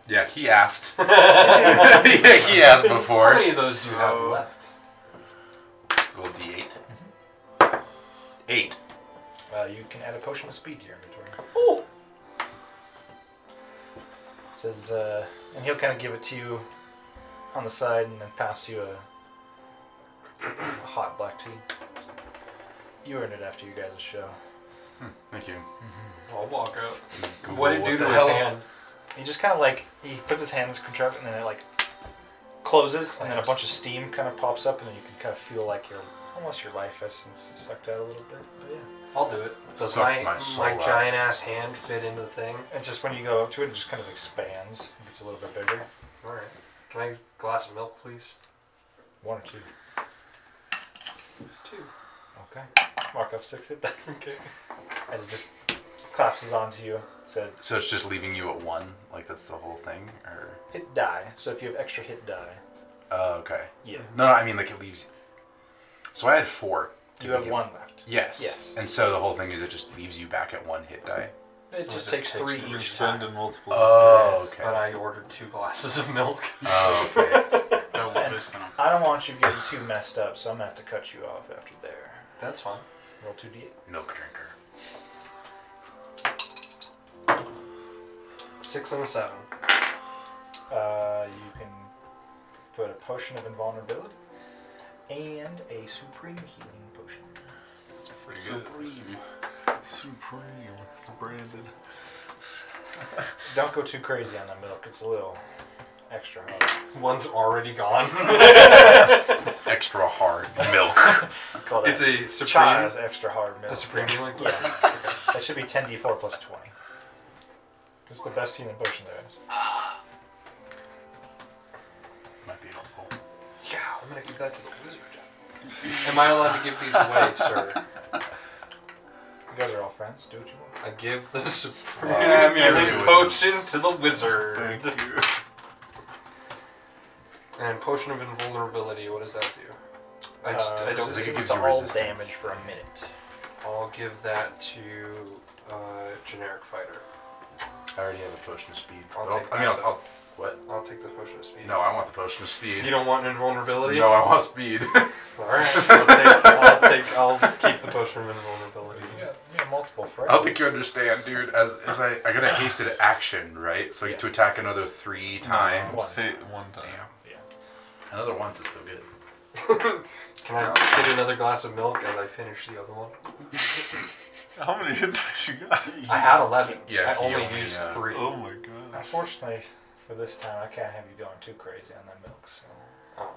S3: Yeah, he asked. yeah, he asked
S4: How <laughs>
S3: before.
S4: many of those do you have
S2: Oh.
S4: left?
S3: Roll d8. Eight.
S1: Uh, you can add a potion of speed to your inventory. Says, uh, and he'll kind of give it to you on the side, and then pass you a, a hot black tea. You earned it after you guys' show.
S3: Thank you.
S4: I'll walk out.
S3: Google
S4: What did it do
S3: the
S4: to his
S3: hell-
S4: hand?
S1: He just kind of like he puts his hand in this contraption and then it like closes and then a bunch of steam kind of pops up and then you can kind of feel like your almost your life essence is sucked out a little bit. But yeah,
S4: I'll do it. Does
S3: Suck
S4: my,
S3: my soul
S4: my
S3: out.
S4: giant ass hand fit into the thing?
S1: and just when you go up to it, it just kind of expands. It gets a little bit bigger.
S4: Alright. Can I have a glass of milk, please?
S1: One or two.
S4: Two.
S1: Okay. Mark off six hit die. <laughs>
S4: Okay.
S1: as it just collapses onto you. Said
S3: So it's just leaving you at one? Like that's the whole thing? Or
S1: hit die. So if you have extra hit die,
S3: Oh, okay.
S1: yeah,
S3: No, no, I mean like it leaves So I had four. to
S1: you have
S3: begin-
S1: one left.
S3: Yes.
S1: Yes.
S3: And so the whole thing is it just leaves you back at one hit die.
S1: It just,
S4: just
S1: takes,
S4: takes
S1: three
S2: You're
S1: each time.
S2: spending multiple.
S3: Oh okay.
S4: But I ordered two glasses of milk.
S3: Oh, okay.
S5: Double fist in 'em.
S1: I don't want you getting too messed up, so I'm gonna have to cut you off after there.
S4: That's fine.
S1: Roll 2d8.
S3: Milk drinker.
S4: Six and a seven.
S1: Uh, you can put a potion of invulnerability and a supreme healing potion.
S2: It's pretty good.
S5: Supreme.
S2: Supreme. It's branded.
S1: Don't go too crazy on the milk. It's a little extra hard.
S4: One's already <laughs> gone.
S3: Extra hard
S4: <laughs>
S3: milk.
S1: Call that
S4: it's a supreme.
S1: Chaz extra hard milk.
S4: A supreme healing.
S1: Yeah. that should be 10d4 plus 20. It's the best healing potion there is.
S3: Might be helpful.
S4: Yeah, I'm gonna give that to the wizard. Am I allowed to give these <laughs> away, sir?
S1: You guys are all friends. Do what you want.
S4: I give the supreme
S3: Uh, I mean, I really
S4: healing
S3: wouldn't.
S4: potion to the wizard.
S2: Thank you.
S4: And potion of invulnerability. What does that do? I just
S1: Uh,
S4: I don't
S1: resistance
S3: think it
S4: think
S3: gives
S1: to
S3: you
S1: all
S3: resistance.
S1: damage for a minute.
S4: I'll give that to uh, generic fighter.
S3: I already have a potion of speed.
S4: I'll
S3: But I'll-
S4: take
S3: I mean,
S4: that.
S3: I'll, I'll, what?
S4: I'll take the potion of speed.
S3: No, I want the potion of speed.
S4: You don't want invulnerability?
S3: no, I want speed. <laughs>
S4: Alright, I'll take, I'll take, I'll keep the potion of invulnerability.
S1: Yeah, you have multiple friends.
S3: I don't think you understand, dude. As, as I, I got a hasted action, right? So I get to attack another three times.
S1: One.
S2: Say it one time.
S3: Another once is still good.
S4: Can I get another glass of milk as I finish the other one?
S2: How many hit dice you got?
S4: <laughs> I had 11.
S3: Yeah,
S4: I
S3: he
S4: only,
S3: only,
S4: used
S3: uh,
S4: three.
S2: Oh my god.
S1: Unfortunately, for this time, I can't have you going too crazy on that milk. So
S4: Oh.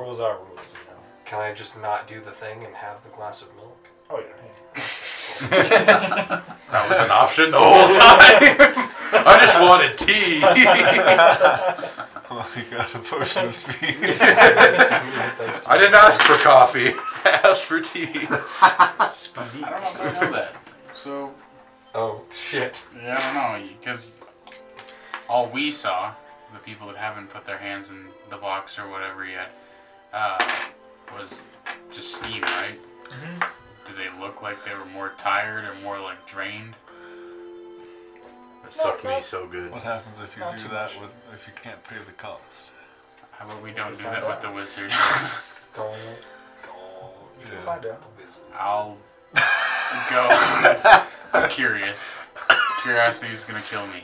S1: rules are rules, you know.
S4: Can I just not do the thing and have the glass of milk?
S1: Oh yeah. yeah.
S3: That was an option the whole time. I just wanted tea. I
S2: Well, you got a potion of speed.
S3: didn't ask for coffee. <laughs> I asked for tea.
S5: I don't know if I know that. So
S4: Oh, shit.
S5: yeah, I don't know because all we saw, the people that haven't put their hands in the box or whatever yet, uh, was just steam, right? Do they look like they were more tired or more like drained?
S3: That sucked me so good.
S2: What happens if you
S1: Not
S2: do
S1: too
S2: that
S1: much.
S2: with if you can't pay the cost?
S5: How about we don't do
S1: find
S5: that with
S1: out.
S5: the wizard? <laughs>
S4: Don't.
S1: You can find out.
S5: I'll go. I'm curious. Curiosity is gonna kill me.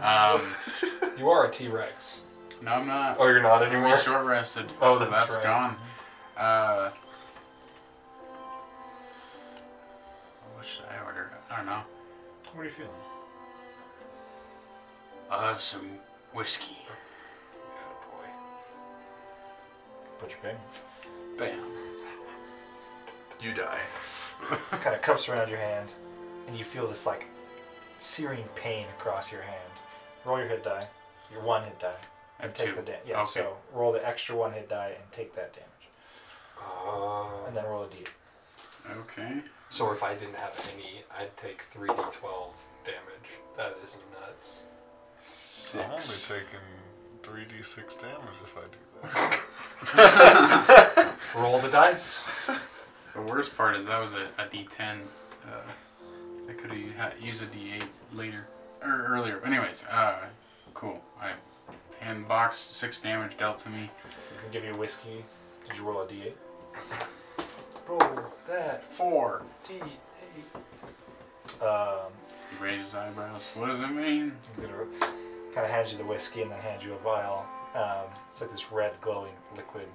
S5: Um,
S4: You are a T Rex.
S5: no, I'm not.
S4: Oh, you're not
S5: We
S4: anymore?
S5: short rested.
S4: Oh,
S5: so
S4: that's right.
S5: that's gone. Uh, what should I order? I don't know.
S1: What are you feeling?
S5: I'll have some whiskey.
S1: Put your finger.
S5: Bam.
S3: You die.
S1: kind of cups around your hand, and you feel this like searing pain across your hand. Roll your hit die, your one hit die,
S5: I
S1: and
S5: have
S1: take
S5: two.
S1: the damage. Yeah,
S5: okay.
S1: so roll the extra one hit die and take that damage,
S4: Uh,
S1: and then roll a d.
S5: Okay.
S4: so if I didn't have any, I'd take 3d12 damage. That is nuts.
S2: So I'm only
S5: Six.
S2: taking three d six damage if I do that.
S4: Roll the dice.
S5: The worst part is that was a, a D10. Uh, I could have used a D8 later or earlier. Anyways, uh, cool. I hand box six damage dealt to me.
S1: So it's gonna give you whiskey. Did you roll a d8?
S4: Roll that
S5: Four.
S4: d8.
S1: Um,
S5: He raises eyebrows. What does it mean?
S1: he's gonna kind of hand you the whiskey and then hand you a vial. Um, it's like this red glowing liquid.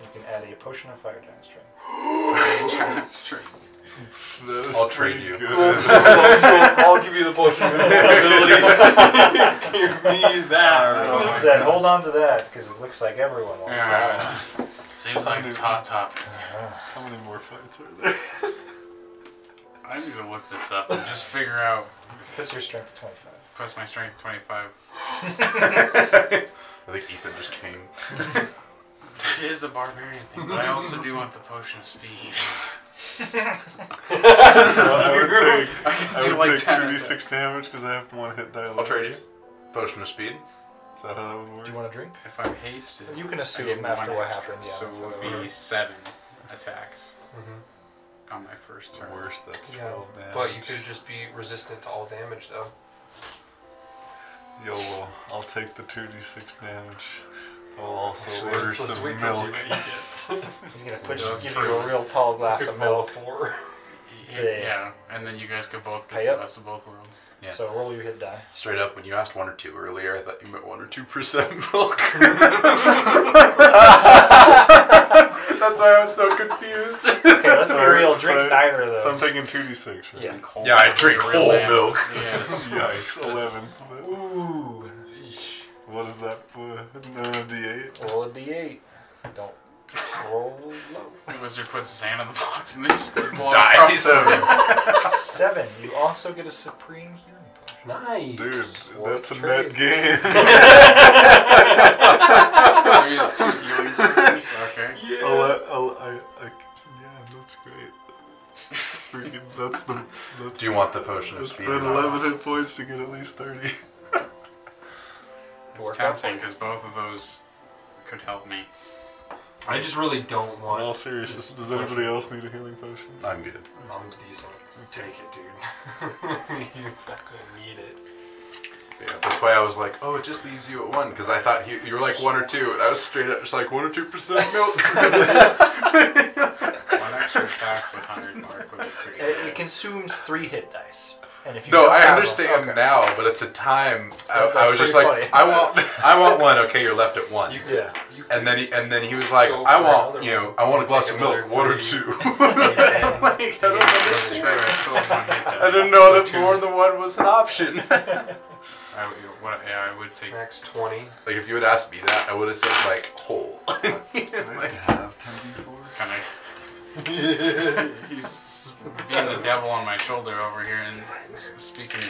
S1: You can add a potion of fire giant string.
S2: That was
S3: I'll trade
S2: pretty
S3: you.
S2: Good.
S4: I'll give you the potion of invulnerability. give me that.
S5: Oh my
S1: Said, hold on to that because it looks like everyone wants that.
S5: Yeah. <laughs> Seems like it's hot topic.
S2: How many more fights are there?
S5: I need to look this up and just figure out.
S1: Puts your strength to 25.
S5: Plus my strength 25.
S3: I think Ethan just came.
S5: It is a barbarian thing, but I also do want the potion of <laughs> speed.
S2: I <laughs> would take,
S5: do
S2: I would
S5: like
S2: take
S5: 10
S2: two d six damage because I have one hit die.
S3: I'll trade you. Potion of speed.
S2: Is that how that would work?
S1: Do you want a drink?
S5: If I'm hasted,
S1: You can
S5: I get
S1: assume
S5: one
S1: after what
S5: extra,
S1: happened, yeah.
S5: So
S1: so-
S5: it would be seven attacks on my first turn.
S2: Worse, that's
S4: Yeah,
S2: twelve damage.
S4: But you could just be resistant to all damage, though.
S2: Yo, well, I'll take the two d six damage. I'll also
S4: Actually,
S2: order
S4: let's- let's
S2: some
S4: wait till see
S2: milk.
S4: what he gets.
S1: He's gonna push,
S5: that's
S1: give
S5: true. <laughs>
S1: you a real tall glass
S4: Could
S1: of
S4: roll a
S1: milk.
S4: Four.
S1: So, yeah.
S5: yeah, and then you guys could both get
S1: Pay
S5: the
S1: up.
S5: best of both worlds.
S3: Yeah.
S1: So roll your hit
S5: <laughs>
S1: die.
S3: Straight up, when you asked one or two earlier, I thought you meant one or two percent <laughs> bulk. That's why I was so confused.
S1: Okay, let's be
S2: Sorry,
S1: real. Drink
S2: sorry.
S1: neither of those.
S2: So I'm taking 2d6, right?
S1: Yeah.
S5: Cold
S3: Yeah, I drink
S5: real
S3: whole
S5: lamb.
S3: milk.
S5: <laughs> Yes.
S2: Yikes, 11. But
S1: Ooh.
S2: What is that? Uh, another d8?
S1: Roll a d8. Don't roll low.
S5: The wizard puts his hand in the box and they
S3: <laughs>
S5: just blow
S3: Dies.
S1: Seven. You also get a supreme healing. potion.
S4: Nice.
S2: Dude,
S1: Well,
S2: that's a
S1: trade.
S2: net gain.
S1: <laughs>
S3: <laughs>
S5: There is two healing potions. Okay.
S2: <laughs> Ele- ele- I- I- yeah, that's great. Freaking, that's the. That's
S3: Do you want the potion of
S2: It's
S3: speed?
S2: been 11 hit points to get at least 30.
S5: It's
S1: Worked out for
S5: tempting
S1: you.
S5: because both of those could help me.
S4: I just really don't
S2: In all
S4: want.
S2: seriousness,
S4: this
S2: does anybody
S4: potion.
S2: else need a healing
S1: <laughs>
S2: potion?
S3: I'm good.
S4: I'm decent. Take it, dude. <laughs> you fucking need it.
S3: Yeah, that's why I was like, oh, it just leaves you at one, because I thought he, you were like one or two, and I was straight up just like one or two percent milk.
S5: One extra attack with 100 mark would be pretty
S1: <laughs> It,
S5: good.
S1: it consumes three hit dice. And if you
S3: no,
S1: don't
S3: I
S1: have them-
S3: understand
S1: okay.
S3: now, but at the time, I,
S1: That's
S3: I was just like,
S1: pretty funny.
S3: I want, I want one. Okay, you're left at one.
S4: You could,
S1: Yeah.
S4: you could
S3: and then he, and then he was like,
S4: Go
S3: I
S4: for
S3: want,
S4: another
S3: you know,
S4: one.
S3: I want a
S4: Take
S3: glass of
S4: another
S3: milk, one or
S4: three.
S3: two.
S4: Yeah.
S3: <laughs> like, I don't
S5: That's true, I still have
S3: <laughs>
S5: one hit though.
S3: I didn't know that more than one was an option. like
S5: I, would- what, yeah, I would take.
S4: max 20.
S3: if you had asked me that, I would have said like whole. <laughs>
S2: I have 10d4.
S5: Kind
S1: <laughs>
S5: of. He's being the devil on my shoulder over here and s- speaking.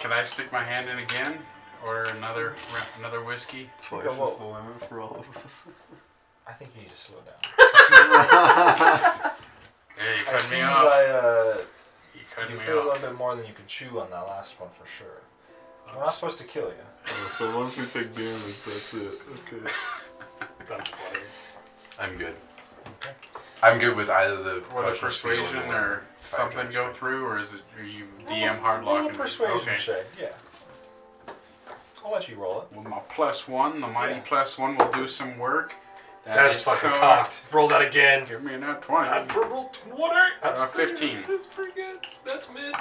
S5: Can I stick my hand in again? Order another ra- another whiskey?
S2: Twice
S1: Go
S2: is
S1: up.
S2: the limit for all of us.
S1: I think you need to slow down.
S5: Yeah, you
S1: It
S5: cut me
S1: seems
S5: off.
S1: I, uh,
S5: you
S1: you
S5: cut me
S1: threw a
S5: off.
S1: little bit more than you could chew on that last one for sure. We're not supposed to kill you.
S2: Uh, so once we take damage, that's it. Okay.
S4: That's funny.
S3: I'm good. I'm good with either the
S5: Would the
S3: question speed
S5: persuasion
S3: the-
S5: or something go through, or is it are you DM hard
S1: Roll a
S5: locking?
S1: persuasion
S5: okay.
S1: check. Yeah. I'll let you roll it.
S5: Well, my plus one, the mighty plus one, will do some work. That
S4: That
S5: is
S4: is fucking
S5: cocked.
S4: cocked. Roll that again.
S5: Give me another twenty,
S4: I rolled 20. That's
S5: Uh,
S4: pretty-
S5: 15.
S4: That's pretty good. That's mid.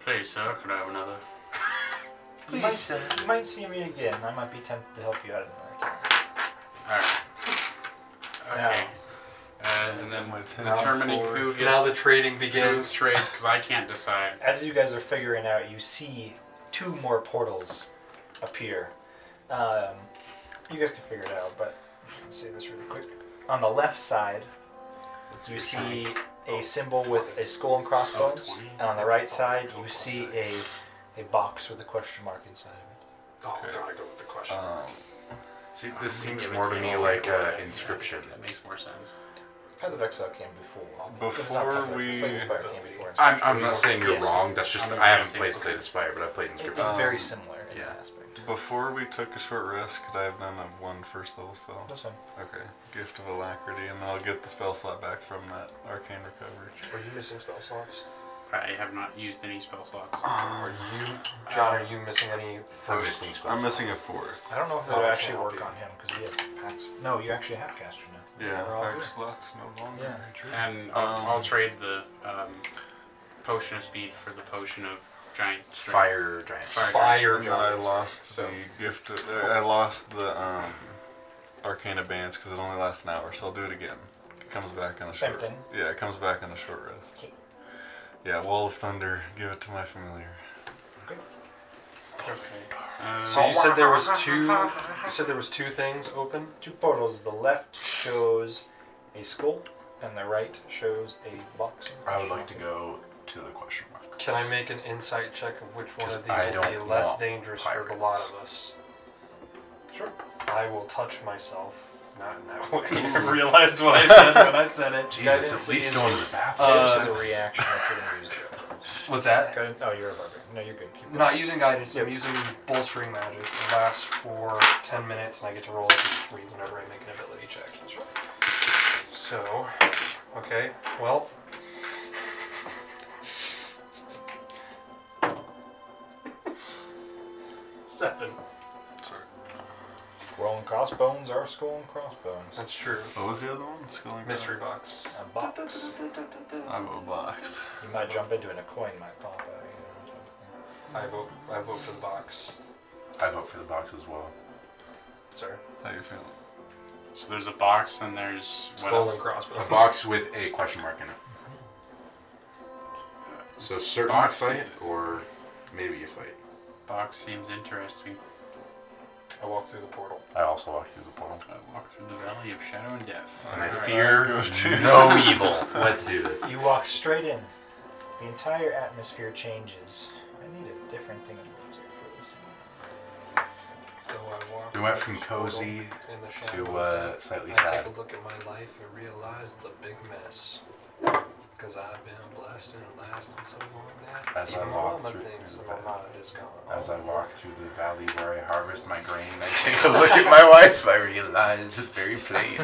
S5: please, sir. Could I have another?
S1: You might, you might see me again. I might be tempted to help you out another time.
S5: All right. Okay.
S1: Now.
S5: Uh, and then
S2: My ten
S5: determining
S2: forward.
S5: who gets
S4: Now the trading
S5: who
S4: begins.
S5: trades because I can't decide.
S1: As you guys are figuring out, you see two more portals appear. Um, you guys can figure it out, but let's say this really quick. On the left side, you see a symbol with a skull and crossbones,
S5: Oh, 20.
S1: and on the right side, you see a, a box with a question mark inside of
S4: Oh, gotta go with the question.
S3: Um, see,
S5: I'm
S3: this
S5: gonna
S3: seems
S5: give it
S3: more to
S5: him
S3: me
S5: over
S3: like
S5: here.
S3: an
S5: Yeah,
S3: inscription.
S5: That makes more sense.
S1: it. Path of Exile came before.
S2: Before
S1: Not Path of Exile,
S2: we-
S1: Slay the Spire came before.
S3: I'm, I'm not saying you're
S1: Yes.
S3: wrong. That's just
S5: I'm
S3: I haven't
S5: gonna
S3: played
S5: take-
S3: Slay the Spire, but I played
S1: It-
S3: inscription.
S1: It's very
S2: Um,
S1: similar in
S3: yeah.
S1: that aspect.
S2: Before we took a short rest, could I have done a one first level spell?
S1: That's fine.
S2: Okay. Gift of Alacrity, and I'll get the spell slot back from that Arcane Recovery.
S4: Are you missing spell slots?
S5: I have not used any spell slots.
S4: Are you, John? Are you missing any
S3: I'm
S4: first?
S3: missing spells.
S2: I'm missing a fourth.
S1: I don't know if
S4: Oh,
S1: that will
S4: I
S1: actually
S4: can't
S1: work
S4: help
S1: on him because he has packs. No, you actually have caster now.
S2: Yeah,
S1: We're all
S2: our
S1: good.
S2: slot's no longer
S1: Yeah.
S2: natural.
S5: And I'll,
S2: Um,
S5: I'll trade the um, potion of speed for the potion of giant strength.
S3: fire giant.
S5: Fire.
S4: Fire
S2: And then I
S4: giants.
S2: lost
S5: So-
S2: the gift. Of, uh, I lost the um, Arcana bands because it only lasts an hour, so I'll do it again. It comes back on a
S1: Same
S2: short.
S1: thing.
S2: Yeah, it comes back on a short rest.
S1: 'Kay.
S2: Yeah, Wall of Thunder. Give it to my familiar.
S5: Uh,
S4: So you said there was two. <laughs> You said there was two things open.
S1: Two portals. The left shows a skull, and the right shows a box.
S3: I would like to go to the question mark.
S4: Can I make an insight check of which one
S3: 'Cause
S4: of
S3: I
S4: these will
S3: don't
S4: be less
S3: want
S4: dangerous for the
S3: pirates.
S4: lot of us?
S1: Sure.
S4: I will touch myself. Not in that <laughs> way. I realized what I said when I said it.
S3: Jesus,
S1: Guidance
S3: at least
S1: is-
S3: going to the bathroom.
S1: Yeah,
S4: Uh,
S1: this is a reaction. if you're gonna use it.
S4: What's that?
S1: Go ahead. Oh, you're a barber. No, you're good. Keep going.
S4: Not using guidance, I'm using bolstering magic. It lasts for 10 minutes and I get to roll a d3 whenever I make an ability check. So, okay, well. <laughs> Seven.
S2: Sorry.
S1: Skull and crossbones are skull and crossbones.
S4: That's true.
S2: What was the other one? Skull and
S4: Mystery box.
S1: A box.
S2: Crown? I have a box.
S1: You might jump into it and a coin might pop out. You know,
S4: I vote. I vote for the box.
S3: I vote for the box as well.
S4: Sorry.
S2: How you <laughs> feeling?
S5: So there's a box and there's what
S4: Skull
S5: else?
S4: and crossbones.
S3: A box with a question mark in it. So certain
S5: Box
S3: fight or maybe you fight.
S5: Box seems interesting.
S4: <laughs> I walk through the portal.
S3: I also walk through the portal.
S5: I walk through the valley of shadow and death.
S3: And I
S2: Alright,
S3: fear
S2: I <laughs> go too.
S3: no evil. Let's do this.
S1: something. You walk straight in. The entire atmosphere changes. I need a different thing of music for this.
S4: Though I walk
S3: We went from
S4: through the portal
S3: cozy
S4: in the shadow
S3: to
S4: of
S3: uh, slightly
S4: I
S3: sad.
S4: take a look at my life and realize it's a big mess. Because I've been blessed and lasted so long that
S3: As I
S4: even
S3: walk
S4: all my
S3: through
S4: things
S3: the
S4: in my
S3: path.
S4: mind is gone.
S3: As I walk through the valley where I harvest my grain, I take a look at my wife. I realize it's very plain.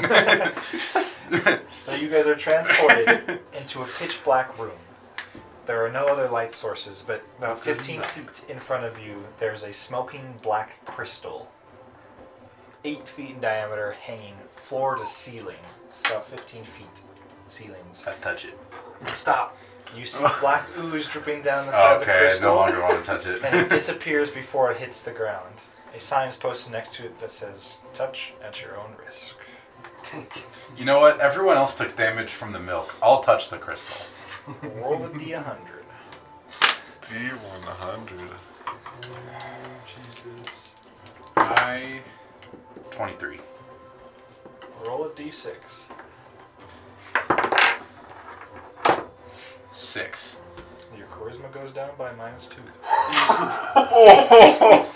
S1: So you guys are
S3: <laughs>
S1: transported into a pitch black room. There are no other light sources, but about 15 feet in front of you, there's a smoking black crystal. Eight feet in diameter, hanging floor to ceiling. It's about 15 feet ceilings.
S3: I touch it.
S4: Stop.
S1: You
S3: <laughs>
S1: see black ooze dripping down the side of the
S3: Okay, I
S1: crystal,
S3: no longer want to touch it.
S1: and <laughs> it disappears before it hits the ground. A sign is posted next to it that says, Touch at your own risk.
S3: You know what? Everyone else took damage from the milk. I'll touch the crystal.
S1: Roll a d100.
S2: D100.
S4: Jesus.
S5: I
S3: 23.
S1: Roll a d6.
S3: Six.
S1: Your charisma goes down by minus two.
S2: I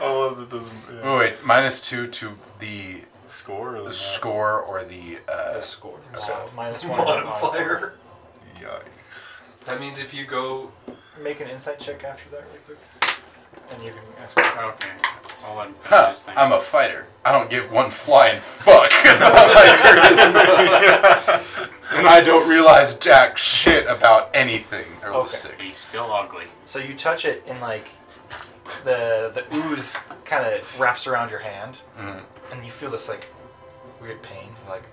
S2: love that doesn't. Yeah.
S3: Oh, wait. Minus two to the
S2: Score or the
S3: the
S2: map?
S3: score or the. Uh,
S1: The score. So minus one modifier.
S4: Modifier.
S2: Yikes.
S4: That means if you go,
S1: Make an insight check after that, real quick. And you can ask.
S5: okay. I'll let him finish
S3: huh,
S5: his thing.
S3: I'm a fighter. I don't give one flying fuck <laughs> about my charisma. <laughs> and I don't realize jack shit about anything. I rolled a
S1: Okay.
S3: six.
S5: He's still ugly.
S1: So you touch it, and like the the ooze kind of wraps around your hand,
S3: Mhm.
S1: and you feel this like weird pain. You're like,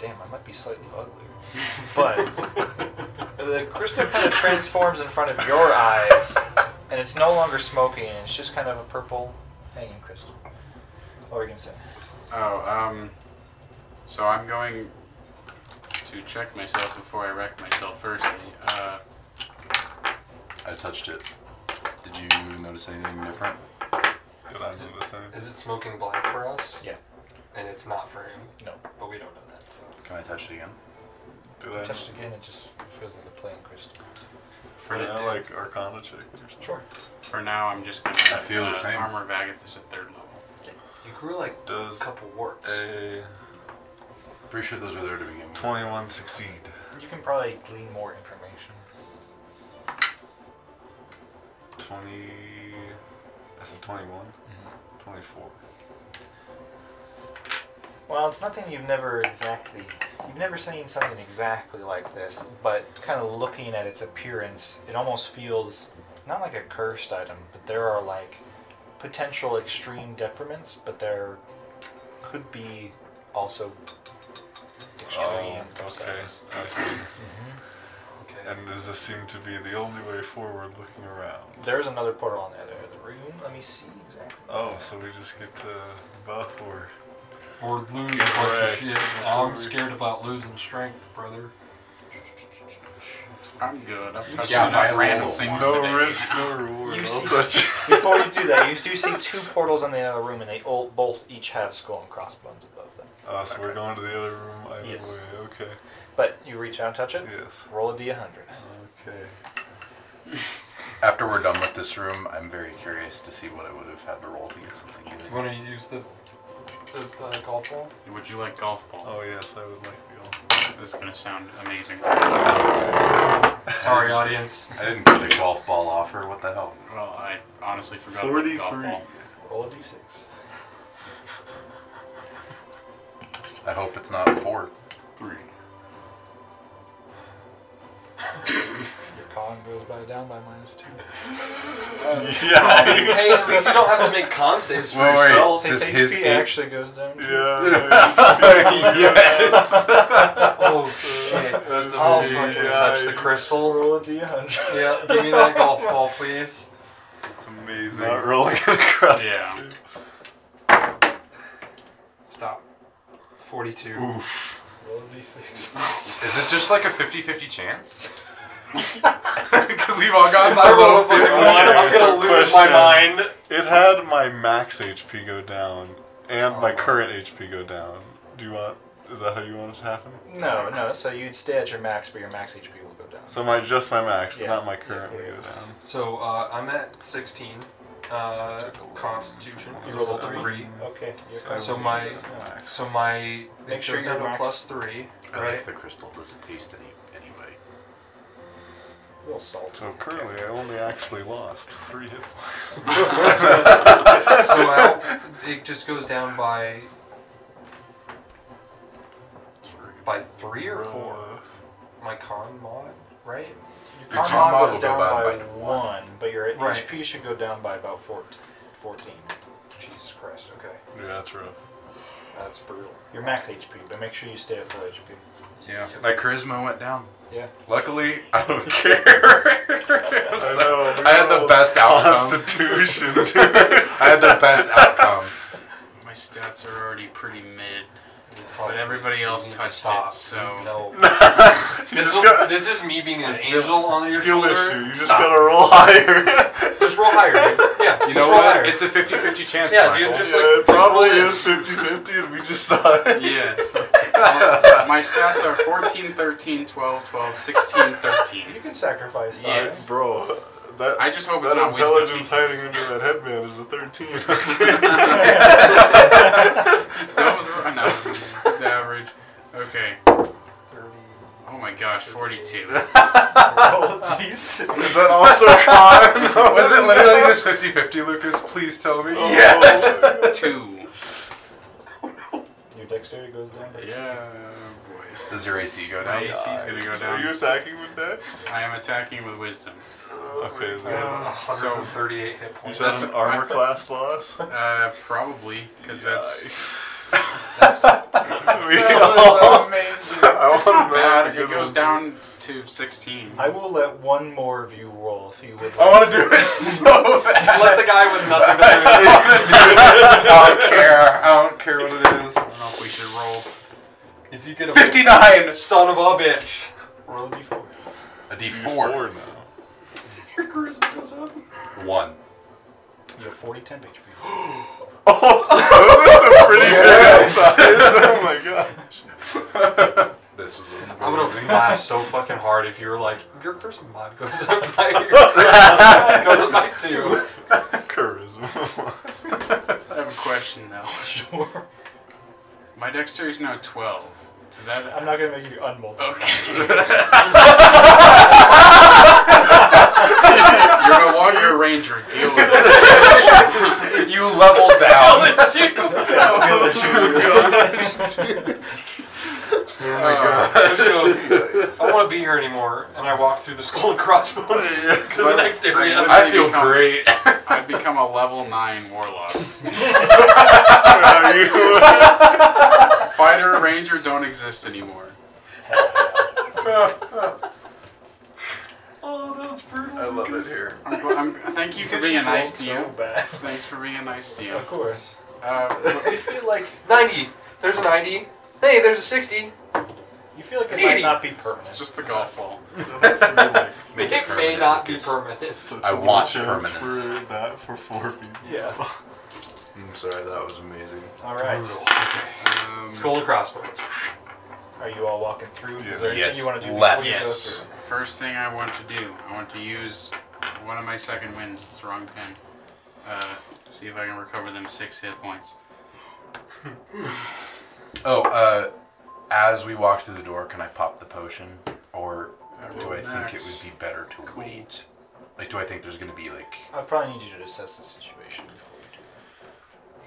S1: damn, I might be slightly ugly. <laughs> But the crystal kind of transforms in front of your eyes, and it's no longer smoking, and it's just kind of a purple hanging crystal. What were you gonna say?
S5: Oh, um. So I'm going to check myself before I wreck myself firstly. Uh,
S3: I touched it. Did you notice anything different?
S2: Did I notice anything?
S4: is it smoking black for us?
S1: Yeah.
S4: And it's not for him,
S1: No.
S4: but we don't know that. So.
S3: Can I touch it again?
S2: Did I?
S1: Touched again, it just feels like a plain crystal.
S5: for,
S2: Can I
S5: the,
S2: like Arcana check or something?
S1: Sure.
S5: for now, I'm just going
S3: I
S5: to
S3: feel the same.
S5: Armor of Agathis at third level.
S4: You grew like a
S2: Does
S4: couple warts.
S2: a
S3: Pretty sure those were there to begin with.
S2: 21 succeed?
S1: You can probably glean more information.
S2: 20. I said 21?
S1: Mm-hmm.
S2: 24.
S1: Well, it's nothing you've never exactly. You've never seen something exactly like this, but kind of looking at its appearance, it almost feels not like a cursed item, but there are like potential extreme depriments, but there could be also extreme upsides.
S2: Oh, I see.
S4: Okay.
S2: And does this seem to be the only way forward looking around?
S1: There's another portal on the other end of the room. Let me see exactly.
S2: Oh, so we just get to buff or.
S4: Or lose
S2: Get
S4: a bunch
S2: wrecked.
S4: of shit. I'm scared about losing strength, brother.
S5: I'm good. I'm touching
S3: Yeah,
S5: enough
S3: my
S5: random
S3: roll.
S5: things today.
S2: No risk, no
S1: <laughs>
S2: reward. Oh,
S1: You
S2: I'll
S1: see-
S2: touch it.
S1: Before you do that, you do see two portals on the other room, and they all, both each have skull and crossbones above them.
S2: Oh, so we're going to the other room either
S1: Yes.
S2: way. Okay.
S1: But you reach out and touch it.
S2: Yes.
S1: Roll a d100.
S2: Okay.
S3: After we're done with this room, I'm very curious to see what I would have had to roll to get something.
S4: You
S3: Either.
S4: want to use the the uh, golf ball?
S3: <laughs>
S5: Would you like golf ball?
S2: Oh, yes, I would like the
S5: This is going to sound amazing.
S4: Sorry, audience.
S3: I didn't get the golf ball offer. What the hell?
S5: Well, I honestly forgot
S2: old.
S5: about the golf
S2: 43.
S5: ball.
S1: Roll a d6.
S3: I hope it's not four.
S2: Three.
S1: Colin goes by down by minus two.
S2: <laughs> Yeah.
S4: hey, at least you don't have to make con saves for your
S3: Wait, wait.
S4: spells.
S3: Does
S1: His,
S3: his
S1: HP
S3: eight-
S1: actually goes down. too.
S3: yes.
S4: Oh shit!
S2: That's
S4: I'll
S2: amazing.
S4: fucking
S2: Yeah,
S4: touch the
S2: I-
S4: crystal.
S1: Roll a d100.
S4: Yeah, give me that golf ball, please.
S3: It's amazing.
S2: Not rolling across.
S5: Yeah.
S4: Stop. Forty-two.
S2: Oof.
S1: Roll a d6.
S3: Is it just like a 50 50 chance? <laughs> Because we've all gotten
S4: If I roll a
S3: below
S4: fucking
S3: 50.
S4: one, I'm
S2: So
S4: gonna lose my
S2: question.
S4: mind.
S2: It had my max HP go down and my current HP go down. Do you want? Is that how you want it to happen?
S1: No, no. So you'd stay at your max, but your max HP will go down.
S2: So my just my max, but
S1: Yeah.
S2: not my current
S1: Yeah.
S2: would go down.
S4: So uh, I'm at sixteen. Uh,
S2: Took a one.
S4: Constitution.
S1: You rolled a
S4: three.
S1: okay. your
S2: So
S1: constitution
S4: my-
S1: goes down.
S2: Max.
S4: So my
S1: Make
S4: make
S1: sure
S4: sure
S1: your
S4: down to
S1: max-
S4: plus three,
S3: I
S4: right?
S3: like the crystal doesn't taste any anyway.
S1: Real salt.
S2: So currently, I only actually lost three hit points.
S4: so
S2: <laughs>
S4: how, it just goes down by by three or
S2: Uh,
S4: four. My con mod, right?
S1: Your
S3: con
S1: con
S3: mod
S1: goes
S3: will go
S1: down
S3: down
S1: by,
S3: by
S1: one, but your
S4: Right.
S1: HP should go down by about 14. 14.
S4: Jesus Christ. Okay,
S2: Yeah, that's <laughs> rough.
S4: that's brutal.
S1: Your max HP, but make sure you stay at full HP.
S3: Yeah. My charisma went down.
S1: Yeah.
S3: Luckily, <laughs> I don't care.
S2: <laughs> I know. we
S3: I had the
S2: rolled
S3: best outcome.
S2: Constitution, dude. <laughs>
S3: I had the best outcome.
S5: My stats are already pretty mid.
S4: Probably
S5: everybody else
S4: need to
S5: touched it, so- <laughs>
S4: no.
S2: You
S4: this,
S2: just
S4: is,
S2: got-
S4: this is me being an angel on your
S2: skill
S4: shoulder.
S2: issue. You just
S4: Stop.
S2: gotta roll <laughs> higher.
S4: Just roll higher. Dude. Yeah,
S3: You
S4: just
S3: know
S4: roll
S3: what?
S4: higher.
S3: It's a 50 50 chance.
S4: Yeah,
S3: Michael.
S4: dude, just
S2: yeah,
S4: like-
S2: it
S4: just roll
S2: probably
S4: it.
S2: is 50 50, and we just saw it.
S5: Yes. <laughs> My stats are 14, 13, 12, 12, 16, 13.
S1: You can sacrifice size.
S5: Yeah.
S2: Bro, that,
S5: I just hope it's
S2: that
S5: not wasted
S2: intelligence
S5: pieces.
S2: hiding under that headband is a 13.
S5: <laughs> That was r- no, it's average. Okay. Oh my gosh, 42.
S1: Roll a d6.
S2: is that also con? Oh,
S3: Was it literally just 50 50, Lucas? Please tell me.
S5: <laughs>
S2: Yeah.
S5: <laughs> Two.
S1: Your dexterity goes down. <laughs> by-
S5: Yeah, boy.
S3: Does your AC go
S5: My
S3: down?
S5: AC's gonna go
S2: Are you
S5: down.
S2: attacking with Dex?
S5: I am attacking with wisdom.
S2: Okay, then.
S4: Uh, 138 hit
S2: Is
S4: points.
S2: that an armor class loss?
S5: Uh, probably, because that's
S2: That's. <laughs> we all, I want to know
S5: bad.
S2: if the
S5: It
S2: good
S5: goes
S2: ones-
S5: down to 16.
S1: I will let one more of you roll if you would like.
S2: I want to do
S5: <laughs>
S2: it so bad.
S4: Let the guy with nothing
S2: <laughs>
S4: to do.
S3: I don't care. I don't care what it is.
S5: I don't know if we should roll.
S4: If you get a
S3: 59!
S4: son of a bitch.
S1: Roll a d4.
S3: A
S2: D4 now.
S4: Your charisma goes up.
S3: One.
S1: You have 40 temp HP.
S2: Oh, that's a pretty
S5: <laughs>
S2: good size. Oh my gosh.
S3: This was a
S4: I would
S3: <laughs>
S4: have laughed so fucking hard if you were like, your charisma mod goes up
S3: <laughs>
S4: by your charisma mod goes up by two.
S2: Charisma. <laughs>
S5: I have a question though.
S1: Sure.
S5: My dexterity is now 12. Does that.
S1: I'm not going to make you unmultiply.
S5: Okay. You're no longer a ranger. Deal with it.
S3: Oh You <laughs> leveled down.
S4: <laughs>
S1: That's good
S2: Oh
S4: So, I don't want to be here anymore, and I walk through the skull
S3: <laughs>
S4: and crossbones to the next area.
S5: I-
S3: I feel great.
S5: <laughs> I've become a level 9 warlock.
S2: Are you?
S5: Fighter, ranger don't exist anymore.
S4: Oh, that was brutal.
S3: I love it here.
S5: I'm, gl- I'm, thank you for
S1: It's
S5: being
S1: just
S5: nice to
S1: rolled
S5: you.
S1: so bad.
S5: Thanks for being nice to you.
S1: <laughs> Of course.
S5: Uh, <laughs>
S1: You feel like
S4: 90. There's a 90. Hey, there's a 60.
S1: you feel like it might
S4: Eighty.
S1: not be permanent.
S5: just the golf ball.
S3: Make
S4: it may
S3: permanent,
S4: not be
S3: Lucas.
S4: permanent.
S2: Such
S3: I
S2: a
S3: want
S2: chance
S3: permanence.
S2: For that for four people. <laughs>
S1: yeah.
S3: I'm sorry, that was amazing.
S1: All right.
S5: Um,
S4: Skull and crossbones.
S1: Are you all walking through? Is
S2: Yes.
S1: there anything
S3: Yes.
S1: you want to do
S3: Left.
S1: before you go
S5: yes.
S1: through?
S5: First thing I want to do, I want to use one of my second wins. It's the wrong pen. Uh, see if I can recover them six hit points.
S3: Oh, uh, as we walk through the door, can I pop the potion? Or do I think it would be better to wait? Like, do I think there's gonna be like.
S1: I probably need you to assess the situation before you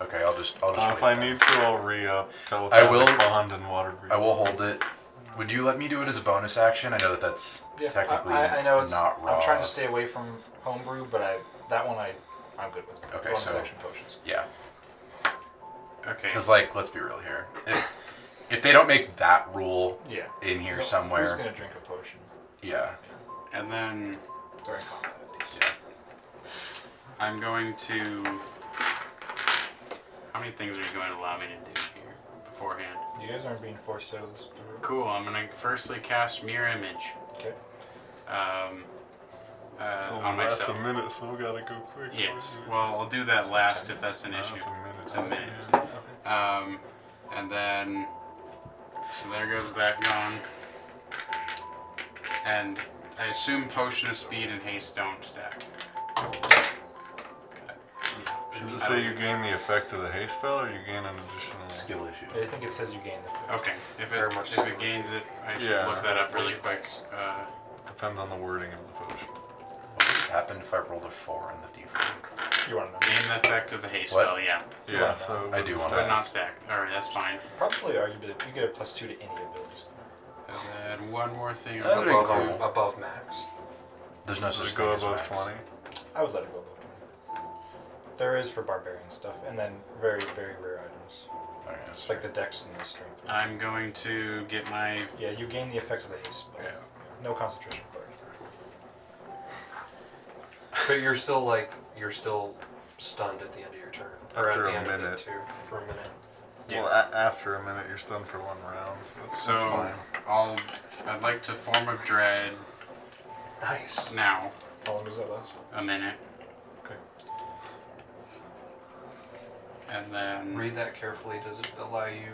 S1: do
S3: Okay, I'll just. I'll just
S2: Uh, if
S3: wait
S2: I
S3: then.
S2: need to, I'll re up.
S3: I will-
S2: Bond and water breach.
S3: I will hold it. Would you let me do it as a bonus action? I know that that's
S1: Yeah, I-
S3: technically
S1: I, I know it's,
S3: not raw.
S1: I'm trying to stay away from homebrew, but I that one I I'm good with.
S3: Okay,
S1: Bonus
S3: so-
S1: action potions.
S3: Yeah,
S5: Okay.
S3: because like, let's be real here. If, if they don't make that rule
S1: Yeah.
S3: in here
S1: Who's
S3: somewhere,
S1: gonna drink a potion
S3: yeah,
S5: And then
S1: during combat?
S5: I'm going to. How many things are you going to allow me to do here beforehand?
S1: You guys aren't being forced out of this room.
S5: Cool. I'm going to firstly cast Mirror Image
S1: Okay.
S5: um, uh,
S2: Only
S5: on
S2: lasts
S5: myself.
S2: Oh, a minute, so we gotta go quick.
S5: Yes. Well, I'll do that last if that's an
S2: No,
S5: issue.
S2: It's a minute.
S5: It's a minute.
S2: Yeah.
S5: Um, and then, so there goes that gone. And I assume potion of speed and haste don't stack. Uh,
S2: Does
S5: I
S2: it say
S5: don't
S2: you
S5: think
S2: gain the effect of the haste spell, or you gain an additional?
S3: skill issue.
S1: I think it says you gain the.
S5: Okay, if
S4: Very
S5: it,
S4: much
S5: if
S4: so.
S5: it gains it, I should
S2: Yeah.
S5: look that up really quick. Uh,
S2: Depends on the wording of the potion.
S3: What would happen if I rolled a four on the d4?
S1: You want to know?
S5: gain the effect of the haste
S3: What?
S5: spell, yeah.
S1: Yeah,
S2: Yeah. So
S3: I do want
S5: But
S3: that.
S5: not stacked. Alright, that's fine.
S1: Probably arguably you get a plus two to any abilities.
S5: And then one more thing.
S3: That'd be
S5: above-
S4: above,
S3: cool.
S4: above max.
S3: There's no
S2: Does
S3: such
S2: it
S3: thing
S2: go
S3: as
S2: above
S3: max.
S2: twenty?
S1: I would let it go above twenty. There is for barbarian stuff, and then very very rare items
S3: All right, that's
S1: like the
S3: fair.
S1: dex and the strength.
S5: I'm going to get my
S1: Yeah, you gain the effect of the haste. But
S3: Yeah.
S1: No concentration required.
S4: But you're still like you're still stunned at the end of your turn. Or
S2: After
S4: at
S2: a
S4: the end
S2: minute.
S4: of it too for a minute.
S5: Yeah.
S2: Well, a- after a minute, you're stunned for one round, so that's
S5: So
S2: fine.
S5: I'll I'd like to form of dread
S4: Nice.
S5: now.
S1: How long does that last?
S5: A minute.
S1: Okay.
S5: And then
S4: Read that carefully. Does it allow you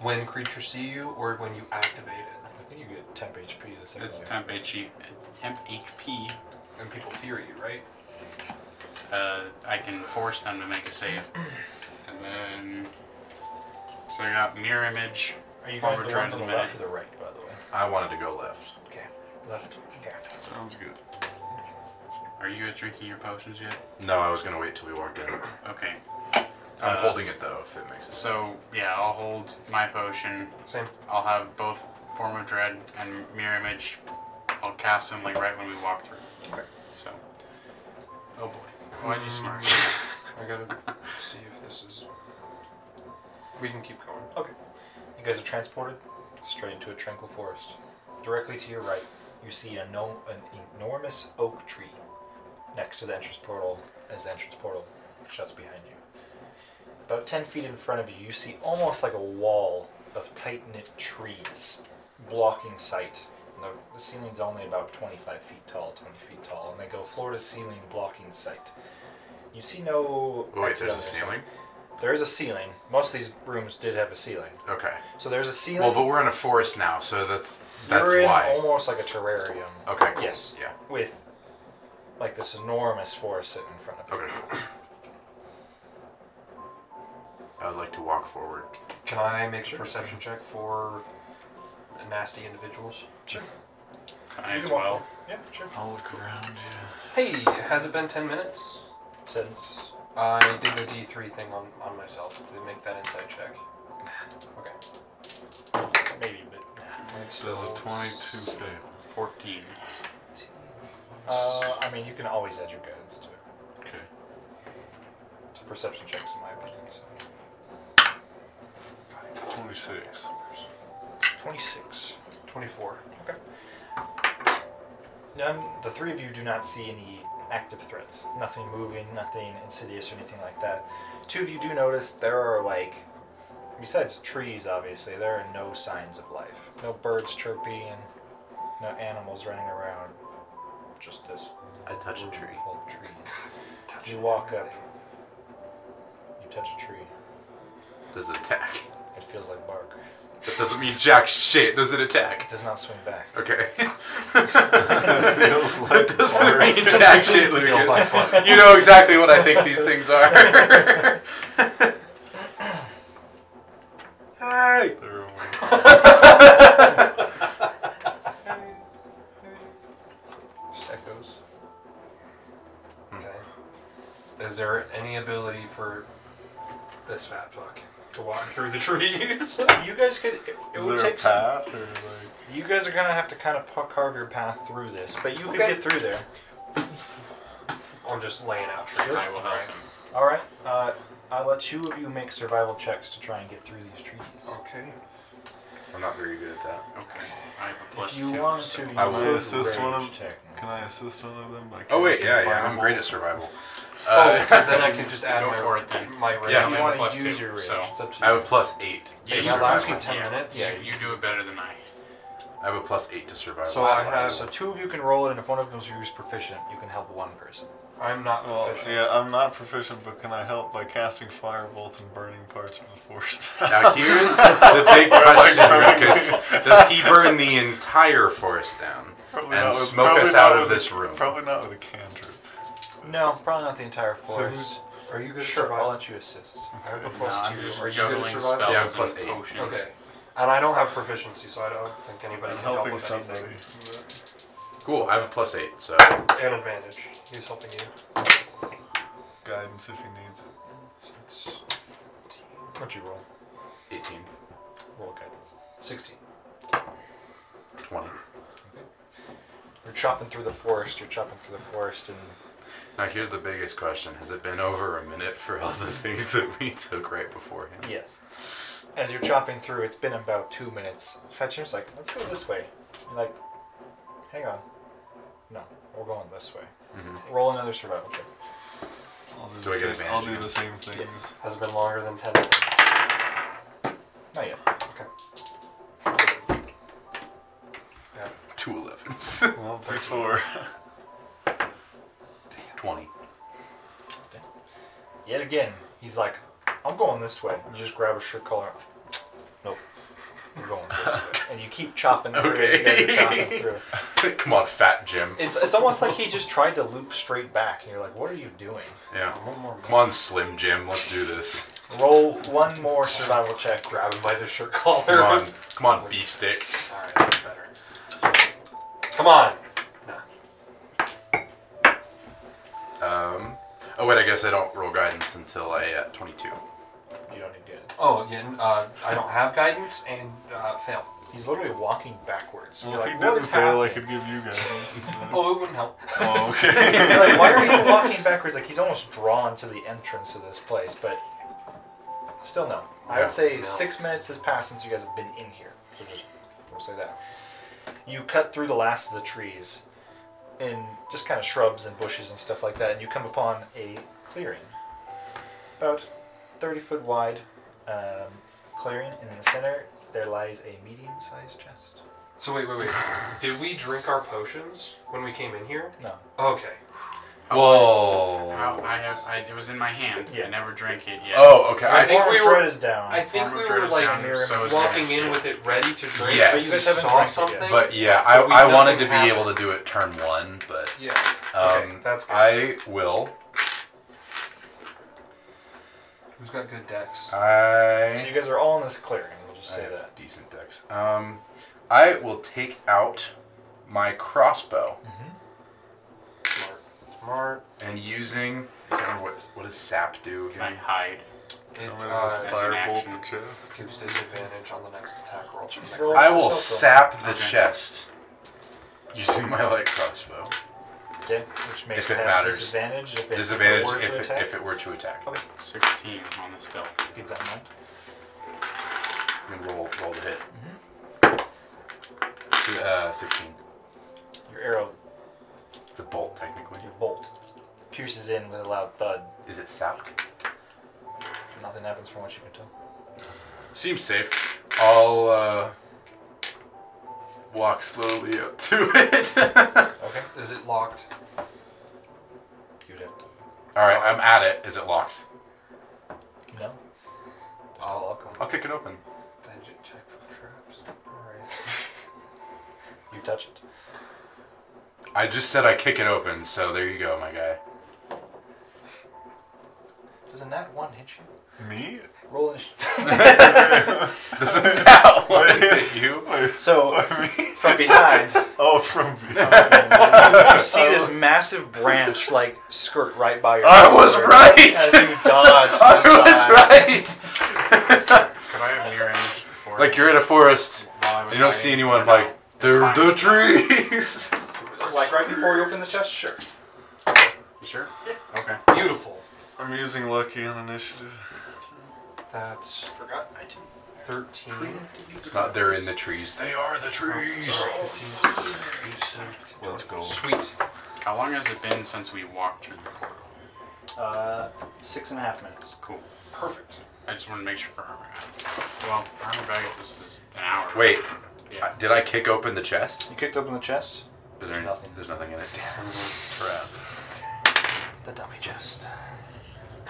S4: when creatures see you or when you activate it?
S1: I think you get temp HP the second.
S5: it's
S1: one.
S5: temp HP temp HP.
S4: And people fear you, right?
S5: Uh, I can force them to make a save. And then so I got mirror image.
S1: Are you
S5: Form
S1: going
S5: of
S1: the
S5: dread
S1: ones
S5: in
S1: on
S5: a
S1: the
S5: minute.
S1: left or the right, by the way?
S3: I wanted to go left.
S4: Okay. Left.
S1: Yeah.
S2: Sounds good.
S5: Are you guys drinking your potions yet?
S3: No, I was gonna wait till we walked in.
S5: Okay.
S3: I'm
S5: Uh,
S3: holding it though, if it makes sense.
S5: So yeah, I'll hold my potion.
S4: Same.
S5: I'll have both form of dread and mirror image. I'll cast them like right when we walk through.
S3: Okay.
S5: So. Oh boy. Why'd you smart?
S4: I gotta see if this is we can keep going.
S1: Okay. You guys are transported straight into a tranquil forest. Directly to your right, you see a no, an enormous oak tree next to the entrance portal as the entrance portal shuts behind you. About 10 feet in front of you, you see almost like a wall of tight knit trees blocking sight. And The, the ceiling's only about 25 feet tall, 20 feet tall, and they go floor to ceiling blocking sight. You see no.
S3: Oh, wait,
S1: exit
S3: there's
S1: on
S3: a
S1: the other
S3: ceiling.
S1: side. There is a ceiling. Most of these rooms did have a ceiling.
S3: Okay.
S1: So there's a ceiling.
S3: Well, but we're in a forest now, so that's that's
S1: You're in
S3: why. Oh,
S1: almost like a terrarium
S3: Okay. Cool.
S1: Yes.
S3: Yeah.
S1: with like this enormous forest sitting in front of you.
S3: Okay. Cool. I would like to walk forward.
S4: Can I make a perception check for nasty individuals?
S1: Sure.
S5: I
S1: You
S5: as
S1: can walk
S5: well.
S1: in. Yeah, sure.
S2: I'll look around.
S4: Hey, has it been ten minutes?
S1: Since
S4: I did the D three thing on, on myself to make that insight check. Okay.
S1: maybe a bit.
S4: It's
S2: Does a twenty-two fail?
S5: Fourteen.
S1: Uh, I mean, you can always add your guidance to it.
S2: Okay.
S1: To perception checks, in my opinion. So.
S2: Twenty-six.
S1: 26.
S4: twenty four.
S1: Okay. None, the three of you do not see any active threats. Nothing moving, nothing insidious or anything like that. Two of you do notice there are, like, besides trees, obviously, there are no signs of life. No birds chirping, no animals running around. Just this
S3: I touch
S1: room full of trees. You walk up, you touch a tree,
S3: Does it attack?
S1: it feels like bark.
S3: That doesn't mean jack shit. Does it
S1: It
S3: attack?
S1: does not swing back.
S3: Okay. <laughs>
S2: <laughs> Feels like
S3: That doesn't
S2: bark.
S3: mean jack <laughs> shit, Lucas.
S4: like bark.
S3: you know exactly what I think these things <laughs> are.
S2: Hey. They're over.
S1: Just echoes.
S4: Okay. Is there any ability for this fat fuck to walk through the <laughs> trees.
S1: You guys could. It, it
S2: Is
S1: would
S2: there a
S1: take some.
S2: path or like?
S1: You guys are gonna have to kind of pa- carve your path through this, but you could
S4: Okay.
S1: get through there.
S4: I'm just laying out trees.
S5: I will help him.
S1: All right. Uh, I'll let two of you make survival checks to try and get through these trees.
S5: Oh,
S3: Okay. I'm <laughs> not very good at that.
S5: Okay. I have a plus
S1: If you
S5: two.
S1: wanted
S5: so-
S1: to, you
S2: I will
S1: could
S2: assist one
S1: rage
S2: of-
S1: check.
S2: Can I assist one of them by?
S3: Oh wait,
S2: casting
S3: yeah, yeah. I'm
S2: fireball?
S3: great at survival.
S4: Oh,
S3: Uh,
S4: 'cause then I can
S5: <laughs>
S4: just add
S5: Go
S4: my,
S5: for it then.
S4: my
S5: Yeah,
S4: rage.
S1: Yeah, if
S5: I'm at
S1: you
S5: a
S1: want
S5: plus
S1: to use
S5: two,
S1: your rage,
S5: so-
S1: it's up to
S3: I
S1: you.
S3: have a plus eight.
S5: Yeah,
S3: to
S5: you
S4: that lasts
S3: survival.
S4: me 10 minutes.
S5: Yeah, you do it better than I.
S3: I have a plus eight to survival.
S4: So I have-
S1: So two of you can roll it, and if one of them's who's proficient, you can help one person.
S4: I'm not
S2: Well,
S4: proficient.
S2: yeah, I'm not proficient, but can I help by casting firebolts and burning parts of the forest? <laughs>
S3: Now here's the big <laughs> question:
S2: burning
S3: because does he burn the entire forest down?
S2: Probably
S3: And
S2: not with-
S3: smoke
S2: probably
S3: us
S2: not
S3: out of
S2: with a-
S3: this room.
S2: Probably not with a cantrip.
S1: No, probably not the entire forest.
S4: who's- Are you good
S1: sure,
S4: at
S1: I'll
S4: survival?
S1: let you assist.
S4: I have a
S5: Nah,
S4: plus
S5: I'm just
S4: two. Are you good at
S5: juggling
S4: survival?
S5: spells
S3: Yeah,
S5: and
S3: plus eight.
S5: potions.
S4: Okay. And I don't have proficiency, so I don't think anybody
S2: I'm
S4: can help
S2: helping
S4: with
S2: somebody.
S4: anything.
S3: Cool. I have a plus eight, so
S4: An advantage. He's helping you.
S2: Guidance if he needs it.
S4: So it's
S1: What'd you roll?
S3: 18,
S1: Roll guidance.
S4: 16.
S3: 20.
S1: You're chopping through the forest. You're chopping through the forest, and
S3: Now here's the biggest question: Has it been over a minute for all the <laughs> things that we took right before him?
S1: yes, as you're chopping through, it's been about two minutes. Fetchim's like, "Let's go this way." You're like, "Hang on, no, we're going this way."
S2: Mm-hmm.
S1: Roll another survival check.
S2: I'll do, the
S3: Do I get
S2: same,
S3: advantage?
S2: I'll do the same <laughs> things.
S4: Has been longer than 10 minutes.
S1: Not yet.
S4: Okay.
S3: Two <laughs> 11s.
S2: Well, before.
S3: 20.
S1: Yet again, he's like, "I'm going this way." You just grab a shirt collar. Nope, we're going this way.
S2: <laughs>
S1: And you keep chopping through as you guys are chopping
S3: Okay.
S1: through.
S3: Come on, Fat Jim.
S1: It's it's almost like he just tried to loop straight back, and you're like, "What are you doing?"
S3: Yeah.
S4: One more.
S3: Come on, Slim Jim. Let's do this.
S1: Roll one more survival check.
S4: Grab him by the shirt collar.
S3: Come on, come on, beef stick.
S4: Alright, that's better. Come on! Nah.
S3: Um, oh wait, I guess I don't roll guidance until I uh, 22.
S1: You don't need to. do it.
S4: Oh, again, uh, I don't have guidance and uh, fail.
S1: He's literally walking backwards.
S2: Well,
S1: You're
S2: if
S1: like,
S2: he
S1: "What
S2: didn't
S1: is
S2: fail, I
S1: happening?"
S2: could give
S1: <laughs>
S2: you guidance.
S4: Oh, it wouldn't help.
S2: oh, okay.
S1: You're like, why are you walking backwards? Like he's almost drawn to the entrance of this place, but still no. I
S3: Yeah,
S1: would say
S4: no.
S1: six minutes has passed since you guys have been in here. So just we'll say that. You cut through the last of the trees in just kind of shrubs and bushes and stuff like that, and you come upon a clearing. About 30 foot wide um, clearing, and in the center there lies a medium sized chest.
S4: So wait, wait, wait. Did we drink our potions when we came in here?
S1: No.
S4: Okay.
S3: Whoa.
S5: How I have I, it was in my hand.
S1: Yeah.
S5: I never drank it yet.
S3: Oh, okay.
S4: I
S3: I
S4: think
S1: Form
S4: we
S1: of
S4: were-
S1: Dread is down.
S4: I think we
S5: Armor
S4: were
S5: draws
S4: like
S5: down, so is
S4: walking
S5: damage.
S4: in with it ready to drink.
S3: Yes. But
S4: but you
S3: you
S1: guys haven't
S4: saw
S1: drank it yet.
S4: something.
S3: but yeah, I,
S4: But we-
S3: I wanted to
S4: nothing
S3: be
S4: happened.
S3: able to do it turn one, but
S4: yeah.
S3: um,
S4: okay, that's good.
S3: I will.
S4: Who's got good decks?
S3: I
S1: So you guys are all in this clearing. We'll just
S3: I
S1: say
S3: have
S1: that.
S3: decent decks. Um, I will take out my crossbow
S4: Smart. Smart.
S3: and using kind of what what does sap do?
S5: Can I
S3: again?
S5: hide?
S4: It
S2: I'm
S4: uh,
S2: gonna <laughs>
S5: an
S2: firebolt the
S5: action.
S2: chest.
S4: gives disadvantage on the next attack roll.
S1: Roll.
S3: I will
S1: Yourself,
S3: sap the
S5: Okay.
S3: chest using my light crossbow.
S1: Okay, which makes
S3: If it
S1: have
S3: matters.
S1: disadvantage if it, if
S3: Disadvantage
S1: it were to
S3: if it,
S1: attack.
S3: if it were to attack.
S1: Okay.
S5: Sixteen on the stealth.
S1: Keep that in mind.
S3: And roll roll the hit. S- uh, Sixteen.
S1: Your arrow,
S3: It's a bolt technically.
S1: your bolt, pierces in with a loud thud.
S3: Is it sapped?
S1: Nothing happens from what you can tell.
S3: Seems safe. I'll uh, walk slowly up to <laughs> it.
S1: Okay,
S4: Is it locked?
S1: you'd have to.
S3: All right, I'm at it. Is it locked?
S1: No.
S4: I'll lock on.
S3: I'll kick it open.
S4: Then ju- check for traps. Alright.
S1: You touch it.
S3: I just said I kick it open, so there you go, my guy. <laughs>
S1: Doesn't that one hit you?
S2: Me?
S1: Roll initiative.
S3: This is that one hit you.
S1: So from behind,
S3: <laughs>
S2: Oh, from behind.
S1: you see this massive branch like skirt right by your.
S3: I was
S1: shoulder
S3: right.
S1: As you dodge. to the
S3: I was
S1: side.
S3: right. Like you're in a forest,
S5: While I was
S3: and you don't
S5: hiding.
S3: see anyone. Like they're
S5: fine.
S3: the
S1: <laughs>
S3: trees.
S1: Like right before you open the chest? Sure.
S5: You sure? Okay.
S4: Beautiful.
S2: I'm using lucky on initiative.
S1: That's
S6: Forgot I did.
S1: 13.
S3: It's not they're in the trees. They are the trees.
S2: Let's go.
S1: Sweet.
S5: How long has it been since we walked through the portal?
S1: Uh, six and a half minutes.
S5: Cool.
S1: Perfect.
S5: I just want to make sure for armor. Well, armor bag. If this is an hour.
S3: Wait, uh,
S5: Yeah.
S3: did I kick open the chest?
S1: You kicked open the chest?
S3: Is there nothing? There's nothing in it. Damn. Crap.
S1: The dummy chest.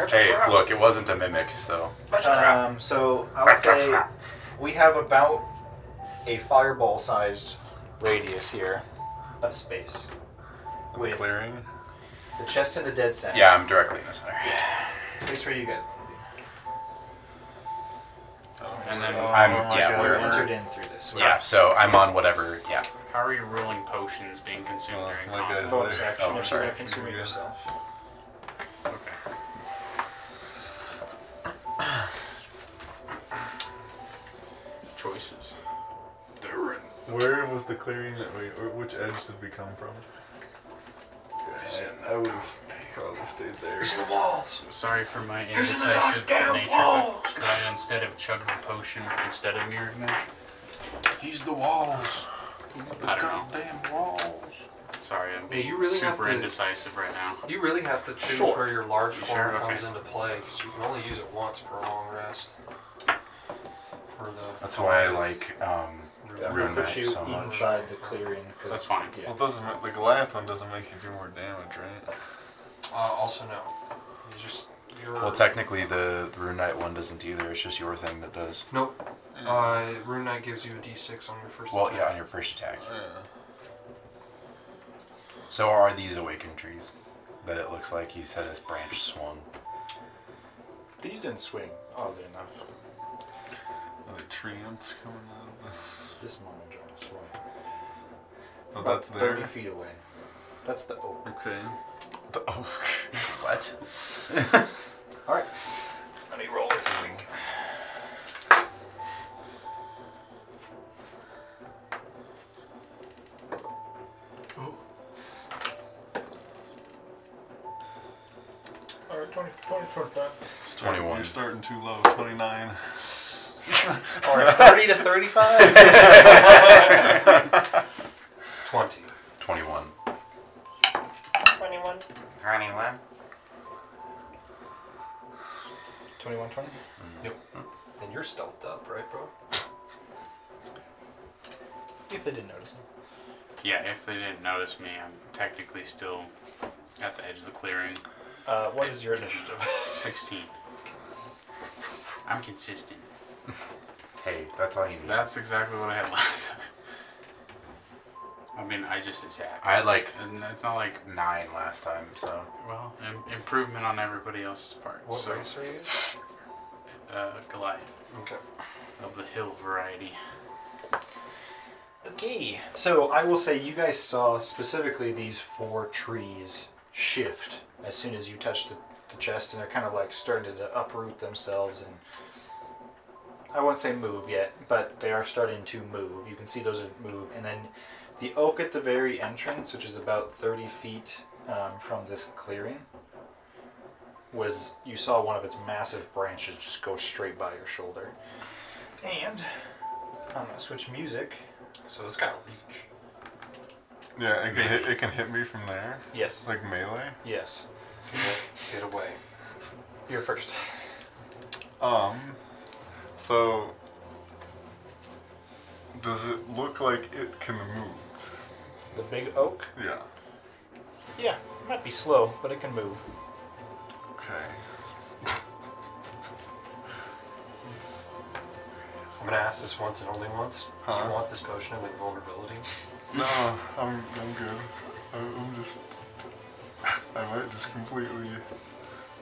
S3: Hey, look, it wasn't a mimic, so
S1: Um, so I'll say we have about a fireball sized radius here of space. With
S2: Clearing.
S1: the chest in the dead center.
S3: yeah, I'm directly in the center.
S1: Place where you guys
S5: And then
S3: I'm
S2: Oh my
S3: Oh, yeah,
S2: God.
S3: we're,
S1: entered
S3: we're
S1: in through this.
S3: yeah. So I'm on whatever. Yeah.
S5: how are you ruling potions being consumed
S2: Well,
S5: during
S2: my
S5: combat?
S2: guys-
S1: Bonus action
S3: Oh,
S1: if
S3: sorry.
S1: you're consuming yourself.
S5: Okay. Choices.
S2: Where was the clearing that we? or Which edge did we come from? I would have probably stayed there.
S5: Sorry for my indecisive nature, but could I instead of chug the potion, instead of mirror image?
S3: He's the walls.
S5: I don't know.
S3: Damn walls.
S5: Sorry, I'm
S4: Yeah,
S5: being
S4: you really have
S5: super
S4: to-
S5: indecisive right now.
S4: You really have to choose
S1: Sure.
S4: where your large
S5: You
S4: form
S5: sure? Okay.
S4: comes into play because you can only use it once per long rest. For the
S3: That's why I like um,
S1: I'm
S3: Rune
S1: gonna
S3: Knight
S1: put you
S3: so much.
S1: inside the clearing. 'cause-
S5: That's fine.
S1: Yeah.
S2: Well, it doesn't ma- the Goliath one doesn't make you do more damage, right?
S4: uh, also no, you just you're
S3: Well, technically the Rune Knight one doesn't either. It's just your thing that does.
S4: nope. Uh, Rune Knight gives you a D6 on your first.
S3: Well, yeah,
S4: attack.
S3: on your first attack.
S2: Yeah.
S3: So are these awakened trees that it looks like he's had his branch swung.
S1: These didn't swing, oddly enough.
S2: Are there tree ants coming out of this?
S1: This monodrome swung.
S2: Oh,
S1: About
S2: that's there.
S1: 30 feet away. That's the oak.
S2: Okay. The oh, oak.
S3: What?
S1: Alright. Let me roll it. Alright, 20, 20, 25.
S2: Starting-
S3: 21.
S2: You're starting too low. 29.
S1: Alright, 30 to 35?
S4: twenty.
S3: Twenty-one.
S6: 21.
S1: 21, 20?
S4: And you're stealthed up, right, bro?
S1: If they didn't notice.
S5: Yeah, if they didn't notice me, I'm technically still at the edge of the clearing.
S1: Uh, what is your initiative?
S5: 16. I'm consistent.
S3: Hey, that's all you need.
S5: That's exactly what I had <laughs> last time. I mean, I just attacked.
S3: I had like
S5: Isn't that- it's not like,
S3: nine last time, so
S5: well, im- improvement on everybody else's part.
S4: What
S5: so,
S4: race are you?
S5: uh, Goliath
S4: Okay.
S5: of the hill variety.
S1: Okay, so I will say you guys saw specifically these four trees shift as soon as you touched the, the chest, and they're kind of like starting to uproot themselves. And I won't say move yet, but they are starting to move. You can see those are move, and then the oak at the very entrance, which is about 30 feet um, from this clearing, was you saw one of its massive branches just go straight by your shoulder. And I'm gonna switch music.
S4: So it's got reach.
S2: Yeah, it can, hit, it can hit me from there.
S1: Yes.
S2: Like melee.
S1: Yes.
S4: Get away.
S1: You're first.
S2: Um, so. Does it look like it can move?
S1: The big oak?
S2: Yeah.
S1: Yeah. It might be slow, but it can move.
S2: Okay. <laughs> It's-
S4: I'm gonna ask this once and only once. Do
S2: Huh?
S4: you want this potion of invulnerability?
S2: No, I'm, I'm good. I, I'm just. <laughs> I might just completely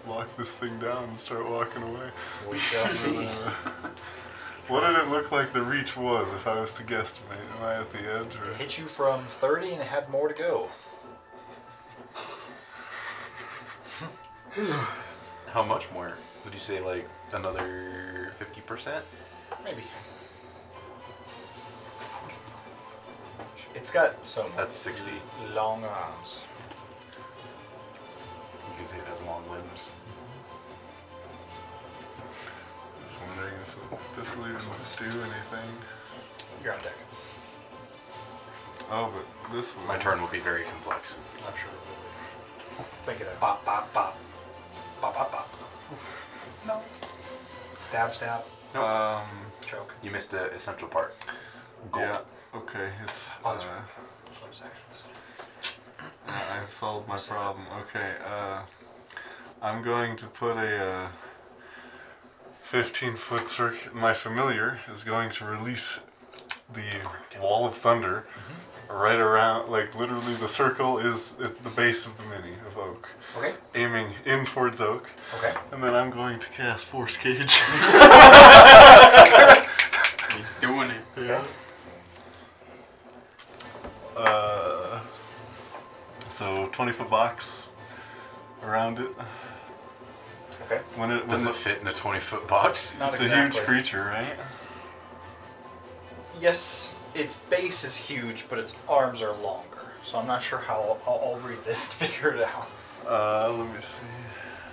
S2: lock this thing down and start walking away.
S1: We <laughs> shall
S2: But,
S1: see.
S2: uh, what did it look like the reach was if I was to guesstimate? Am I at the edge or?
S1: Hit you from 30 and it had more to go.
S3: how much more? Would you say like another fifty percent?
S1: Maybe. It's got so
S3: That's 60. You
S1: long arms.
S3: can see it has long limbs.
S2: Just wondering if this will even do anything.
S1: You're on deck.
S2: Oh, but this one.
S3: My turn will be very complex.
S1: I'm sure. it will be. Think it out.
S4: Bop, bop, bop. Bop, bop, bop.
S1: No.
S4: Stab, stab.
S2: Um.
S1: Choke.
S3: You missed the essential part. Gold.
S2: Yeah. Okay. It's.
S4: Oh, that's
S2: uh,
S4: right.
S1: Bonus actions.
S2: I- I've solved my problem. Okay, uh, I'm going to put a uh, 15 foot circuit. My familiar is going to release the wall of thunder right around, like literally the circle is at the base of the mini of Oak,
S1: Okay.
S2: aiming in towards Oak,
S1: Okay.
S2: and then I'm going to cast Force Cage. <laughs>
S5: He's doing it.
S2: Yeah. Uh, so 20 foot box around it.
S1: Okay.
S2: When it when
S3: Does
S2: the,
S3: it fit in a 20 foot box?
S1: Not
S2: it's a
S1: exactly.
S2: huge creature, right?
S1: Yes, its base is huge, but its arms are longer. So I'm not sure how I'll, I'll read this <laughs> to figure it out.
S2: Uh, let me see.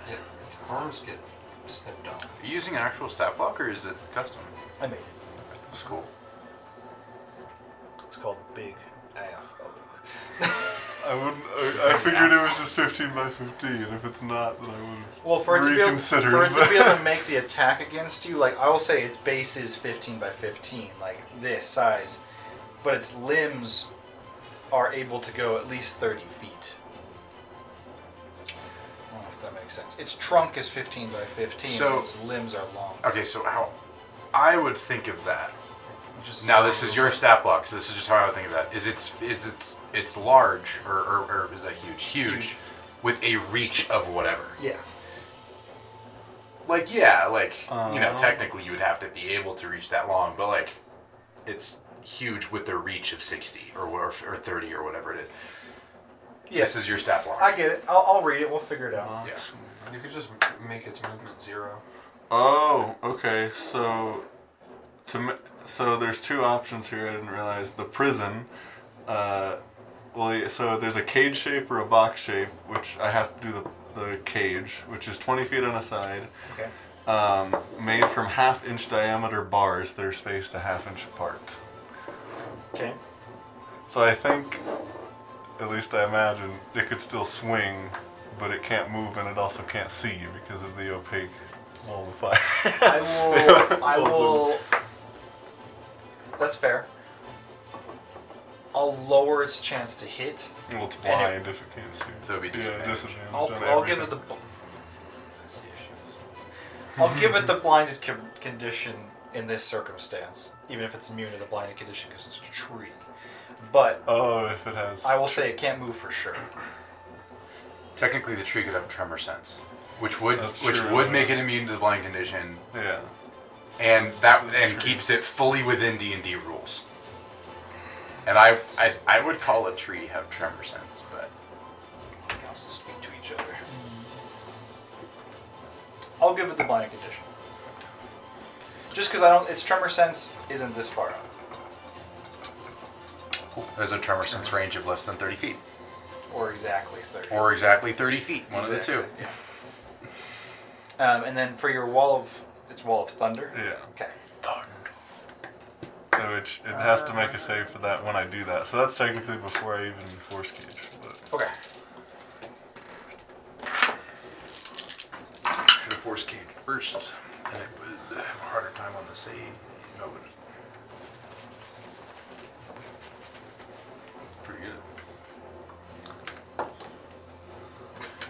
S4: Yeah, its arms get snipped off.
S3: Are you using an actual stat block or is it custom?
S1: I made it.
S3: That's cool.
S1: It's called Big AF.
S2: I wouldn't. I, I figured it was just 15 by 15. If it's not, then I would have.
S1: Well, for it, to be, able,
S2: Reconsidered,
S1: for it to
S2: but-
S1: be able to make the attack against you, like, I will say its base is 15 by 15, like this size, but its limbs are able to go at least 30 feet. I don't know if that makes sense. Its trunk is 15 by 15,
S3: So-
S1: but its limbs are long.
S3: Okay, so how I would think of that.
S1: Just-
S3: Now this is your stat block, so this is just how I would think of that. Is it's is it's it's large or or, or is that huge? huge?
S1: Huge.
S3: with a reach of whatever.
S1: Yeah.
S3: Like yeah, like you know,
S1: Uh-huh.
S2: Uh.
S3: technically you would have to be able to reach that long, but like it's huge with a reach of 60 or or, or 30 or whatever it is.
S1: Yes.
S3: This is your stat block.
S1: I get it. I'll, I'll read it. We'll figure it out.
S3: yeah.
S4: You could just m- make its movement zero.
S2: Oh, okay. So, to ma- so there's two options here. I didn't realize the prison. Uh, well, yeah, so there's a cage shape or a box shape, which I have to do the the cage, which is 20 feet on a side,
S1: Okay.
S2: um, made from half inch diameter bars that are spaced a half inch apart.
S1: Okay.
S2: So I think, at least I imagine, it could still swing, but it can't move and it also can't see because of the opaque wall of fire. <laughs>
S1: I <laughs> will. I will. That's fair. I'll lower its chance to hit.
S2: Well, it's
S1: And
S2: blind if it can't see.
S3: So it'd be disadvantage.
S2: Yeah, disadvantage
S1: I'll,
S2: on
S1: I'll give it the.
S2: everything.
S1: bl- That's the issue. I'll give <laughs> it the blinded com- condition in this circumstance, even if it's immune to the blinded condition because it's a tree. But
S2: Oh, if it has.
S1: I will say it can't move for sure.
S3: Technically, the tree could have tremor sense, which would
S2: That's
S3: which
S2: true.
S3: would make it immune to the blind condition,
S2: yeah.
S3: and that
S2: that's
S3: and
S2: true.
S3: keeps it fully within D and D rules. And I, I I would call a tree have tremor sense, but
S1: They can also speak to each other. I'll give it the blinded condition. Just because I don't, its tremor sense isn't this far out.
S3: there's a tremor sense range of less than thirty feet,
S1: Or exactly 30.
S3: or exactly thirty feet. One
S1: Exactly,
S3: of the two.
S1: Yeah. Um, and then for your wall of, it's wall of thunder.
S2: Yeah.
S1: Okay.
S2: So it, it has to make a save for that when I do that. So that's technically before I even force cage. But
S1: Okay.
S3: Should have forced cage first, and it would have a harder time on the save. No, it wouldn't.
S2: pretty good.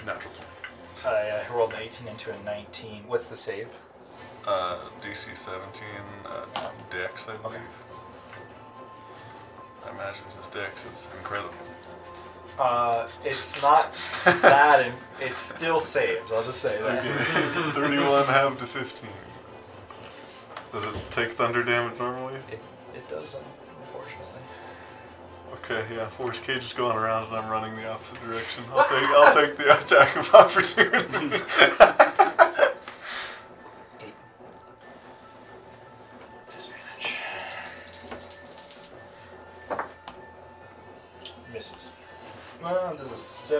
S3: natural.
S1: Uh, yeah, I rolled an 18 into a 19. What's the save?
S2: Uh, DC 17 uh, Dex, I believe. I imagine his Dex is incredible. <laughs>
S1: Uh, <laughs> it's not bad, and it still saves. I'll just say that.
S2: Okay. 31 half to 15. Does it take thunder damage normally?
S1: It, it doesn't, unfortunately.
S2: Okay, yeah, force cage is going around and I'm running the opposite direction. I'll take I'll take the <laughs> attack of opportunity.
S1: Eight. Disadvantage.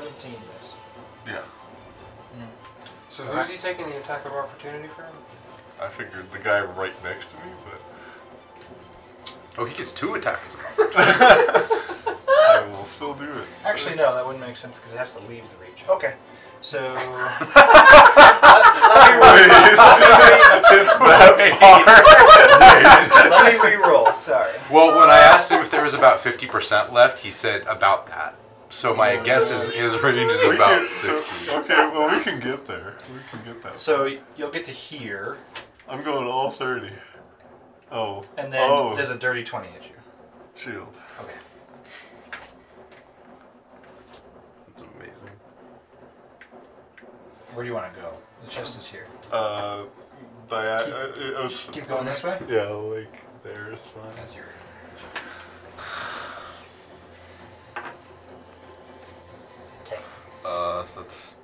S1: continue this.
S2: Yeah,
S4: So who's he taking the attack of opportunity from?
S2: I figured the guy right next to me, but
S3: Oh, he gets two attacks. <laughs>
S2: I will still do it. <laughs>
S1: Actually, no, that wouldn't make sense because it has to leave the reach. Okay.
S3: <laughs>
S1: So. let,
S2: it's <laughs> that far.
S1: let me re-roll. Sorry.
S3: well, when I asked him if there was about 50% left, he said about that. So my guess is his
S2: <laughs>
S3: range is
S2: We
S3: about
S2: can- so-
S3: 60.
S2: okay, well we can get there. We can get that.
S1: So you'll get to here,
S2: I'm going all thirty. Oh.
S1: and then
S2: oh,
S1: there's a dirty twenty hit you.
S2: shield.
S1: Okay.
S3: That's amazing.
S1: Where do you want to go? The chest is here.
S2: Uh, dia- uh, it was,
S1: Keep going this way.
S2: yeah, like there is fine.
S1: That's your. Okay.
S2: Uh, so that's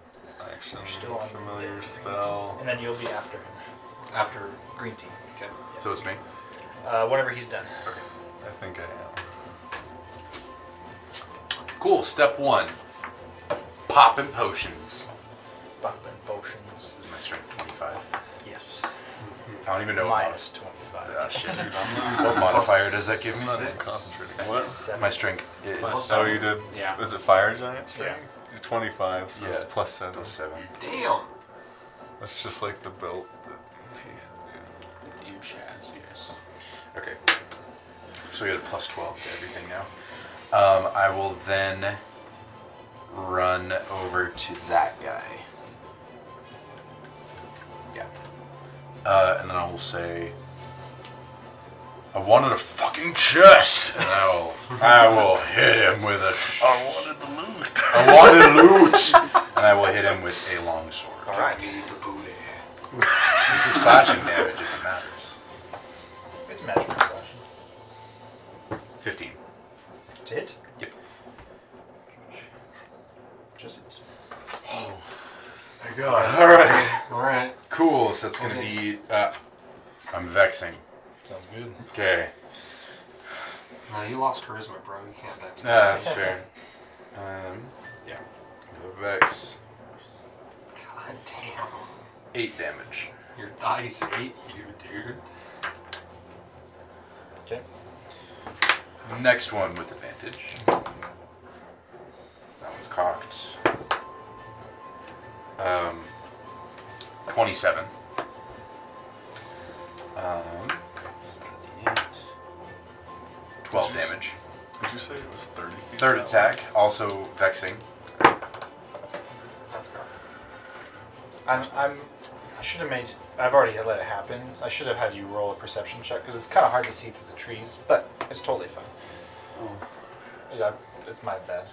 S2: action,
S1: still on
S2: familiar
S1: the-
S2: spell.
S1: And then you'll be after him.
S4: After.
S1: Green tea.
S4: Okay.
S3: So it's me.
S1: Uh, whenever he's done.
S2: I think I am.
S3: Cool. Step one. Popping potions.
S1: Bump and potions.
S3: Is my strength 25?
S1: Yes.
S3: I don't even know what
S1: Minus twenty-five.
S3: modifier. Ah, shit. what modifier does that give me?
S2: Not even concentrating. What?
S1: Seven.
S3: My strength is
S5: Plus
S2: Oh, you did.
S5: Yeah.
S2: Is it fire giant?
S5: Yeah.
S2: You're 25, so it's
S3: Yeah.
S2: plus seven.
S3: plus seven.
S4: Damn.
S2: That's just like the belt. That he had, yeah.
S5: Aim Shaz, yes.
S3: Okay. So we got a plus 12 to everything now. Um, I will then run over to that guy. Yeah. Uh, and then I will say, I wanted a fucking chest! And I
S2: <laughs>
S3: will, I will hit him with a. Sh-
S2: I wanted the loot.
S3: I wanted loot! And I will hit him with a long sword.
S4: Alright.
S3: This is slashing damage if it matters.
S1: It's magical slashing.
S3: 15.
S1: Did?
S3: Yep.
S1: Just it's
S3: Oh, My god, alright.
S4: Alright.
S3: Cool. So it's gonna be. Uh, I'm vexing.
S1: sounds good.
S3: Okay.
S4: No, you lost charisma, bro. You can't back.
S3: Nah, that's fair. Um, yeah. Gonna Vex.
S4: God damn.
S3: Eight damage.
S4: Your dice hate you, dude.
S1: Okay.
S3: Next one with advantage. That one's cocked. Um, twenty-seven. Um, 78. twelve damage.
S2: Did you say it was 30? feet
S3: Third
S2: that
S3: attack, also vexing.
S4: That's God.
S1: I'm I'm I should have made I've already let it happen. I should have had you roll a perception check because it's kind of hard to see through the trees, but it's totally fine.
S3: Oh.
S1: Yeah, it's my bad.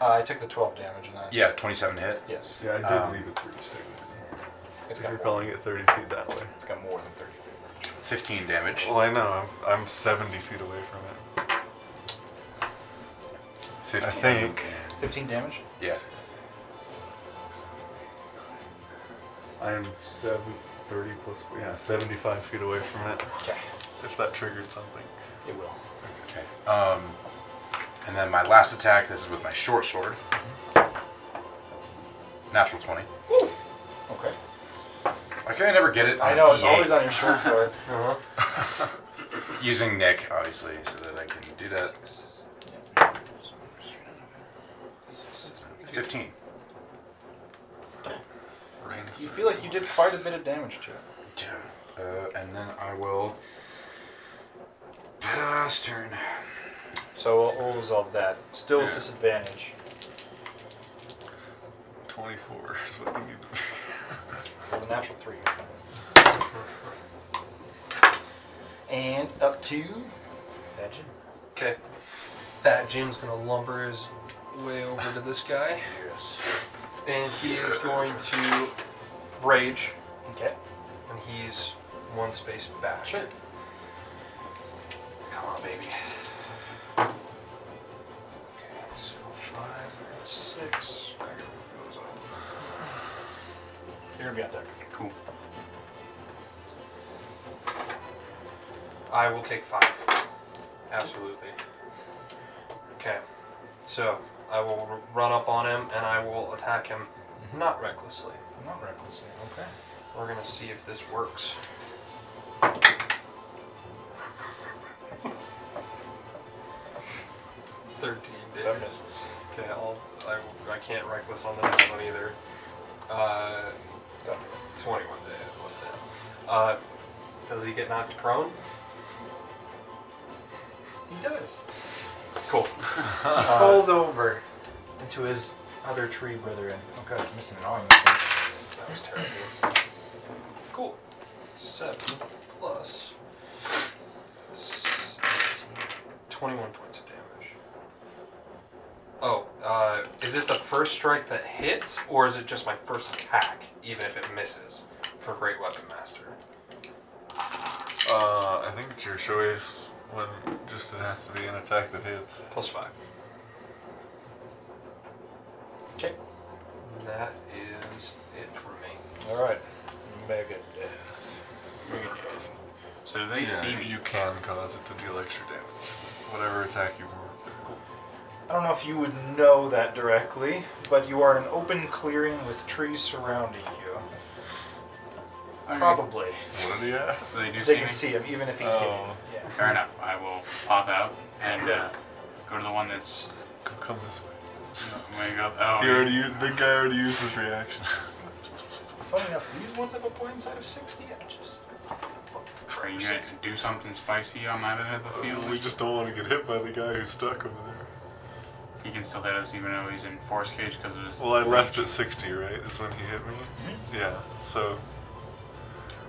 S1: Uh, I took the 12 damage and I
S3: Yeah, twenty-seven hit.
S1: Yes.
S2: way? Yeah, I did
S3: Um,
S2: leave it 37.
S1: It's
S2: If
S1: got,
S2: you're
S1: more,
S2: calling it 30 feet that way.
S1: it's got more than 30 feet.
S3: Fifteen damage.
S2: Well, I know. I'm, I'm 70 feet away from it.
S3: 15.
S2: I think.
S1: 15 damage.
S3: Yeah.
S2: I'm seven, 30 plus, yeah, 75 feet away from it.
S1: Okay.
S2: If that triggered something.
S1: It will.
S3: Okay. Um, and then my last attack. This is with my short sword.
S1: Mm-hmm.
S3: Natural twenty.
S1: Okay.
S3: Why can I never get it?
S1: I
S3: on
S1: know it's
S3: D8?
S1: always on your short <laughs> sword.
S4: Uh-huh.
S3: using Nick, obviously, so that I can do that. Fifteen.
S1: You feel like you did quite a bit of damage to it.
S3: Yeah. Uh, and then I will pass turn.
S1: So we'll, we'll resolve that. Still
S3: Yeah.
S1: with disadvantage.
S2: 24 <laughs> is what you need to be.
S1: Roll a natural three. And up to Fat Jim.
S4: Okay. Fat Jim's gonna lumber his way over to this guy,
S1: Yes.
S4: and he is going to rage,
S1: Okay.
S4: and he's one space back.
S1: Sure.
S4: Come on, baby. Okay, so five, six.
S1: You're gonna be out there.
S3: Cool.
S4: I will take five. Absolutely. Okay. So I will r- run up on him and I will attack him,
S1: Mm-hmm.
S4: not recklessly.
S1: Not recklessly. Okay.
S4: We're gonna see if this
S1: <laughs>
S4: works. Thirteen.
S1: That
S4: David.
S1: misses.
S4: Okay, I'll, I, I can't reckless on the next one either. Uh,
S1: Done.
S4: 21 day, what's that? Uh, does he get knocked prone?
S1: He does.
S4: Cool.
S1: He falls over into his other tree brethren. Oh god, I'm missing an arm. this one.
S4: That was terrible. Cool. 7 plus 17. 21 points of damage. Oh, uh, is it the first strike that hits, or is it just my first attack, even if it misses, for Great Weapon Master?
S2: Uh, I think it's your choice when just it has to be an attack that hits.
S4: Plus 5.
S1: Check.
S4: That is it for me.
S1: Alright. Mega death.
S5: So do they
S2: yeah,
S5: see me?
S2: you can cause it to deal extra damage. Whatever attack you want.
S1: I don't know if you would know that directly, but you are in an open clearing with trees surrounding you.
S5: Okay.
S1: Probably.
S2: What do you have?
S5: Do they do
S1: They
S5: see
S1: can
S5: me?
S1: see him, even if he's
S2: Oh.
S1: hidden. Yeah.
S5: Fair enough. I will pop out and uh, go to the one that's.
S2: Go come this way.
S5: Where you go? Oh,
S2: He already used, the guy already used his reaction.
S1: Funny enough, these ones have a point inside of 60 inches.
S5: are you gonna do something spicy on that end of the field?
S2: Uh, we just don't want to get hit by the guy who's stuck over there.
S5: He can still hit us even though he's in force cage because of his.
S2: Well, I left at 60, right? Is when he hit me?
S1: Mm-hmm.
S2: Yeah, so.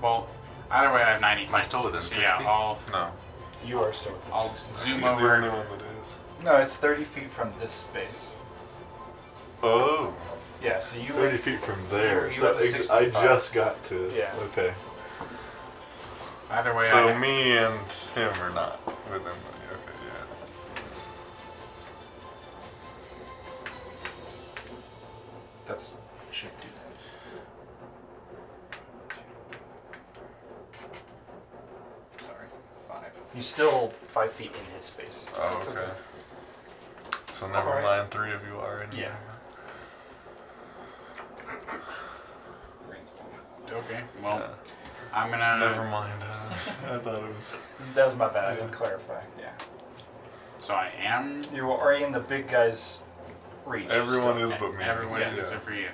S5: Well, either way, I have 90 feet.
S3: I still within
S5: so yeah,
S3: 60?
S5: I'll,
S2: No.
S1: You are still with
S5: I'll
S1: us.
S5: zoom
S2: He's the only
S5: over.
S2: one that is.
S1: No, it's 30 feet from this space.
S2: Oh!
S1: Yeah, so you
S2: 30
S1: would.
S2: feet from
S1: You
S2: there.
S1: were
S2: So
S1: at the
S2: I I
S1: 65.
S2: just got to it.
S1: Yeah.
S2: Okay.
S5: Either way,
S2: So
S5: I,
S2: me and him are not within the. Okay, yeah.
S1: That's. Should do that.
S4: Sorry. Five.
S1: He's still 5 feet in his space.
S2: Oh,
S4: That's okay.
S2: okay. So never
S1: Alright.
S2: mind, three of you are in.
S1: Yeah.
S5: okay. Well,
S2: Yeah.
S5: I'm gonna.
S2: Never mind. <laughs> I thought it was.
S1: That was my bad, I didn't
S2: Yeah.
S1: clarify. Yeah.
S5: So I am.
S1: You are in the big guy's reach.
S2: Everyone is but me.
S5: Everyone
S1: Yeah.
S5: is except for you.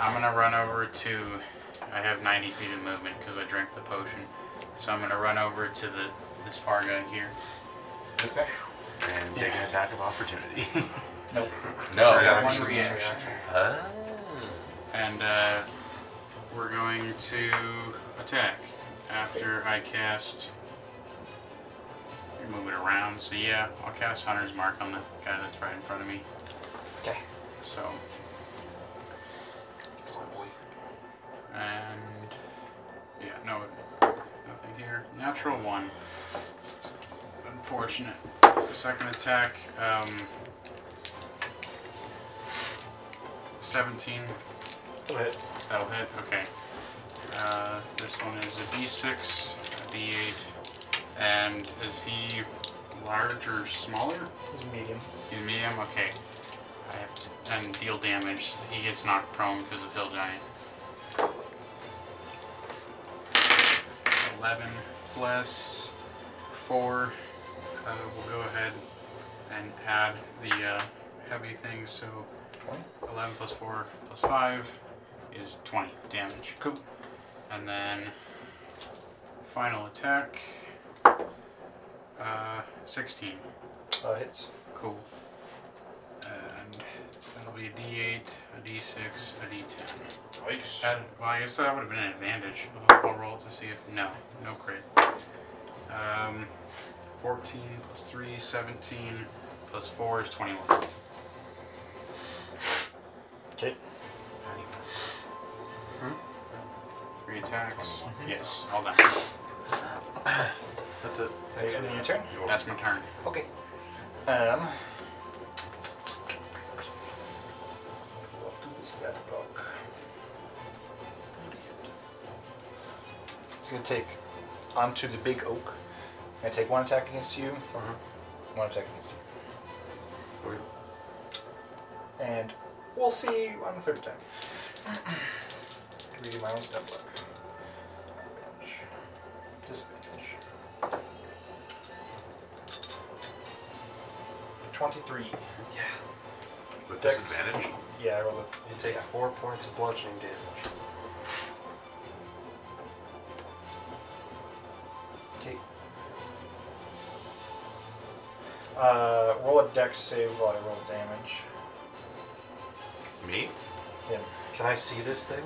S5: I'm gonna run over to. I have 90 feet of movement because I drank the potion. So I'm gonna run over to the this far guy here.
S1: This guy?
S3: And take an attack of <laughs> opportunity.
S1: Nope.
S3: no.
S5: Sorry,
S3: yeah.
S5: one
S4: Actions,
S5: reaction.
S3: Ah.
S5: And uh, we're going to attack after I cast. Move it around. So yeah, I'll cast Hunter's Mark on the guy that's right in front of me.
S1: Okay.
S5: So and yeah, no, nothing here. Natural one. Unfortunate. Second attack. Um, Seventeen.
S1: But
S5: That'll hit. Okay. Uh, this one is a D6, a D8, and is he large or smaller?
S1: he's medium.
S5: He's medium. Okay. I have to, and deal damage. He gets knocked prone because of hill giant. Eleven plus four. Uh, we'll go ahead and add the uh, heavy thing. So eleven plus four plus five is twenty damage. Cool. And then final attack. Uh, sixteen.
S1: Uh, hits.
S5: Cool. Uh, And that'll be a D8, a D6, a D10. And, well, I guess that would have been an advantage. I'll, I'll roll to see if. No, no crit. Um, 14 plus 3, 17 plus 4 is 21.
S1: Okay.
S5: Three attacks.
S1: Mm-hmm.
S5: Yes, all done.
S3: That's it.
S1: Are you ending your turn?
S5: That's my turn.
S1: Okay. Um. Welcome to Stat Book. It's gonna take onto the big Mm-hmm. oak. Gonna take one attack against you. One attack against you.
S3: Okay.
S1: and we'll see you on the third time. Redo my own step book. Advantage. Disadvantage. 23.
S3: With
S1: Dex.
S3: disadvantage?
S1: Yeah, I rolled
S4: You take four points of bludgeoning damage.
S1: a. Okay. Uh, roll a dex save while I roll damage.
S3: Me?
S1: Yeah.
S4: Can I see this thing?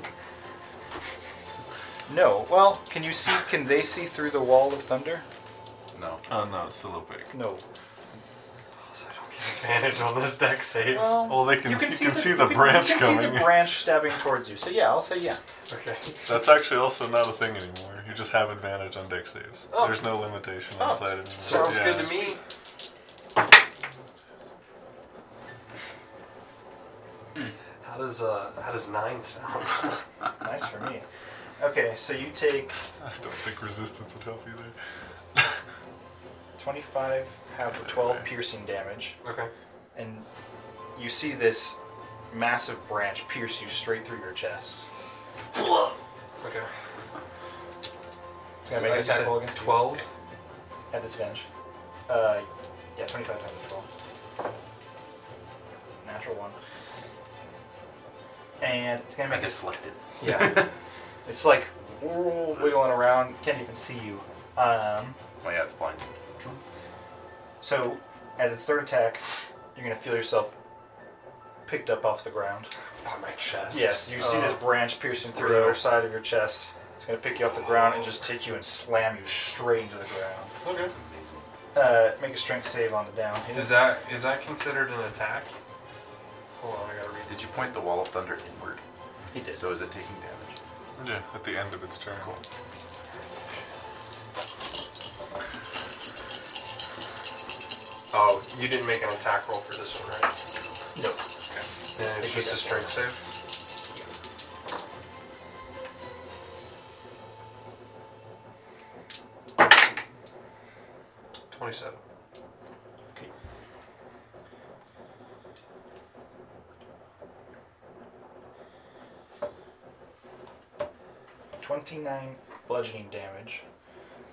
S1: No. Well, can you see? Can they see through the wall of thunder?
S3: No.
S2: Oh no, it's still opaque.
S1: No.
S4: So I don't get advantage on this deck save.
S1: Uh.
S2: Well, they can, you can see, the, branch
S1: you can
S2: coming. <laughs>
S1: see the branch stabbing towards you. So yeah, I'll say yeah.
S4: Okay.
S2: That's actually also not a thing anymore. You just have advantage on deck saves.
S4: Oh.
S2: There's no limitation
S1: Oh.
S2: on sight anymore.
S4: Sounds
S2: Yeah.
S4: good to me. How does uh how does nine sound?
S1: Nice for me. Okay, so you take
S2: I don't think resistance would help either.
S1: 25, half of 12 piercing damage,
S4: <laughs> Okay.
S1: and you see this massive branch pierce you straight through your chest.
S4: Okay.
S1: It's
S4: So
S1: gonna make an
S4: you said
S1: attack roll against you
S4: Twelve.
S1: at disadvantage. Uh, yeah, 25 times 12. Natural one. And it's gonna
S3: I
S1: make a
S3: deflected.
S4: <laughs>
S1: Yeah. it's like whirl- wiggling around, can't even see you. Um,
S3: Oh yeah, it's blind.
S1: so, as its third attack, you're going to feel yourself picked up off the ground.
S4: On my chest.
S1: Yes, you see
S4: Uh,
S1: this branch piercing through the
S4: through.
S1: other side of your chest. It's going to pick you off the ground and just take you and slam you straight into the ground.
S4: Okay.
S3: Amazing.
S1: Uh, make a strength save on the down. hit.
S4: Does that is that considered an attack? Hold on, I gotta read
S3: Did
S4: this.
S3: you point the wall of thunder inward?
S1: He did.
S3: So is it taking damage?
S2: Yeah, at the end of its turn.
S3: Cool.
S4: Oh, you didn't make an attack roll for this one, right?
S1: No.
S4: Yeah, it's just a strength save. Twenty-seven.
S1: Okay. Twenty-nine bludgeoning damage,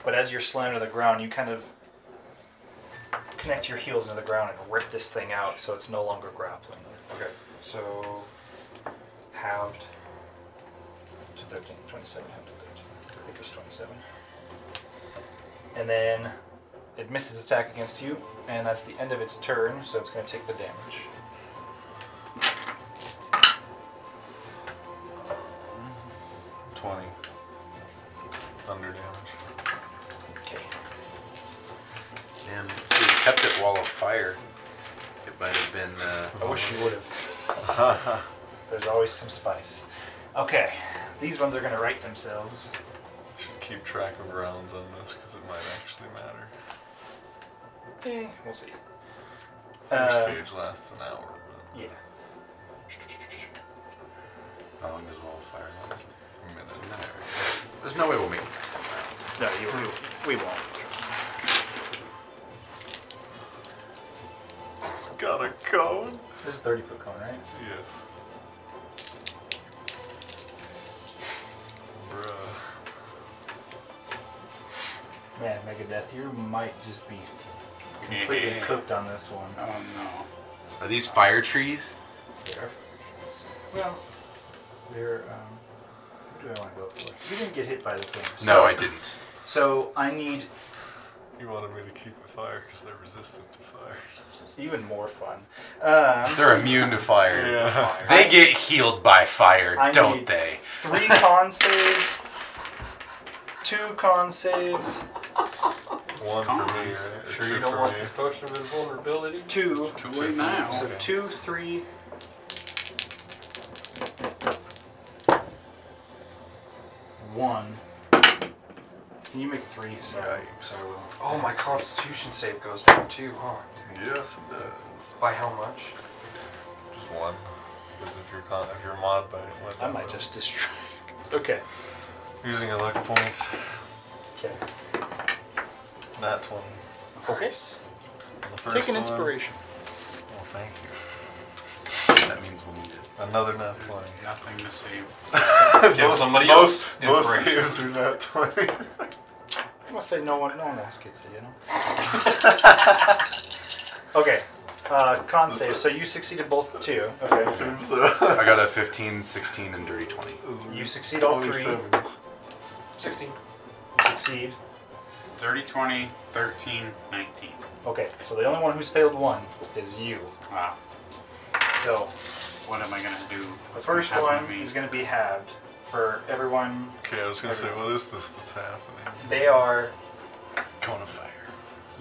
S1: but as you're slammed to the ground, you kind of connect your heels into the ground and rip this thing out, so it's no longer grappling.
S4: Okay, so halved.
S1: to 13, 27, half to 13. I think it's 27. And then it misses its attack against you, and that's the end of its turn, so it's going to take the damage.
S2: Twenty. Thunder damage.
S1: Okay.
S3: Damn. If we kept it wall of fire, it might have been. Uh,
S1: I wish you would have. There's always some spice. Okay, these ones are going to right themselves.
S2: Should keep track of rounds on this because it might actually matter.
S1: Eh, We'll see.
S2: First
S1: Uh,
S2: page lasts an hour.
S1: yeah.
S3: how long does wall of fire last?
S2: but a minute.
S3: It's a minute, right? There's no way we'll make it. Rounds.
S1: No, you, we, we won't.
S2: It's got a cone.
S1: This is 30 foot cone, right?
S2: Yes. Bruh.
S1: Man, Megadeth, you might just be completely cooked on this one.
S5: Oh no.
S3: Are these fire trees?
S1: Well, they're. Um, what do I want to go for? You didn't get hit by the thing.
S3: No,
S1: so-
S3: I didn't.
S1: So I need
S2: You wanted me to keep it fire because they're resistant to fire.
S1: even more fun. Um,
S3: They're immune to fire.
S2: Yeah.
S3: They get healed by fire,
S1: I
S3: don't
S1: need-
S3: they?
S1: three con saves, two con saves,
S2: <laughs> One for me, right? Or
S4: Sure,
S2: two
S4: you don't
S2: for
S4: want
S2: me.
S4: this potion of invulnerability?
S1: two.
S5: Too
S3: Safe
S5: late now.
S1: So two, three. One. Can you make three? Sorry.
S2: Yikes.
S1: So I will.
S4: Oh, my Constitution save goes down too, huh?
S2: Yes, it does.
S4: By how
S2: <laughs>
S4: much?
S2: Just one. Because if you're con- if you're mod by
S1: I might just destroy. Okay.
S2: using a luck points.
S1: Okay.
S2: Nat twenty.
S1: Okay.
S2: on the first
S1: Take an
S2: one.
S1: inspiration.
S2: Well, thank you.
S3: That ones when needed.
S2: Another not 20.
S5: Nothing to save.
S4: Give
S2: Most-
S4: somebody
S2: most,
S4: else
S2: Most
S4: inspiration.
S2: saves are not 20.
S1: I'm gonna say no one, no one else gets it, you know. okay, uh, con save. So you succeeded both two. Okay.
S2: <laughs> Seems, uh,
S3: I got a 15, 16, and dirty 20.
S1: You succeed all three.
S2: 27s.
S4: 16.
S1: Succeed.
S5: 30, 20, 13, 19.
S1: Okay. So the only one who's failed one is you.
S5: Wow.
S1: So
S5: Ah, What am I going to do?
S1: the first
S5: Happen to
S1: one
S5: me.
S1: is gonna be halved for everyone.
S2: Okay, I was gonna say, what is this that's happening?
S1: They are.
S2: Cone of fire.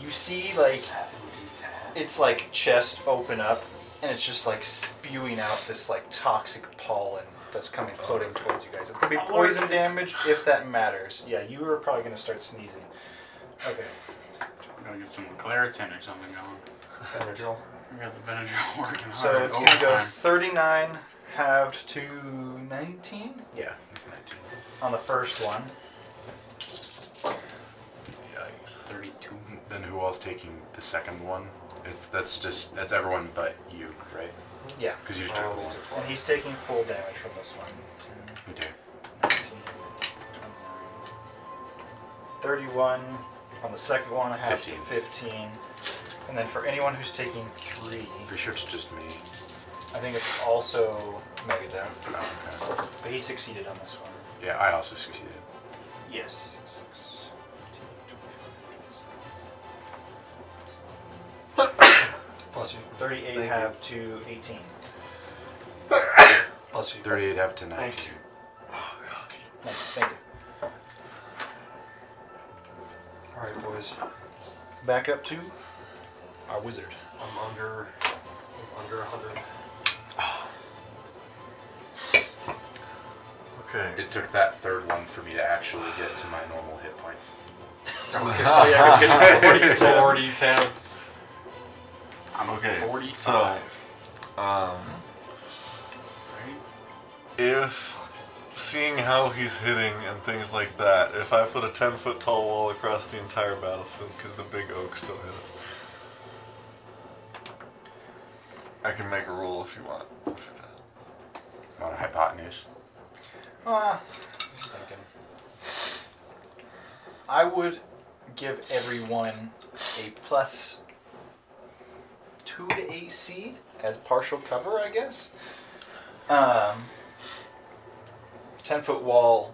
S1: You see, like it's like chest open up, and it's just like spewing out this like toxic pollen that's coming floating towards you guys. It's gonna be poison damage if that matters. Yeah, you are probably gonna start sneezing. Okay.
S5: I'm going to get some Claritin or something going.
S4: Benadryl.
S5: I got the Benadryl <laughs> working
S1: So
S5: hard.
S1: it's going to go
S5: Overtime.
S1: 39 halved to 19
S3: Yeah, it's 19.
S1: on the first one.
S3: Yikes.
S5: 32.
S3: Then who else taking the second one? It's That's just, that's everyone but you, right?
S1: Yeah.
S3: Because you just took the one.
S1: And he's taking full damage from this one.
S3: Okay.
S1: 31 on the second one, half to
S3: 15.
S1: 15. And then for anyone who's taking three,
S3: Pretty sure it's just me.
S1: I think it's also maybe them.
S3: Oh, okay.
S1: But he succeeded on this one.
S3: Yeah, I also succeeded.
S1: Yes. Six, six, 15, 25,
S4: Bless you.
S1: 38
S2: Thank you.
S1: have to 18.
S4: Bless you.
S3: 38 have to 19. Thank you.
S1: Nice, thank you.
S4: Alright, boys.
S1: Back up to our wizard.
S4: I'm under. I'm under 100.
S2: Okay.
S3: It took that third one for me to actually get to my normal hit points.
S4: <laughs> Okay, so yeah,
S3: <laughs>
S4: it's getting
S2: <laughs>
S4: to 40, 10.
S5: I'm
S2: Okay,
S5: okay.
S2: so-
S5: 45.
S2: Um,
S5: right?
S2: if seeing how he's hitting and things like that, if I put a 10 foot tall wall across the entire battlefield, because the big oak still hit us, I can make a roll if you want for that.
S3: On a hypotenuse.
S1: Ah, just thinking. I would give everyone a plus two to AC as partial cover, I guess. Um, ten foot wall.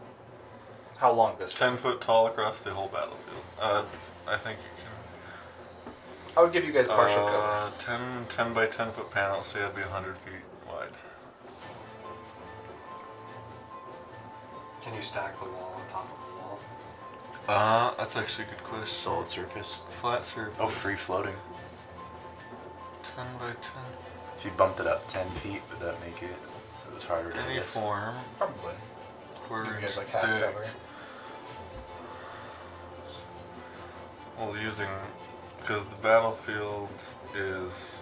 S1: How long this?
S2: 10 foot tall across the whole battlefield. Uh, I think you can.
S1: I would give you guys partial cover.
S2: Uh, 10, 10 by 10 foot panel, so it'd be 100 feet wide.
S4: Can you stack the wall on top of the wall?
S2: Uh, that's actually a good question.
S3: Solid surface.
S2: Flat surface.
S3: Oh, free floating.
S2: 10 by 10.
S3: If you bumped it up 10 feet, would that make it so it was harder to
S2: Any
S3: hit us?
S2: form.
S1: Probably.
S2: Quarter
S1: You guys
S2: inch
S1: like half
S2: thick.
S1: cover.
S2: Well, using. Because the battlefield is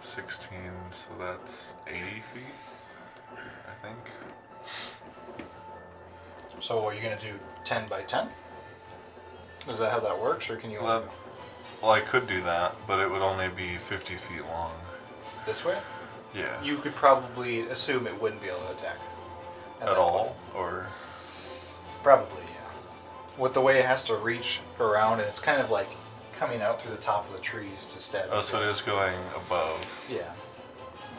S2: 16, so that's 80 feet, I think.
S1: So are you gonna do ten by ten? Is that how that works, or can you
S2: Well,
S1: only go
S2: well, I could do that, but it would only be 50 feet long.
S1: this way?
S2: Yeah.
S1: You could probably assume it wouldn't be able to attack
S2: At
S1: that point.
S2: all? Or.
S1: Probably, yeah. With the way it has to reach around, and it's kind of like coming out through the top of the trees to stab.
S2: Oh,
S1: you
S2: so it
S1: guys.
S2: is going above.
S1: Yeah.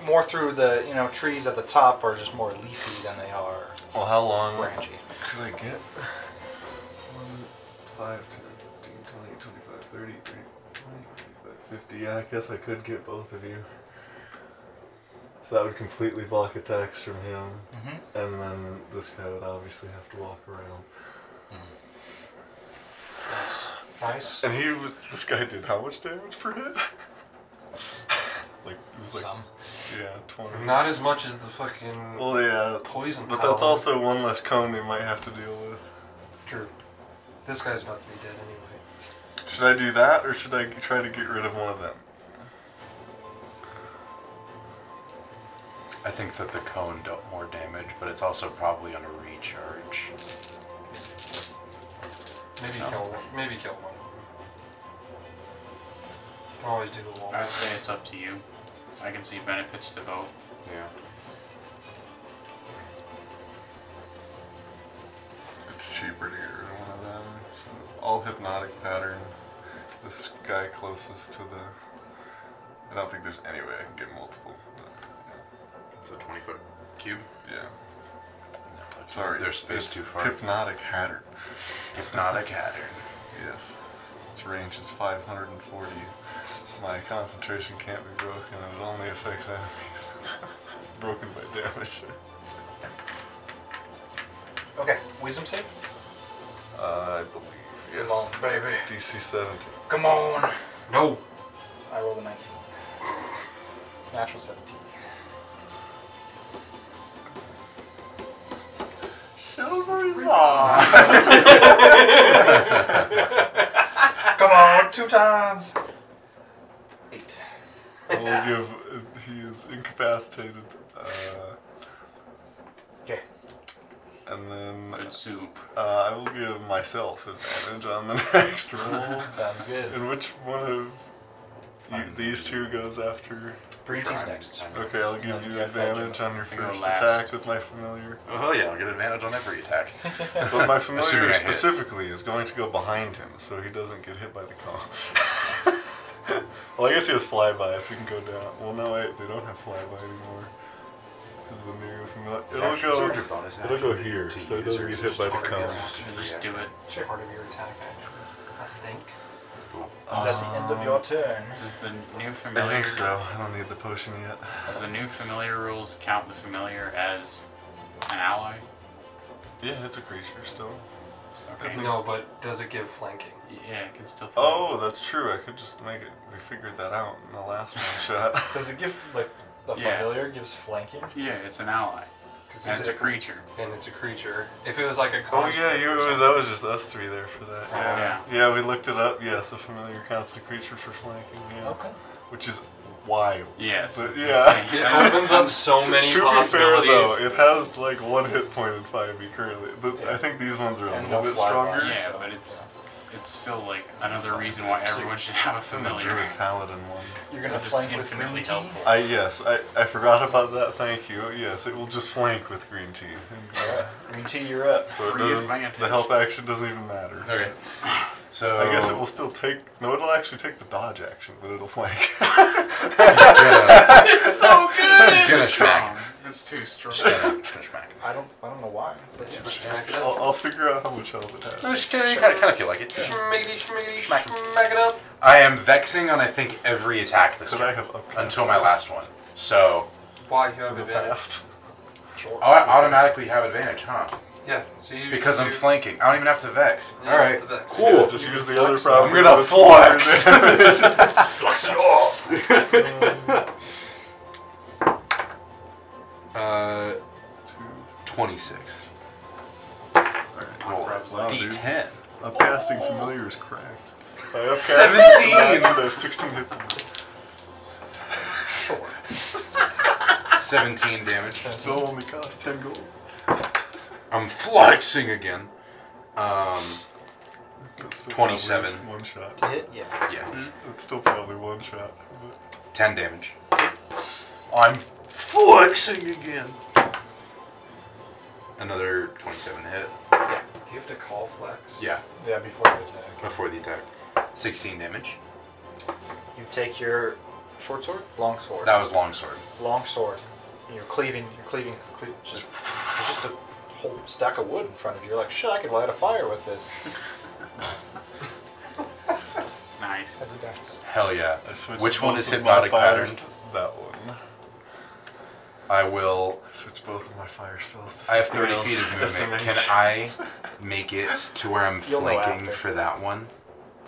S1: More through the you know trees at the top are just more leafy than they are
S2: Well, how long
S1: branchy.
S2: could I get? 1, 5, 10, 15, 20, 25, 30, 30, 25, 50. Yeah, I guess I could get both of you. So that would completely block attacks from him.
S1: Mm-hmm.
S2: And then this guy would obviously have to walk around.
S4: Nice. Nice.
S2: And he, w- this guy did how much damage per hit? <laughs> like, it was like,
S1: Some.
S2: yeah, 20.
S4: Not as much as the fucking
S2: well, yeah.
S4: poison
S2: But that's
S4: column.
S2: also one less cone we might have to deal with.
S4: True. This guy's about to be dead anyway.
S2: Should I do that, or should I g- try to get rid of one of them?
S3: I think that the cone dealt more damage, but it's also probably on a recharge.
S4: Maybe
S3: No.
S4: kill one. Maybe kill one. of them. Can always do the wall.
S5: I'd say it's up to you. I can see benefits to both.
S3: Yeah.
S2: It's cheaper to get rid of one of them. So all hypnotic pattern. This guy closest to the. I don't think there's any way I can get multiple. but,
S3: It's a 20 foot cube.
S2: yeah. Sorry.
S3: There's space
S2: it's
S3: too far.
S2: Hypnotic Hatter.
S3: Hypnotic Hatter.
S2: Yes. Its range is <laughs> 540. My concentration can't be broken, and it only affects enemies. <laughs> broken by damage.
S1: Okay, wisdom save.
S2: Uh, I believe. Yes.
S1: Come on, baby.
S2: DC 17.
S1: Come on.
S4: No.
S1: I rolled a 19. Natural 17. Silver loss. Come on, two times. Eight.
S2: We'll give. He is incapacitated. Uh,
S1: Okay.
S2: and then
S5: Good soup.
S2: uh, I will give myself advantage on the <laughs> next roll.
S1: Sounds good.
S2: And which one of you, these two goes after?
S1: Brunity's
S3: I'm-
S1: next.
S3: I'm-
S2: Okay, I'll give you advantage on your
S5: I go
S2: first
S5: last.
S2: attack with my <laughs> familiar.
S3: Oh, hell yeah, I'll get advantage on every <laughs> attack.
S2: But my
S3: Assuming I
S2: familiar
S3: hit.
S2: specifically is going to go behind him, so he doesn't get hit by the comp. <laughs> well, I guess he has flyby, so he can go down. Well, no, wait, they don't have flyby anymore. Because the new familiar.
S3: It's
S2: It'll
S3: action surge or
S2: go.
S3: bonus
S2: it'll go
S3: action
S2: here,
S3: to
S2: so it doesn't
S3: users.
S2: get hit by the
S3: Target
S2: cover.
S3: is free
S5: Just do
S3: action.
S5: it.
S1: It's part of your attack, actually. I think.
S3: Cool.
S1: Is that the end of your turn?
S5: Does the new familiar?
S2: I think so. I don't need the potion yet.
S5: Does the new familiar rules count the familiar as an ally?
S2: Yeah, it's a creature still.
S5: Okay.
S4: No, but does it give flanking?
S5: Yeah, it can still. Fly.
S2: Oh, that's true. I could just make it. We figured that out in the last one <laughs> shot.
S1: Does it give, like, the
S5: Yeah.
S1: familiar gives flanking?
S5: Yeah, it's an ally.
S4: 'Cause
S5: And
S4: is
S5: it's a
S4: it-
S5: creature.
S4: And it's a creature. If it was like a
S2: Oh
S4: construct,
S2: yeah, you,
S4: or
S2: it was,
S4: something-
S2: that was just us three there for that.
S5: Oh,
S2: Yeah. yeah, we looked it up. Yes, a familiar constant creature for flanking. Yeah,
S1: Okay.
S2: which is wild.
S5: Yes.
S2: But
S5: it's
S2: yeah.
S5: insane.
S4: It opens up so
S2: To-
S4: many
S2: to be fair
S4: possibilities.
S2: though, it has like one hit point in five E currently, but I think these ones are a
S1: And
S2: little
S1: no
S2: bit
S1: fly
S2: stronger.
S1: by.
S5: Yeah, but it's it's still like another reason why everyone should have a
S2: It's in the
S5: familiar.
S2: druid paladin one.
S1: You're gonna
S5: Just
S1: flank with
S5: infinitely
S1: Brunity?
S5: helpful.
S2: I yes, I, I forgot about that. Thank you. Yes, it will just flank with green tea. And, uh,
S1: Green tea, you're up.
S2: so it
S5: Free
S2: doesn't-
S5: advantage.
S2: the help action doesn't even matter.
S3: Okay. So.
S2: I guess it will still take. No, it'll actually take the dodge action, but it'll flank.
S5: It's so good.
S3: It's gonna
S5: strong. It's too strong.
S1: I don't, I don't know why. But
S4: Smack
S2: <laughs>
S4: it
S2: I'll,
S4: up.
S2: I'll figure out how much health it has.
S3: Just kidding. Kind of, kind of feel like it.
S4: Schmiggity, schmiggity, smack it up.
S3: I am vexing on I think every attack this
S2: Could I
S3: turn
S2: have upcast
S3: until my last one. So
S4: Why you have
S2: in the
S4: advantage?
S2: past?
S3: I automatically have advantage, huh?
S4: Yeah. So you
S3: Because I'm
S4: you-
S3: flanking. I don't even have to vex.
S4: You don't
S3: All right.
S4: have to vex.
S3: Cool.
S2: Yeah, just use the other
S3: I'm
S2: problem.
S3: gonna
S2: That's more
S3: flex.
S2: advantage.
S3: <laughs> flex it off. <laughs> uh, twenty-six. Roll it.
S2: Wow, dude.
S3: D10.
S2: Upcasting familiar is cracked. I upcast
S3: 17.
S2: and a 16 hit point.
S1: Sure.
S3: Seventeen damage.
S2: Still only cost 10 gold.
S3: I'm flexing again. Um,
S2: That's still
S3: 27.
S2: probably One shot.
S1: To hit? Yeah.
S3: yeah,
S2: That's still probably one shot. But
S3: ten damage. I'm flexing again. Another twenty-seven hit.
S4: Do you have to call flex?
S3: Yeah,
S1: Yeah, before the attack.
S3: before the attack. Sixteen damage.
S1: You take your short sword, long sword,
S3: That was longsword.
S1: long sword. And you're cleaving, you're cleaving, cle- just, there's just a whole stack of wood in front of you. You're like, shit, I could light a fire with this.
S5: Nice.
S1: As it dies.
S3: Hell yeah.
S2: I switched
S3: Which one
S2: both
S3: is
S2: of my
S3: hypnotic
S2: fires-
S3: patterned?
S2: That one.
S3: I will.
S2: I switched both of my fire spells. to
S3: I have
S2: something
S3: 30
S2: else.
S3: feet of
S2: That's
S3: movement. Can
S2: amazing.
S3: I
S2: <laughs>
S3: make it to where I'm
S1: You'll know
S3: flanking
S1: after.
S3: for that one?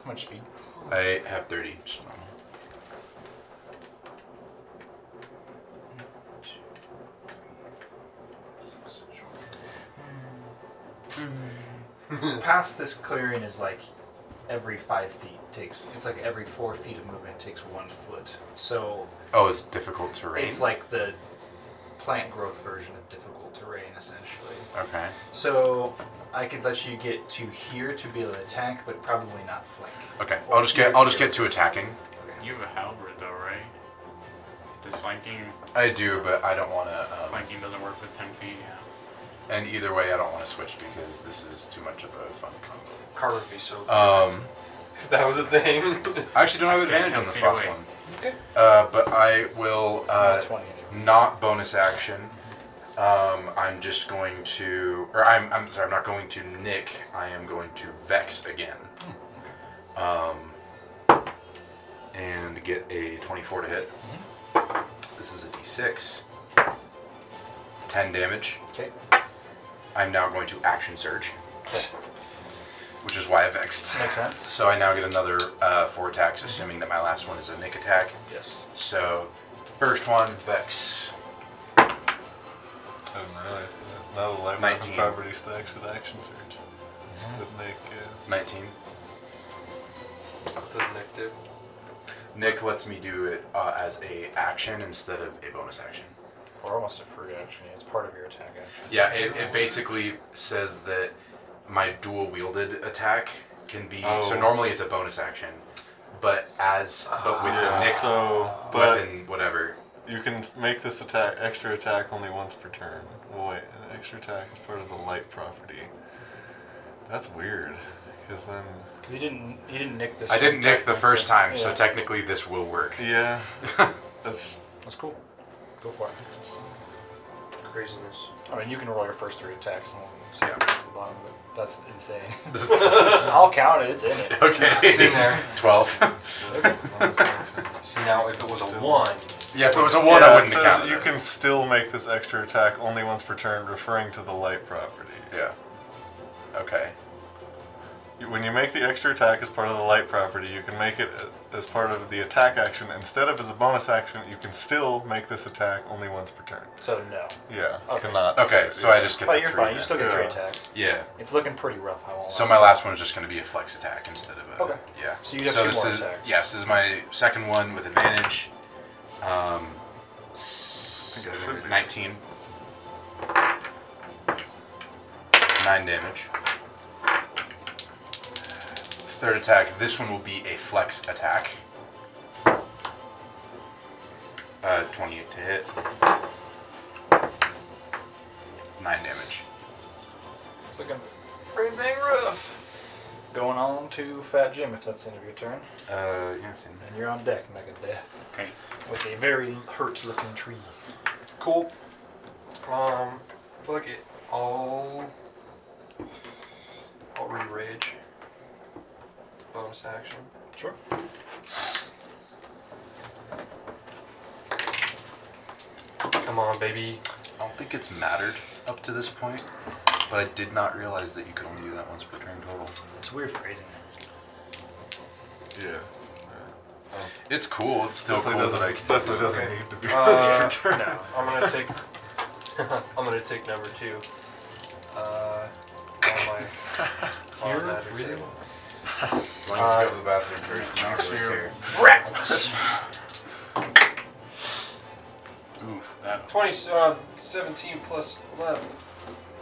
S1: How much speed?
S3: I have 30. just normal.
S1: Hmm. Past this clearing is like every five feet takes. It's like every four feet of movement takes one foot. So
S3: Oh, it's difficult terrain.
S1: It's like the plant growth version of difficult terrain, essentially.
S3: okay.
S1: So I could let you get to here to be able to attack, but probably not flank.
S3: Okay. I'll just get. I'll just get to attacking.
S5: You have a halberd though, right? Does flanking
S3: I do, but I don't want to. Um,
S5: flanking doesn't work with ten feet? Yeah.
S3: and either way, I don't want to switch because this is too much of a fun combo.
S4: Car would be so.
S3: Um,
S4: if that was a thing.
S3: I actually don't have
S5: I stay
S3: advantage on
S5: 10
S3: this
S5: feet
S3: last
S5: away.
S3: one.
S1: Okay.
S3: Uh, but I will uh,
S1: Not 20 anyway.
S3: not bonus action. Um, I'm just going to, or I'm, I'm sorry, I'm not going to Nick. I am going to Vex again.
S1: Hmm.
S3: Um, and get a 24 to hit.
S1: Mm-hmm.
S3: This is a d6. 10 damage.
S1: Okay.
S3: I'm now going to action surge,
S1: Okay.
S3: which is why I vexed.
S1: Makes sense.
S3: So I now get another uh, four attacks, assuming that my last one is a Nick attack.
S1: Yes.
S3: So, first one, Vex.
S2: I didn't realize that. Now Oh, the life
S3: 19.
S2: property stacks with action search.
S3: Mm-hmm.
S2: With Nick, yeah.
S3: 19.
S4: what does Nick do?
S3: Nick lets me do it uh, as a action instead of a bonus action.
S1: Or almost a free action. Yeah, it's part of your attack action.
S3: Yeah, it, it basically says that my dual wielded attack can be. So
S2: Oh.
S3: normally it's a bonus action, but as but with the
S4: Ah.
S3: Nick
S2: so, but
S3: weapon, whatever.
S2: you can make this attack extra attack only once per turn. Well, wait, an extra attack is part of the light property. That's weird, because then
S1: Because he didn't. He didn't nick this.
S3: I didn't Nick the first time, so
S1: Yeah.
S3: technically this will
S2: <laughs>
S3: work. <laughs>
S2: yeah, that's
S1: That's cool. Go for it.
S4: Craziness.
S1: I mean, you can roll your first three attacks and we'll see
S3: Yeah.
S1: if we get to the bottom of it. That's insane. <laughs> I'll count it. It's in <laughs> it.
S3: <laughs> okay.
S4: It's in there.
S3: Twelve. <laughs>
S2: bonus action.
S4: See now, if it was a
S2: Still-
S4: one,
S3: yeah, if it was a one,
S2: Yeah,
S3: I
S2: it
S3: wouldn't have
S2: says
S3: counted.
S2: You
S3: it.
S2: can still make this extra attack only once per turn, referring to the light property.
S3: Yeah. Okay.
S2: You- When you make the extra attack as part of the light property, you can make it uh, as part of the attack action instead of as a bonus action. You can still make this attack only once per turn.
S1: So no.
S2: Yeah, you
S1: Okay.
S2: cannot.
S3: Okay, so I just get.
S1: But
S3: the
S1: you're
S3: three
S1: fine. You
S3: then.
S1: still get three
S2: Yeah.
S1: attacks.
S3: Yeah.
S1: It's looking pretty rough. I won't
S3: So
S1: lie.
S3: my last one's just going to be a flex attack instead of a.
S1: Okay.
S3: Yeah.
S1: So you'd have two
S3: this
S1: more
S3: is,
S1: attacks.
S3: Yes, this is my second one with advantage. Um, s-
S2: I think it should be.
S3: nineteen. Nine damage. Third attack. This one will be a flex attack. Uh, twenty-eight to hit. Nine damage.
S1: It's looking
S4: pretty dang rough.
S1: going on to Fat Jim if that's the end of your turn,
S3: Uh, yeah, it's in there.
S1: and you're on deck, Mega Death,
S5: Okay.
S1: with a very hurt-looking tree.
S4: Cool. Um, fuck it. I'll. I'll re-rage. Bonus action.
S1: Sure.
S4: Come on, baby.
S3: I don't think it's mattered up to this point, but I did not realize that you could only do that once per turn total.
S1: It's weird phrasing.
S2: Yeah.
S3: It's cool. It's still
S2: Definitely
S3: cool
S2: doesn't,
S3: that I can.
S2: definitely
S3: do
S2: doesn't
S3: that.
S2: need to be
S4: Uh,
S2: <laughs> once per turn.
S4: no, I'm gonna take. <laughs> I'm gonna take number two. Uh, on my. on that example.
S3: As long as you go to the bathroom first, I don't really care.
S5: Ooh, that.
S4: 20, uh, 17 plus 11.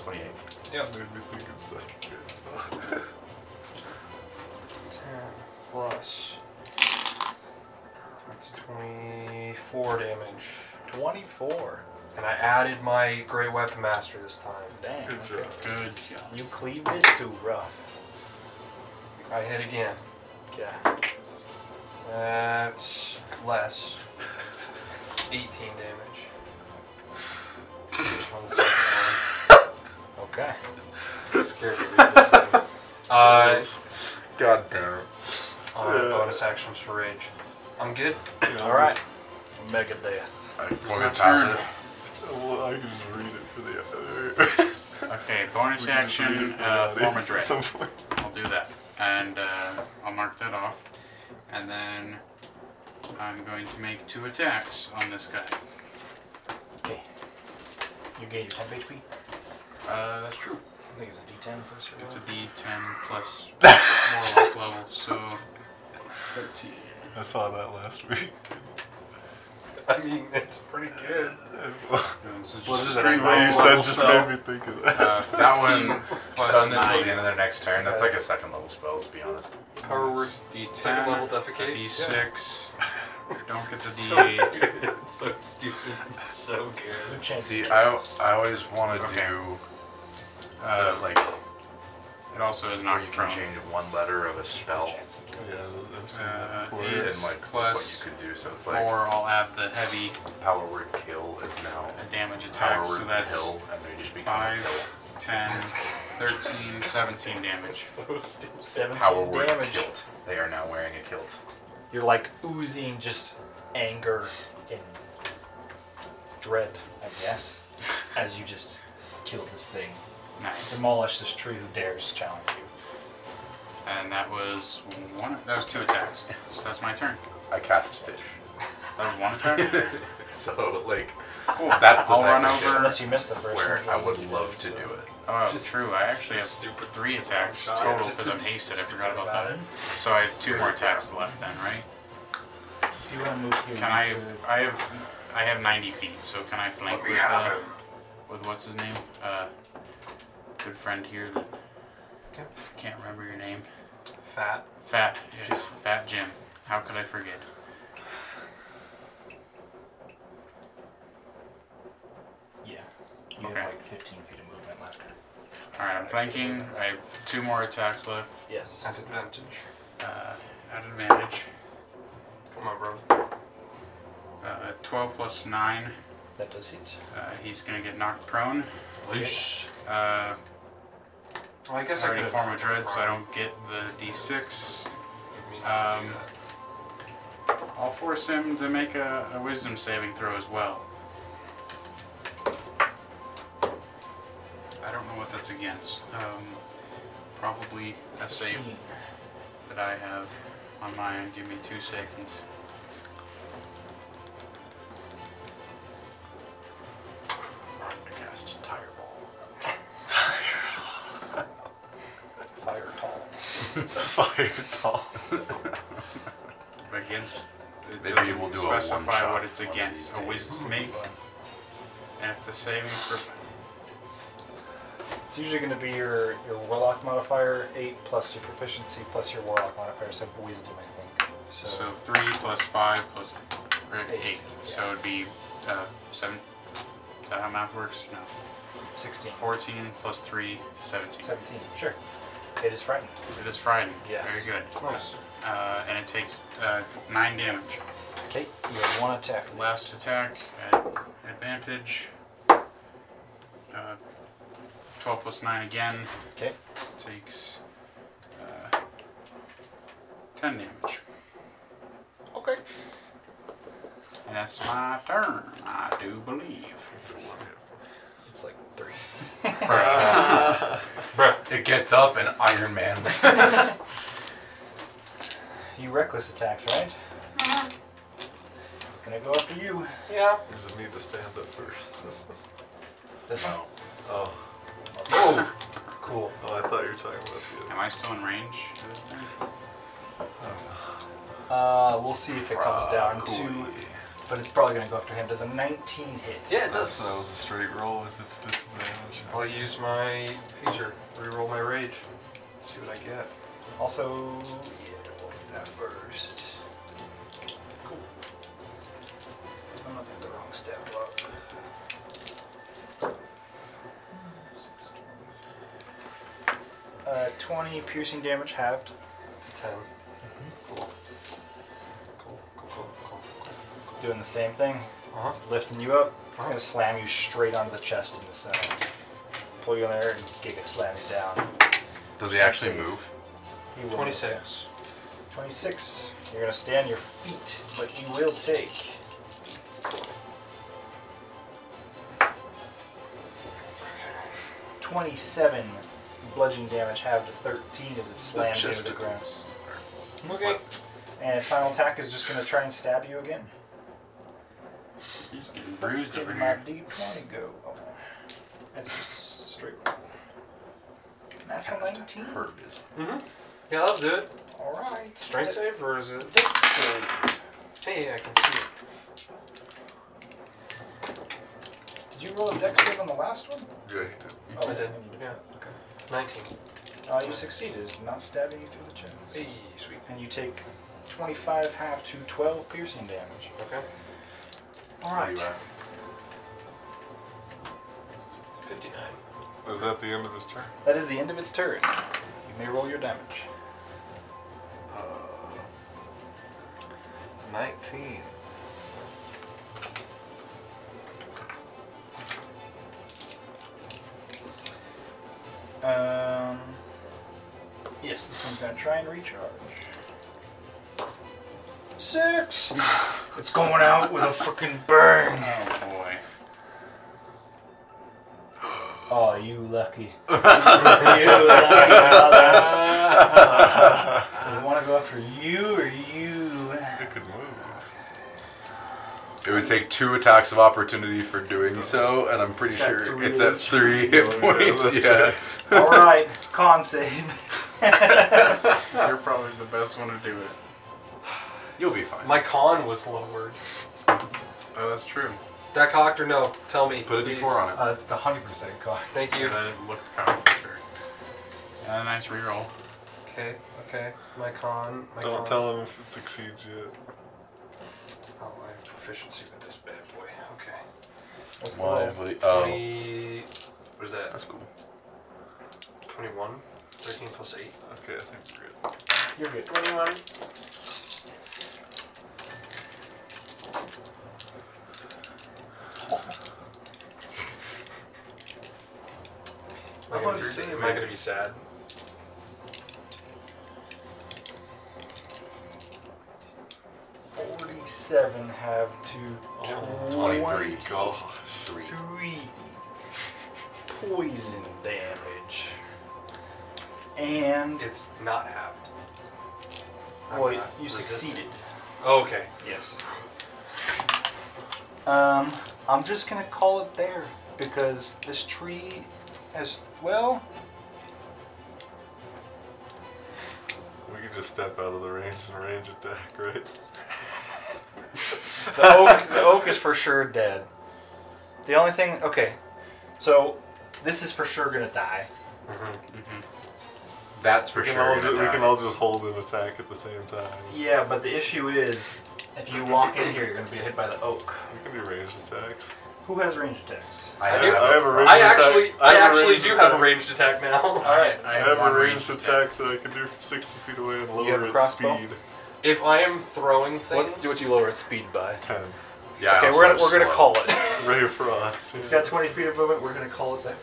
S3: 28.
S4: Yep.
S2: Made me think of something as well.
S4: 10 plus. That's 24 damage.
S1: Twenty-four.
S4: And I added my Great Weapon Master this time.
S1: Dang.
S2: Good
S1: okay.
S2: job.
S5: Good job.
S1: You cleaved it to rough.
S4: I hit again.
S1: Yeah.
S4: That's less. 18 damage. On the second one.
S1: Okay.
S4: Scared me with this
S5: <laughs>
S4: thing. Uh,
S3: God damn.
S4: I'll have bonus actions for rage. I'm good. <laughs>
S1: All right. Mega Death.
S3: I want me to pass it.
S2: <laughs> Well, I can just read it for the other.
S5: Okay,
S2: We
S5: bonus
S2: can just read
S5: action,
S2: it for the
S5: uh, form a
S2: audience at
S5: <laughs>
S2: <laughs>
S5: threat.
S2: some point.
S5: I'll do that. And uh, I'll mark that off. And then I'm going to make two attacks on this guy.
S1: Okay. You gave your temp HP.
S5: Uh, that's true.
S1: I think it's a D10 first. or
S5: It's a
S1: whatever.
S5: D10 <laughs> plus warlock level, so 13.
S2: I saw that last <laughs> week.
S4: I mean, it's pretty good.
S5: This is
S4: What
S5: just
S4: is
S5: a
S4: it,
S5: straight
S4: a
S2: What you
S5: roll.
S2: said
S4: level
S2: just
S4: spell?
S2: made me think of that. <laughs>
S5: Uh,
S3: That
S5: 15
S3: one
S5: <laughs> plus
S3: stunned until the
S5: 9.
S3: end of their next turn. That's like a second level spell, to be honest.
S4: Power word.
S5: D10.
S4: Second level defecate.
S5: D6. <laughs> Don't get the D8.
S4: it's so stupid. It's so good.
S1: Chances.
S3: See, I, I always want to
S5: Okay.
S3: do uh,
S5: Uh,
S3: like
S5: it also
S3: where
S5: is not
S3: you can
S5: prone.
S3: change one letter of a spell
S2: Yeah, I've seen
S5: Uh,
S2: that before.
S5: eight.
S3: and like
S5: Plus
S3: what you can do. So it's
S5: Four.
S3: like
S5: I'll add the heavy
S3: power word kill is now
S5: uh, damage attack,
S3: power
S5: so
S3: word
S5: that's
S3: kill, and they just become a
S5: five,
S3: kill.
S5: 10, 13, 17 damage.
S4: So stupid.
S3: Power
S1: 17
S3: word
S1: damage.
S3: kilt. They are now wearing a kilt.
S1: You're like oozing just anger and dread, I
S3: <laughs>
S1: guess, as you just kill this thing,
S5: Nice.
S1: demolish this tree who dares challenge you.
S5: And that was one. That was two attacks. So that's my turn.
S3: I cast fish. <laughs>
S5: That was one attack.
S3: So like
S5: Cool.
S3: That's the
S5: I'll
S3: type
S5: run
S3: of shit.
S5: over.
S1: Unless you missed the first
S3: where
S1: one.
S3: I would love to do it.
S2: <laughs>
S5: Oh,
S4: Just-
S5: true. I actually have
S4: just stupid.
S5: three attacks
S4: Yeah,
S5: total
S4: just
S5: because I'm
S4: to be
S5: hasted. I
S4: stupid
S5: forgot about
S4: about
S5: that. So I have two more attacks left then, right?
S1: If you want to move here,
S5: Can I? I have, I have 90 feet. So can I flank with, uh, with what's his name? Uh, good friend here that
S4: Yep.
S5: can't remember your name.
S4: Fat.
S5: Fat, yes, Fat Jim. How could I forget?
S1: Yeah. You
S5: Okay.
S1: have like 15 feet of movement left.
S5: All right, I'm flanking. I have two more attacks left
S1: Yes.
S4: At advantage.
S5: uh, at advantage.
S4: Come on, bro.
S5: Uh, 12 plus 9.
S1: That does hit.
S5: Uh, he's gonna get knocked prone.
S4: Leash.
S5: Uh,
S4: Well, I guess
S5: I
S4: I
S5: already
S4: could
S5: form a dread, so I don't get the d6.
S4: Um,
S5: Um, I'll force him to make a, a wisdom saving throw as well. I don't know what that's against. Um, probably a save that I have on my end. Give me two seconds.
S3: I'm gonna cast Tireball.
S1: Fire tall.
S2: Fire tall.
S5: Against. It
S3: Maybe
S5: doesn't
S3: we'll do a
S5: specify
S3: one-shot
S5: what it's
S3: one of
S5: against.
S3: these
S5: A wisdom make. And if the saving for
S1: It's usually going to be your, your warlock modifier, 8 plus your proficiency plus your warlock modifier, so wisdom, I think. So,
S5: So three plus five plus or
S1: Eight.
S5: eight. So it'd be uh, seven. Is that how math works? No.
S1: 16.
S5: Fourteen plus three, seventeen.
S1: 17. Sure. It is frightened.
S5: It is Friday.
S1: Yes.
S5: Very good.
S1: Close.
S5: Uh, and it takes uh, f- nine damage.
S1: Okay, you have one attack left.
S5: Last attack at advantage. Uh, Twelve plus nine again
S1: Okay,
S5: takes uh, ten damage.
S3: Okay.
S5: And that's my turn. I do believe.
S3: It's a one
S1: it's like
S2: <laughs>
S1: three.
S3: hit. It gets up and
S2: <laughs>
S3: Iron Man's.
S1: You reckless attacked, right? It's gonna go after you.
S4: yeah.
S2: Does it need to stand up first? <laughs>
S1: This one.
S2: oh,
S1: Oh, cool.
S2: oh, I thought you were talking about the
S5: Am I still in range? of this thing?
S1: Uh, we'll see if it comes down
S3: Cool.
S1: to, but it's probably gonna go after him. Does a 19 hit?
S4: Yeah, it
S2: other.
S4: does.
S2: So that was a straight roll with its disadvantage.
S4: I'll use my pager. Reroll my rage. See what I get.
S1: Also, yeah, we'll do that first. Cool. I'm looking at the wrong step up. Uh, 20 piercing damage halved.
S4: It's a 10. Mm-hmm. Cool. Cool, cool, cool, cool, cool.
S1: Doing the same thing.
S4: cool. Uh-huh.
S1: It's lifting you up. It's gonna slam you straight onto the chest in the center. Pull you in there and giga slam you down.
S3: Does he actually move?
S1: You will-
S4: 26.
S1: 26. You're gonna stay on your feet, but you will take. Twenty-seven bludgeoning damage halved to thirteen as it slams you to the ground.
S4: Okay.
S1: And its final attack is just gonna try and stab you again.
S5: You're just getting bruised
S1: Did
S5: over
S1: my
S5: here.
S1: D20 go? Oh, that's just a s- straight roll. Natural
S3: Cast
S1: 19.
S3: Purpose.
S4: Yeah, that'll do it.
S1: All right.
S4: Strength Mm-hmm. save or is it?
S1: Dex save.
S4: Hey, I can see it.
S1: Did you roll a dex save on the last one?
S3: Good.
S1: Oh,
S4: I did.
S1: you did.
S4: Yeah. Okay. 19.
S1: Uh, you succeeded, not stabbing you to the chest.
S4: Hey, sweet.
S1: And you take 25 half to 12 piercing damage.
S4: Okay.
S1: All
S3: You,
S1: right.
S3: uh,
S4: 59.
S2: Is that the end of his turn?
S1: That is the end of its turn. You may roll your damage. Uh,
S2: 19.
S1: Um, yes, this one's gonna try and recharge. Six. it's going out with a fucking burn.
S5: Oh boy.
S1: Oh, you lucky. you <laughs> lucky <laughs> brothers. Does it want to go after you or <laughs> you?
S2: It could move.
S3: It would take two attacks of opportunity for doing so, and I'm pretty
S1: It's got
S3: sure
S1: three
S3: it's at
S1: each.
S3: three hit
S2: Oh, yeah, <laughs>
S3: points.
S2: that's
S3: Yeah.
S1: All right, con save.
S5: You're probably the best one to do it.
S3: You'll be fine.
S4: My con was lowered.
S5: Oh, that's true.
S4: That cocked or no? Tell me.
S3: Put a
S4: please.
S3: d4 on it.
S1: Uh, it's the hundred percent con.
S4: Thank you.
S5: Yeah, that looked kind of sure. And a nice reroll.
S4: Okay, okay. My con. My
S2: Don't
S4: con.
S2: tell him if it succeeds yet.
S4: Oh, I have proficiency with this bad boy. Okay.
S1: What's the
S3: Why
S1: level?
S3: would- Oh,
S4: 20. What is that?
S3: that's cool.
S4: 21? 13 plus 8.
S2: Okay, I think we're good.
S1: You're good.
S4: 21. Am I, gonna
S1: wanted
S4: be,
S1: to see
S4: sa- am
S1: him.
S4: I gonna be sad?
S1: Forty-seven have to
S2: Oh,
S3: 23.
S2: Gosh.
S3: Three.
S1: three poison damage. And
S4: It's not halved. I'm
S1: well,
S4: not
S1: you
S4: resistant.
S1: succeeded.
S4: Oh, Okay.
S1: Yes. Um, I'm just gonna call it there because this tree, as well,
S2: We could just step out of the range and range attack, right?
S1: the oak, the oak is for sure dead. The only thing, okay, so this is for sure gonna die.
S3: That's for
S2: We can,
S3: sure.
S2: all
S3: gonna
S2: just, we
S3: die.
S2: can all just hold an attack at the same time.
S1: Yeah, but the issue is, if you walk in here, you're gonna be hit by the oak.
S2: We can do ranged attacks.
S1: Who has range attacks?
S3: I
S2: I have, I have a ranged
S4: I
S2: attack.
S4: actually,
S2: I,
S4: I
S2: have a
S4: actually
S2: ranged
S4: do
S2: attack.
S4: have a ranged attack now.
S5: Alright,
S2: I have a ranged attack, that I can do from 60 feet away and
S1: have a
S2: lower its
S1: crossbow?
S2: speed.
S4: <laughs> If I am throwing things,
S1: you lower its speed by?
S2: 10.
S3: Yeah, I
S1: Okay,
S3: also
S1: we're gonna,
S3: have
S1: we're gonna
S3: slow.
S1: call it.
S2: Ray of Frost.
S1: <laughs> It's got 20 feet of movement. We're gonna call it there.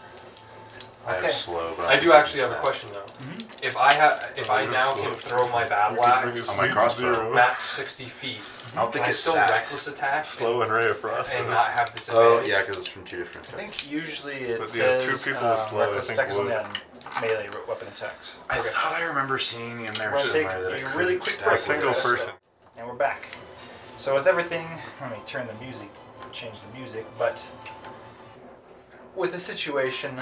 S3: I
S1: Okay.
S3: have slow, but
S4: I do actually have a
S3: snap.
S4: question though.
S2: Mm-hmm.
S4: If I have, if I
S2: Oh,
S4: now
S2: slow.
S4: can throw my battle
S2: You can bring
S4: axe
S2: his
S3: On my
S2: speed to
S3: crossbow.
S2: zero.
S4: max sixty feet,
S3: I don't
S4: can
S3: think
S4: I
S3: it's
S4: still
S3: stacks.
S4: reckless attack
S2: Slow and Ray of Frost.
S4: and
S2: is.
S4: not have this
S3: Oh
S4: advantage?
S3: yeah, because it's from two different.
S1: I
S3: Attacks.
S1: think usually it
S2: But yeah,
S1: says
S2: two people
S1: um,
S2: with slow, I
S1: reckless
S2: think,
S1: attacks only
S2: would.
S1: on melee ro- weapon attacks.
S3: I thought I remember seeing in there
S1: We're gonna take
S3: somewhere that
S1: a
S3: I couldn't
S1: really quick
S3: stack
S1: break.
S3: with
S2: Single
S3: this.
S2: person.
S1: And we're back. So with everything, let me turn the music, change the music. But with the situation,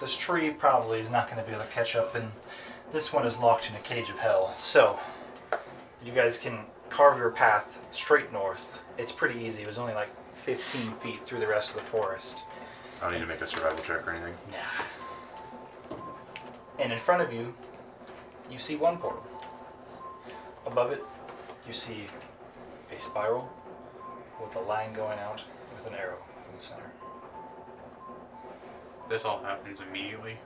S1: this tree probably is not going to be able to catch up, and this one is locked in a cage of hell. So you guys can carve your path straight north. It's pretty easy. It was only like 15 feet through the rest of the forest.
S3: I don't need to make a survival check or anything.
S1: Nah. And in front of you, you see one portal. Above it, you see a spiral with a line going out with an arrow from the center.
S5: This all happens immediately,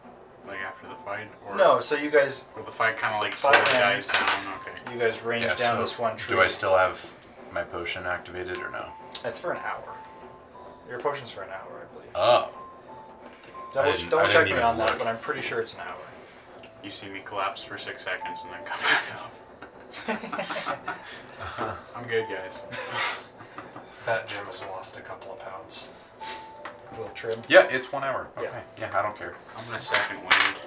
S5: like after the fight, or
S1: No, so you guys,
S5: or the fight kind of like
S1: Fight
S5: slowly
S1: ends.
S5: dies down. Okay.
S1: you guys range
S3: Yeah,
S1: down
S3: so
S1: this one tree.
S3: Do I still have my potion activated or no?
S1: That's for an hour. Your potion's for an hour, I believe.
S3: Oh,
S1: Double,
S3: didn't- I
S1: double
S3: didn't
S1: check me
S3: even
S1: on that,
S3: look.
S1: but I'm pretty sure it's an hour.
S5: You see me collapse for six seconds and then come back up. I'm good, guys.
S4: Fat Jim has lost a couple of pounds.
S1: A little trim.
S3: yeah, it's one hour.
S1: Yeah.
S3: Okay, yeah, I don't care.
S5: I'm gonna second wind.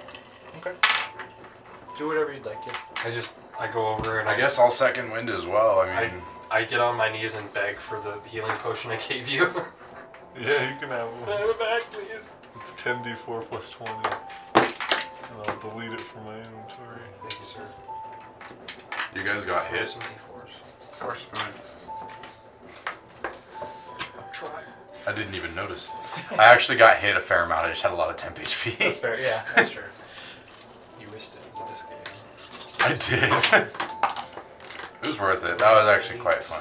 S1: Okay. Do whatever you'd like. Yeah.
S4: I just, I go over and I,
S3: I guess I'll second wind as well. I
S4: I,
S3: mean,
S4: I get on my knees and beg for the healing potion I gave you. <laughs>
S2: Yeah, you can have one.
S4: Have it back, please.
S2: It's 10d4 plus 20. And I'll delete it from my inventory. <laughs>
S4: Thank you, sir.
S3: you guys got
S4: Here's
S3: hit.
S4: some d4s.
S5: Force wind.
S1: Try.
S3: I didn't
S1: <laughs>
S3: even notice. I actually got hit a fair amount. I just had a lot of temp
S1: That's <laughs>
S3: HP.
S1: fair. Yeah,
S3: <laughs>
S1: that's true. You risked it for this game.
S3: I did. it was was worth it. That was actually quite fun.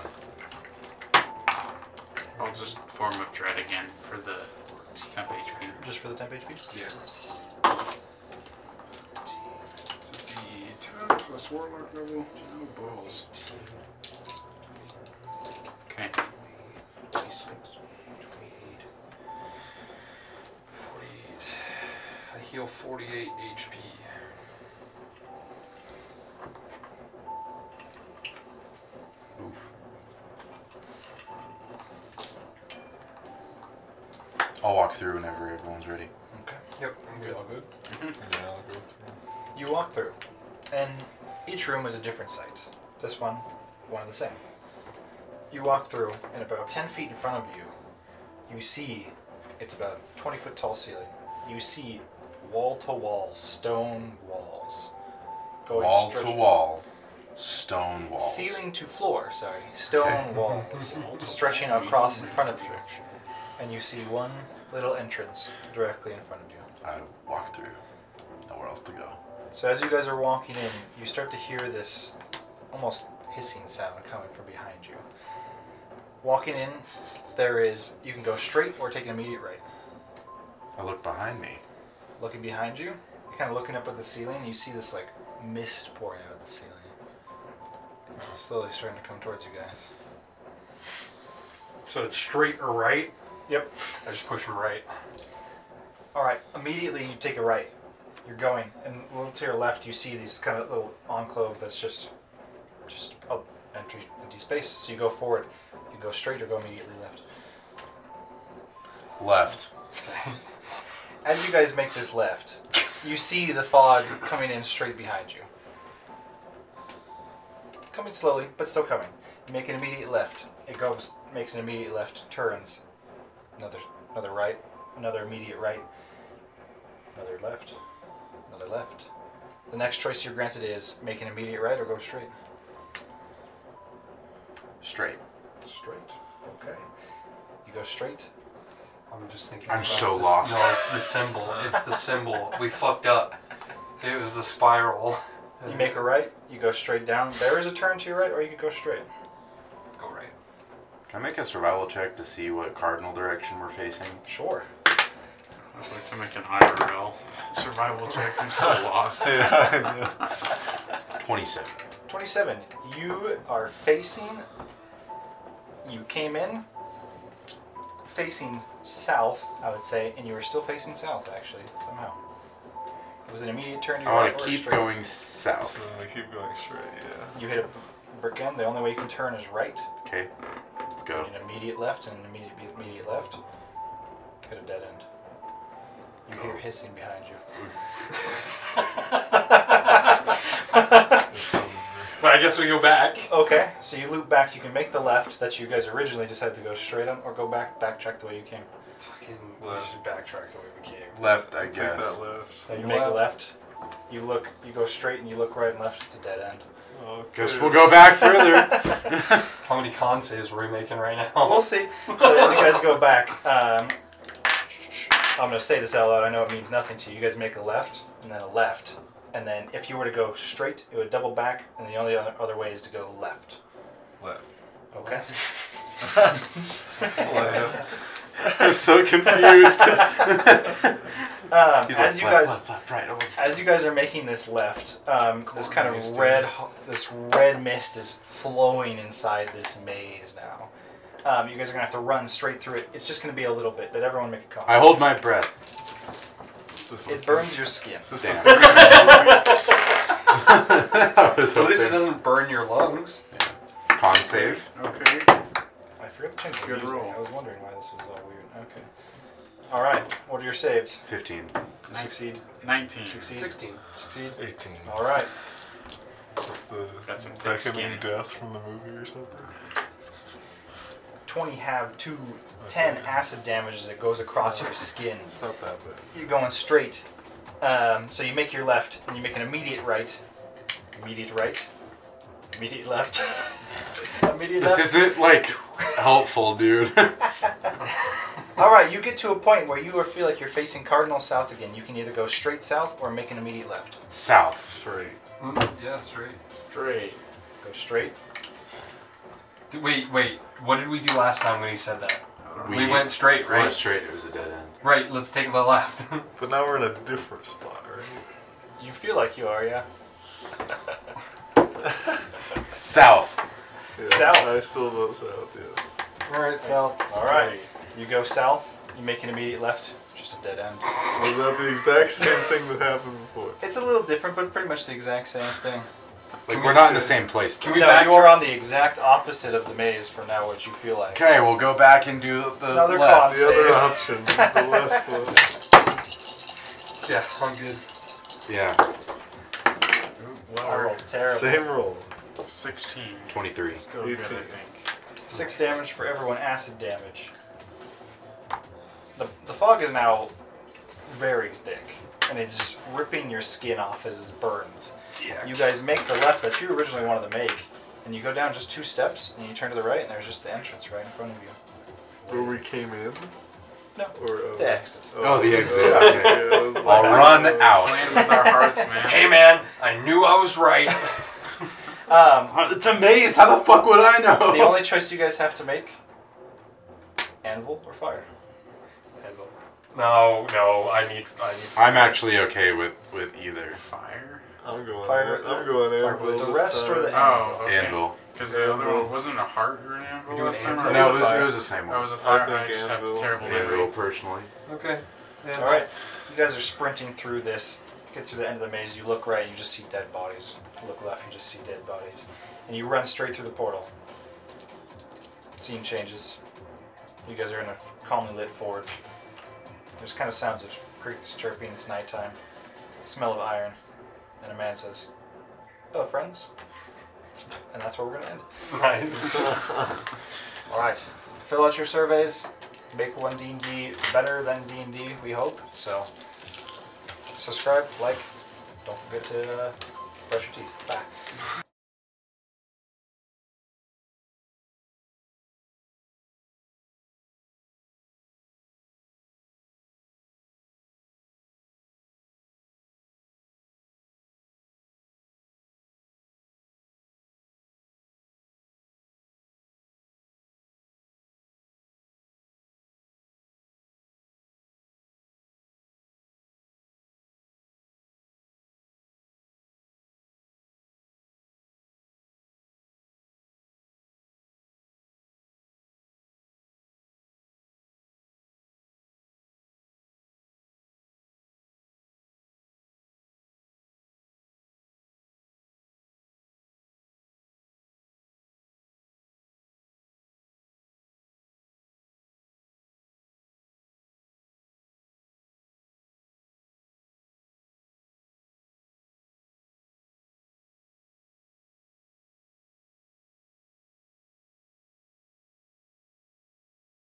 S5: I'll just form of dread again for the temp HP.
S1: Just for the temp HP?
S5: Yeah. It's a D10 plus warlock level. No balls. Okay.
S4: I heal 48 HP.
S3: I'll walk through whenever everyone's ready.
S1: Okay.
S4: Yep, I'm
S2: We
S4: good.
S2: all good? Yeah, I'll go through.
S1: You walk through, and each room is a different site. This one, one of the same. You walk through, and about 10 feet in front of you, you see it's about 20 foot tall ceiling. You see wall to wall stone walls. going
S3: Wall to
S1: stretch-
S3: wall, stone walls.
S1: Ceiling to floor, sorry. Stone
S3: <laughs> Okay.
S1: walls stretching across in front of you. And you see one little entrance directly in front of you.
S3: I walk through. Nowhere else to go.
S1: So as you guys are walking in, you start to hear this almost hissing sound coming from behind you. Walking in, there is you can go straight or take an immediate right.
S3: I look behind me.
S1: Looking behind you, you're kind of looking up at the ceiling. You see this like mist pouring out of the ceiling, It's slowly starting to come towards you guys.
S4: So it's straight or right?
S1: Yep.
S4: I just push right.
S1: All right. Immediately you take a right. You're going, and a little to your left, you see these kind of little enclave that's just, just a empty, empty space. So you go forward. You go straight or go immediately left.
S3: Left.
S1: As you guys make this left, you see the fog coming in straight behind you. Coming slowly, but still coming. You make an immediate left. It goes, makes an immediate left, turns. Another, another right, another immediate right, another left, another left. The next choice you're granted is make an immediate right or go straight.
S3: Straight.
S1: Straight. Okay. You go straight.
S4: I'm just thinking.
S3: I'm
S4: about
S3: so
S4: this-
S3: lost.
S4: No, it's the symbol. It's the symbol. We fucked up. It was the spiral.
S1: You make a right. You go straight down. There is a turn to your right, or you could go straight.
S4: Go right.
S3: Can I make a survival check to see what cardinal direction we're facing?
S1: Sure.
S5: I'd like to make an IRL survival check.
S1: <laughs>
S5: I'm so lost.
S2: Yeah, I know.
S3: 27.
S1: 27. You are facing. You came in facing south, I would say, and you were still facing south, actually, somehow. It was an immediate turn to your
S3: I
S1: right
S3: want
S1: or
S3: to keep
S1: straight.
S3: going
S2: So
S3: south.
S2: then I keep going straight, yeah.
S1: You hit a brick end. The only way you can turn is right.
S3: Okay. Let's go.
S1: An immediate left and an immediate, immediate left. Hit a dead end. You hear
S3: Go.
S1: hissing behind you. <laughs>
S3: <laughs>
S2: That sounds very-
S4: But I guess we go back.
S1: Okay, so you loop back. You can make the left that you guys originally decided to go straight on, or go back, backtrack the way you came.
S4: Fucking. We
S2: Left.
S4: should backtrack the way we came.
S3: Left, I
S2: Take that
S3: guess.
S2: left.
S1: So you
S4: You
S1: make a
S4: left.
S1: left. You look. You go straight, and you look right and left. It's a dead end.
S2: Okay.
S3: Guess we'll go
S1: <laughs>
S3: back further.
S4: How many con saves were we making right now?
S1: We'll see. So as you guys <laughs> go back, um, I'm gonna say this out loud. I know it means nothing to you. You guys make a left, and then a left, and then if you were to go straight, it would double back, and the only other, other way is to go left.
S2: Left.
S1: Okay.
S2: Left.
S3: I'm so
S1: <laughs>
S3: confused.
S1: Um,
S3: He's
S1: as
S3: like,
S1: you
S3: left,
S1: guys
S3: left, left, right. over.
S1: As you guys are making this left, um, this kind
S4: Corn
S1: of
S4: maze,
S1: red,
S4: dude.
S1: ho- this red mist is flowing inside this maze now. Um, you guys are gonna have to run straight through it. It's just gonna be a little bit, but everyone make a call.
S3: I hold my breath.
S2: Just
S1: It
S2: looking-
S1: burns your skin.
S2: Just
S3: Damn.
S2: looking-
S3: I was
S4: At least it
S3: hoping.
S4: doesn't burn your lungs.
S3: Con save.
S5: Okay.
S1: I forgot to change the
S5: Good
S1: music.
S5: roll.
S1: I was wondering why this was all weird. Okay. All right. What are your saves?
S3: 15.
S1: You succeed.
S5: 19.
S1: Succeed.
S4: 16.
S1: Succeed.
S2: 18.
S1: All right.
S2: That's the
S5: Got some thick
S2: beckoning
S5: skin.
S2: death from the movie or something.
S1: Twenty have two, ten acid damage as it goes across your skin.
S2: It's not that bad.
S1: You're going straight. Um, so you make your left, and you make an immediate right. Immediate right. Immediate left. <laughs> immediate
S3: This
S1: left.
S3: isn't like helpful, dude. <laughs>
S1: All right, you get to a point where you are- feel like you're facing cardinal south again. You can either go straight south or make an immediate left.
S3: South.
S2: Straight.
S4: Mm, yeah, straight.
S5: Straight.
S1: Go straight,
S4: D- Wait, wait. What did we do last time when he said that? We,
S3: We-
S4: went straight, right?
S3: Right straight, it was a dead end.
S4: Right. Let's take the left. <laughs>
S2: But now we're in a different spot, right?
S1: You feel like you are, yeah.
S3: South.
S2: Yeah,
S1: South.
S2: I still vote south, yes.
S4: All right.
S1: South. All right. You go south. You make an immediate left. Just a dead end.
S2: Was that the exact same thing that happened before?
S1: It's a little different, but pretty much the exact same thing.
S3: Like we're not in the same place.
S4: Can
S3: Though.
S4: we
S1: No,
S4: back
S1: you are on the exact opposite of the maze for now. What you feel like?
S3: Okay, we'll go back and do the
S1: Another
S2: The
S3: left.
S1: Save.
S2: other option, the left one.
S4: Yeah, I'm good.
S3: Yeah,
S1: I
S5: Well,
S1: rolled terrible.
S2: Same roll.
S5: 16.
S3: twenty-three.
S5: Still good, I
S2: 18.
S5: think.
S1: Six damage for everyone. Acid damage. The the fog is now very thick, and it's ripping your skin off as it burns.
S3: Yeah.
S1: You guys make the left that you originally wanted to make, and you go down just two steps, and you turn to the right, and there's just the entrance right in front of you.
S2: Where we came in?
S1: No.
S2: Or, oh.
S1: The exit.
S3: Oh, the exit.
S2: Oh,
S3: Okay.
S2: yeah, it was
S3: I'll
S2: like-
S3: run
S2: uh,
S3: out.
S5: <laughs> Playing with our hearts,
S4: <laughs>
S5: man.
S4: Hey man, I knew I was <laughs> right.
S1: Um,
S3: It's a maze. How the fuck would I know?
S1: the only choice you guys have to make: anvil or fire.
S4: Handle. No, no, I need, I need.
S3: I'm actually okay with with either
S5: Fire?
S2: I'm going.
S1: Fire-
S2: in- I'm going
S1: fire
S2: anvil.
S1: blades. The
S2: this
S1: rest or
S2: time.
S1: the-
S5: Oh, okay.
S3: anvil.
S5: Because the other one wasn't a heart or an
S4: We
S5: anvil
S4: do
S5: last
S4: an
S5: time?
S4: anvil.
S5: or
S3: No, it
S5: a
S3: was,
S5: fire?
S3: it was the same
S5: That
S3: one.
S5: was a fire,
S2: think
S5: I just have
S2: anvil.
S5: terrible
S3: Anvil,
S5: memory.
S3: personally.
S4: Okay. Yeah.
S1: All right, you guys are sprinting through this. Get to the end of the maze. You look right, you just see dead bodies. You look left, you just see dead bodies, and you run straight through the portal. Scene changes. You guys are in a calmly lit forge. There's kind of sounds of creaks chirping. It's nighttime. Smell of iron, and a man says, "Hello, friends." And that's where we're gonna end.
S4: <laughs> Nice.
S1: All right. Fill out your surveys. Make one D&D better than D&D, we hope. So subscribe, like, don't forget to uh, brush your teeth. Bye.